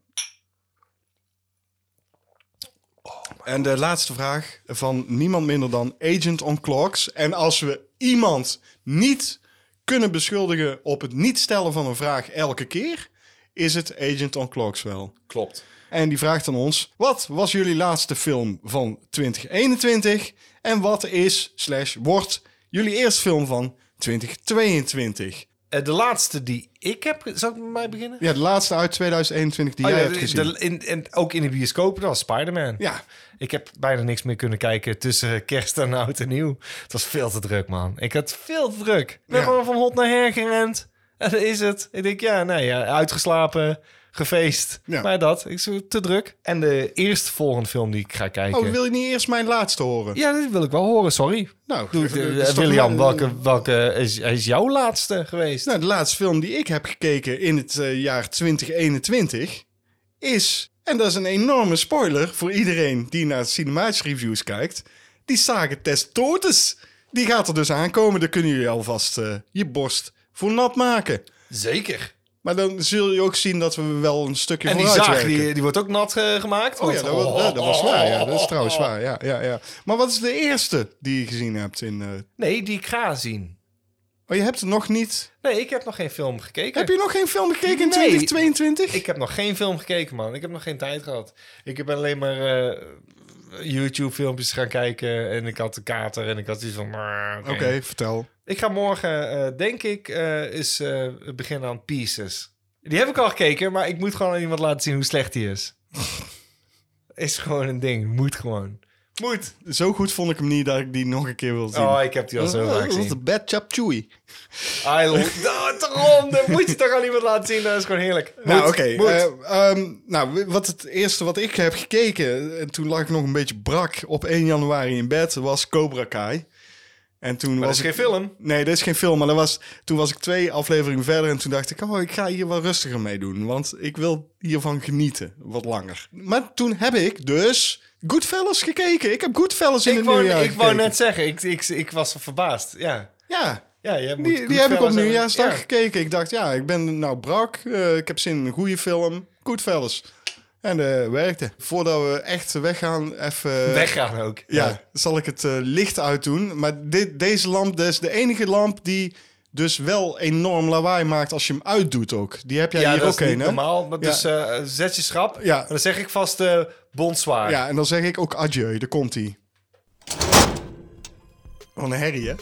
Speaker 1: en de laatste vraag van niemand minder dan Agent on Clocks. En als we iemand niet kunnen beschuldigen op het niet stellen van een vraag elke keer, is het Agent on Clocks wel.
Speaker 2: Klopt.
Speaker 1: En die vraagt aan ons: wat was jullie laatste film van 2021? En wat is, slash, wordt jullie eerste film van 2022?
Speaker 2: Eh, de laatste die ik heb... Zal ik met mij beginnen?
Speaker 1: Ja, de laatste uit 2021 die
Speaker 2: Oh
Speaker 1: jij
Speaker 2: ja,
Speaker 1: hebt
Speaker 2: de-
Speaker 1: gezien.
Speaker 2: de- in, en ook in de bioscoop, dat was Spider-Man.
Speaker 1: Ja,
Speaker 2: Ik heb bijna niks meer kunnen kijken tussen kerst en oud en nieuw. Het was veel te druk, man. Ik had veel te druk. Ik ben
Speaker 1: Ja.
Speaker 2: gewoon van hot naar her gerend. En dat is het. Ik denk, ja, nee, ja, uitgeslapen, gefeest.
Speaker 1: Ja.
Speaker 2: Maar dat, ik zo te druk. En de eerste volgende film die ik ga kijken...
Speaker 1: oh, wil je niet eerst mijn laatste horen?
Speaker 2: Ja, dat wil ik wel horen, sorry.
Speaker 1: Nou,
Speaker 2: Doe ik,
Speaker 1: dat
Speaker 2: eh,
Speaker 1: is toch
Speaker 2: William,
Speaker 1: mijn-
Speaker 2: welke, welke is, is jouw laatste geweest?
Speaker 1: Nou, de laatste film die ik heb gekeken in het eh, jaar 2021 is, en dat is een enorme spoiler voor iedereen die naar cinematische reviews kijkt, die Saga Testotes. Die gaat er dus aankomen. Dan kunnen jullie alvast eh, je borst voor nat maken.
Speaker 2: Zeker.
Speaker 1: Maar dan zul je ook zien dat we wel een stukje
Speaker 2: En die
Speaker 1: vooruit
Speaker 2: zaag,
Speaker 1: werken.
Speaker 2: die, die wordt ook nat eh, gemaakt.
Speaker 1: Oh ja,
Speaker 2: want-
Speaker 1: dat was, ja, dat was waar. Ja, dat is trouwens waar. Ja, ja, ja. Maar wat is de eerste die je gezien hebt in... eh,
Speaker 2: Nee, die ik ga zien.
Speaker 1: Oh, je hebt nog niet...
Speaker 2: Nee, ik heb nog geen film gekeken.
Speaker 1: Heb je nog geen film gekeken in
Speaker 2: Nee.
Speaker 1: 2022?
Speaker 2: Ik heb nog geen film gekeken, man. Ik heb nog geen tijd gehad. Ik heb alleen maar eh, YouTube-filmpjes gaan kijken. En ik had de kater en ik had iets van... "Maar,
Speaker 1: Oké, vertel.
Speaker 2: Ik ga morgen, eh, denk ik, eh, is eh, beginnen aan Pieces. Die heb ik al gekeken, maar ik moet gewoon aan iemand laten zien hoe slecht die is. is gewoon een ding. Moet gewoon. Moet.
Speaker 1: Zo goed vond ik hem niet dat ik die nog een keer wil zien.
Speaker 2: Oh, ik heb die al zo vaak
Speaker 1: Dat is de
Speaker 2: gezien.
Speaker 1: Bad Chap Chewy.
Speaker 2: I love- Nou, daarom, dat moet je toch aan iemand laten zien. Dat is gewoon heerlijk.
Speaker 1: Nou,
Speaker 2: Moet,
Speaker 1: oké.
Speaker 2: moet.
Speaker 1: eh, ehm, nou, w- wat het eerste wat ik heb gekeken, en toen lag ik nog een beetje brak op 1 januari in bed, was Cobra Kai. En toen
Speaker 2: maar dat
Speaker 1: was
Speaker 2: is
Speaker 1: ik-
Speaker 2: geen film.
Speaker 1: Nee, dit is geen film. Maar dat was, toen was ik twee afleveringen verder en toen dacht ik, oh, ik ga hier wel rustiger mee doen. Want ik wil hiervan genieten, wat langer. Maar toen heb ik dus Goodfellas gekeken. Ik heb Goodfellas in
Speaker 2: Ik
Speaker 1: het
Speaker 2: wou,
Speaker 1: nieuwjaar
Speaker 2: ik wou
Speaker 1: gekeken.
Speaker 2: net zeggen, ik, ik, ik was verbaasd. Ja,
Speaker 1: Ja,
Speaker 2: ja jij moet
Speaker 1: die, die heb ik op
Speaker 2: Goodfellas en-
Speaker 1: nieuwjaarsdag
Speaker 2: Ja.
Speaker 1: gekeken. Ik dacht, ja, ik ben nou brak. eh, ik heb zin in een goede film. Goodfellas. En eh werkte. Voordat we echt weggaan, even...
Speaker 2: Weggaan ook.
Speaker 1: Ja, zal ik het eh, licht uitdoen. Maar dit, deze lamp dat is de enige lamp die dus wel enorm lawaai maakt als je hem uitdoet ook. Die heb jij
Speaker 2: Ja,
Speaker 1: hier
Speaker 2: dat
Speaker 1: ook
Speaker 2: is
Speaker 1: een,
Speaker 2: niet
Speaker 1: hè?
Speaker 2: normaal. Maar
Speaker 1: Ja.
Speaker 2: Dus eh, zet je schrap.
Speaker 1: Ja.
Speaker 2: Maar Dan zeg ik vast eh bonsoir.
Speaker 1: Ja, en dan zeg ik ook adieu. Daar komt hij. Wat een herrie, hè?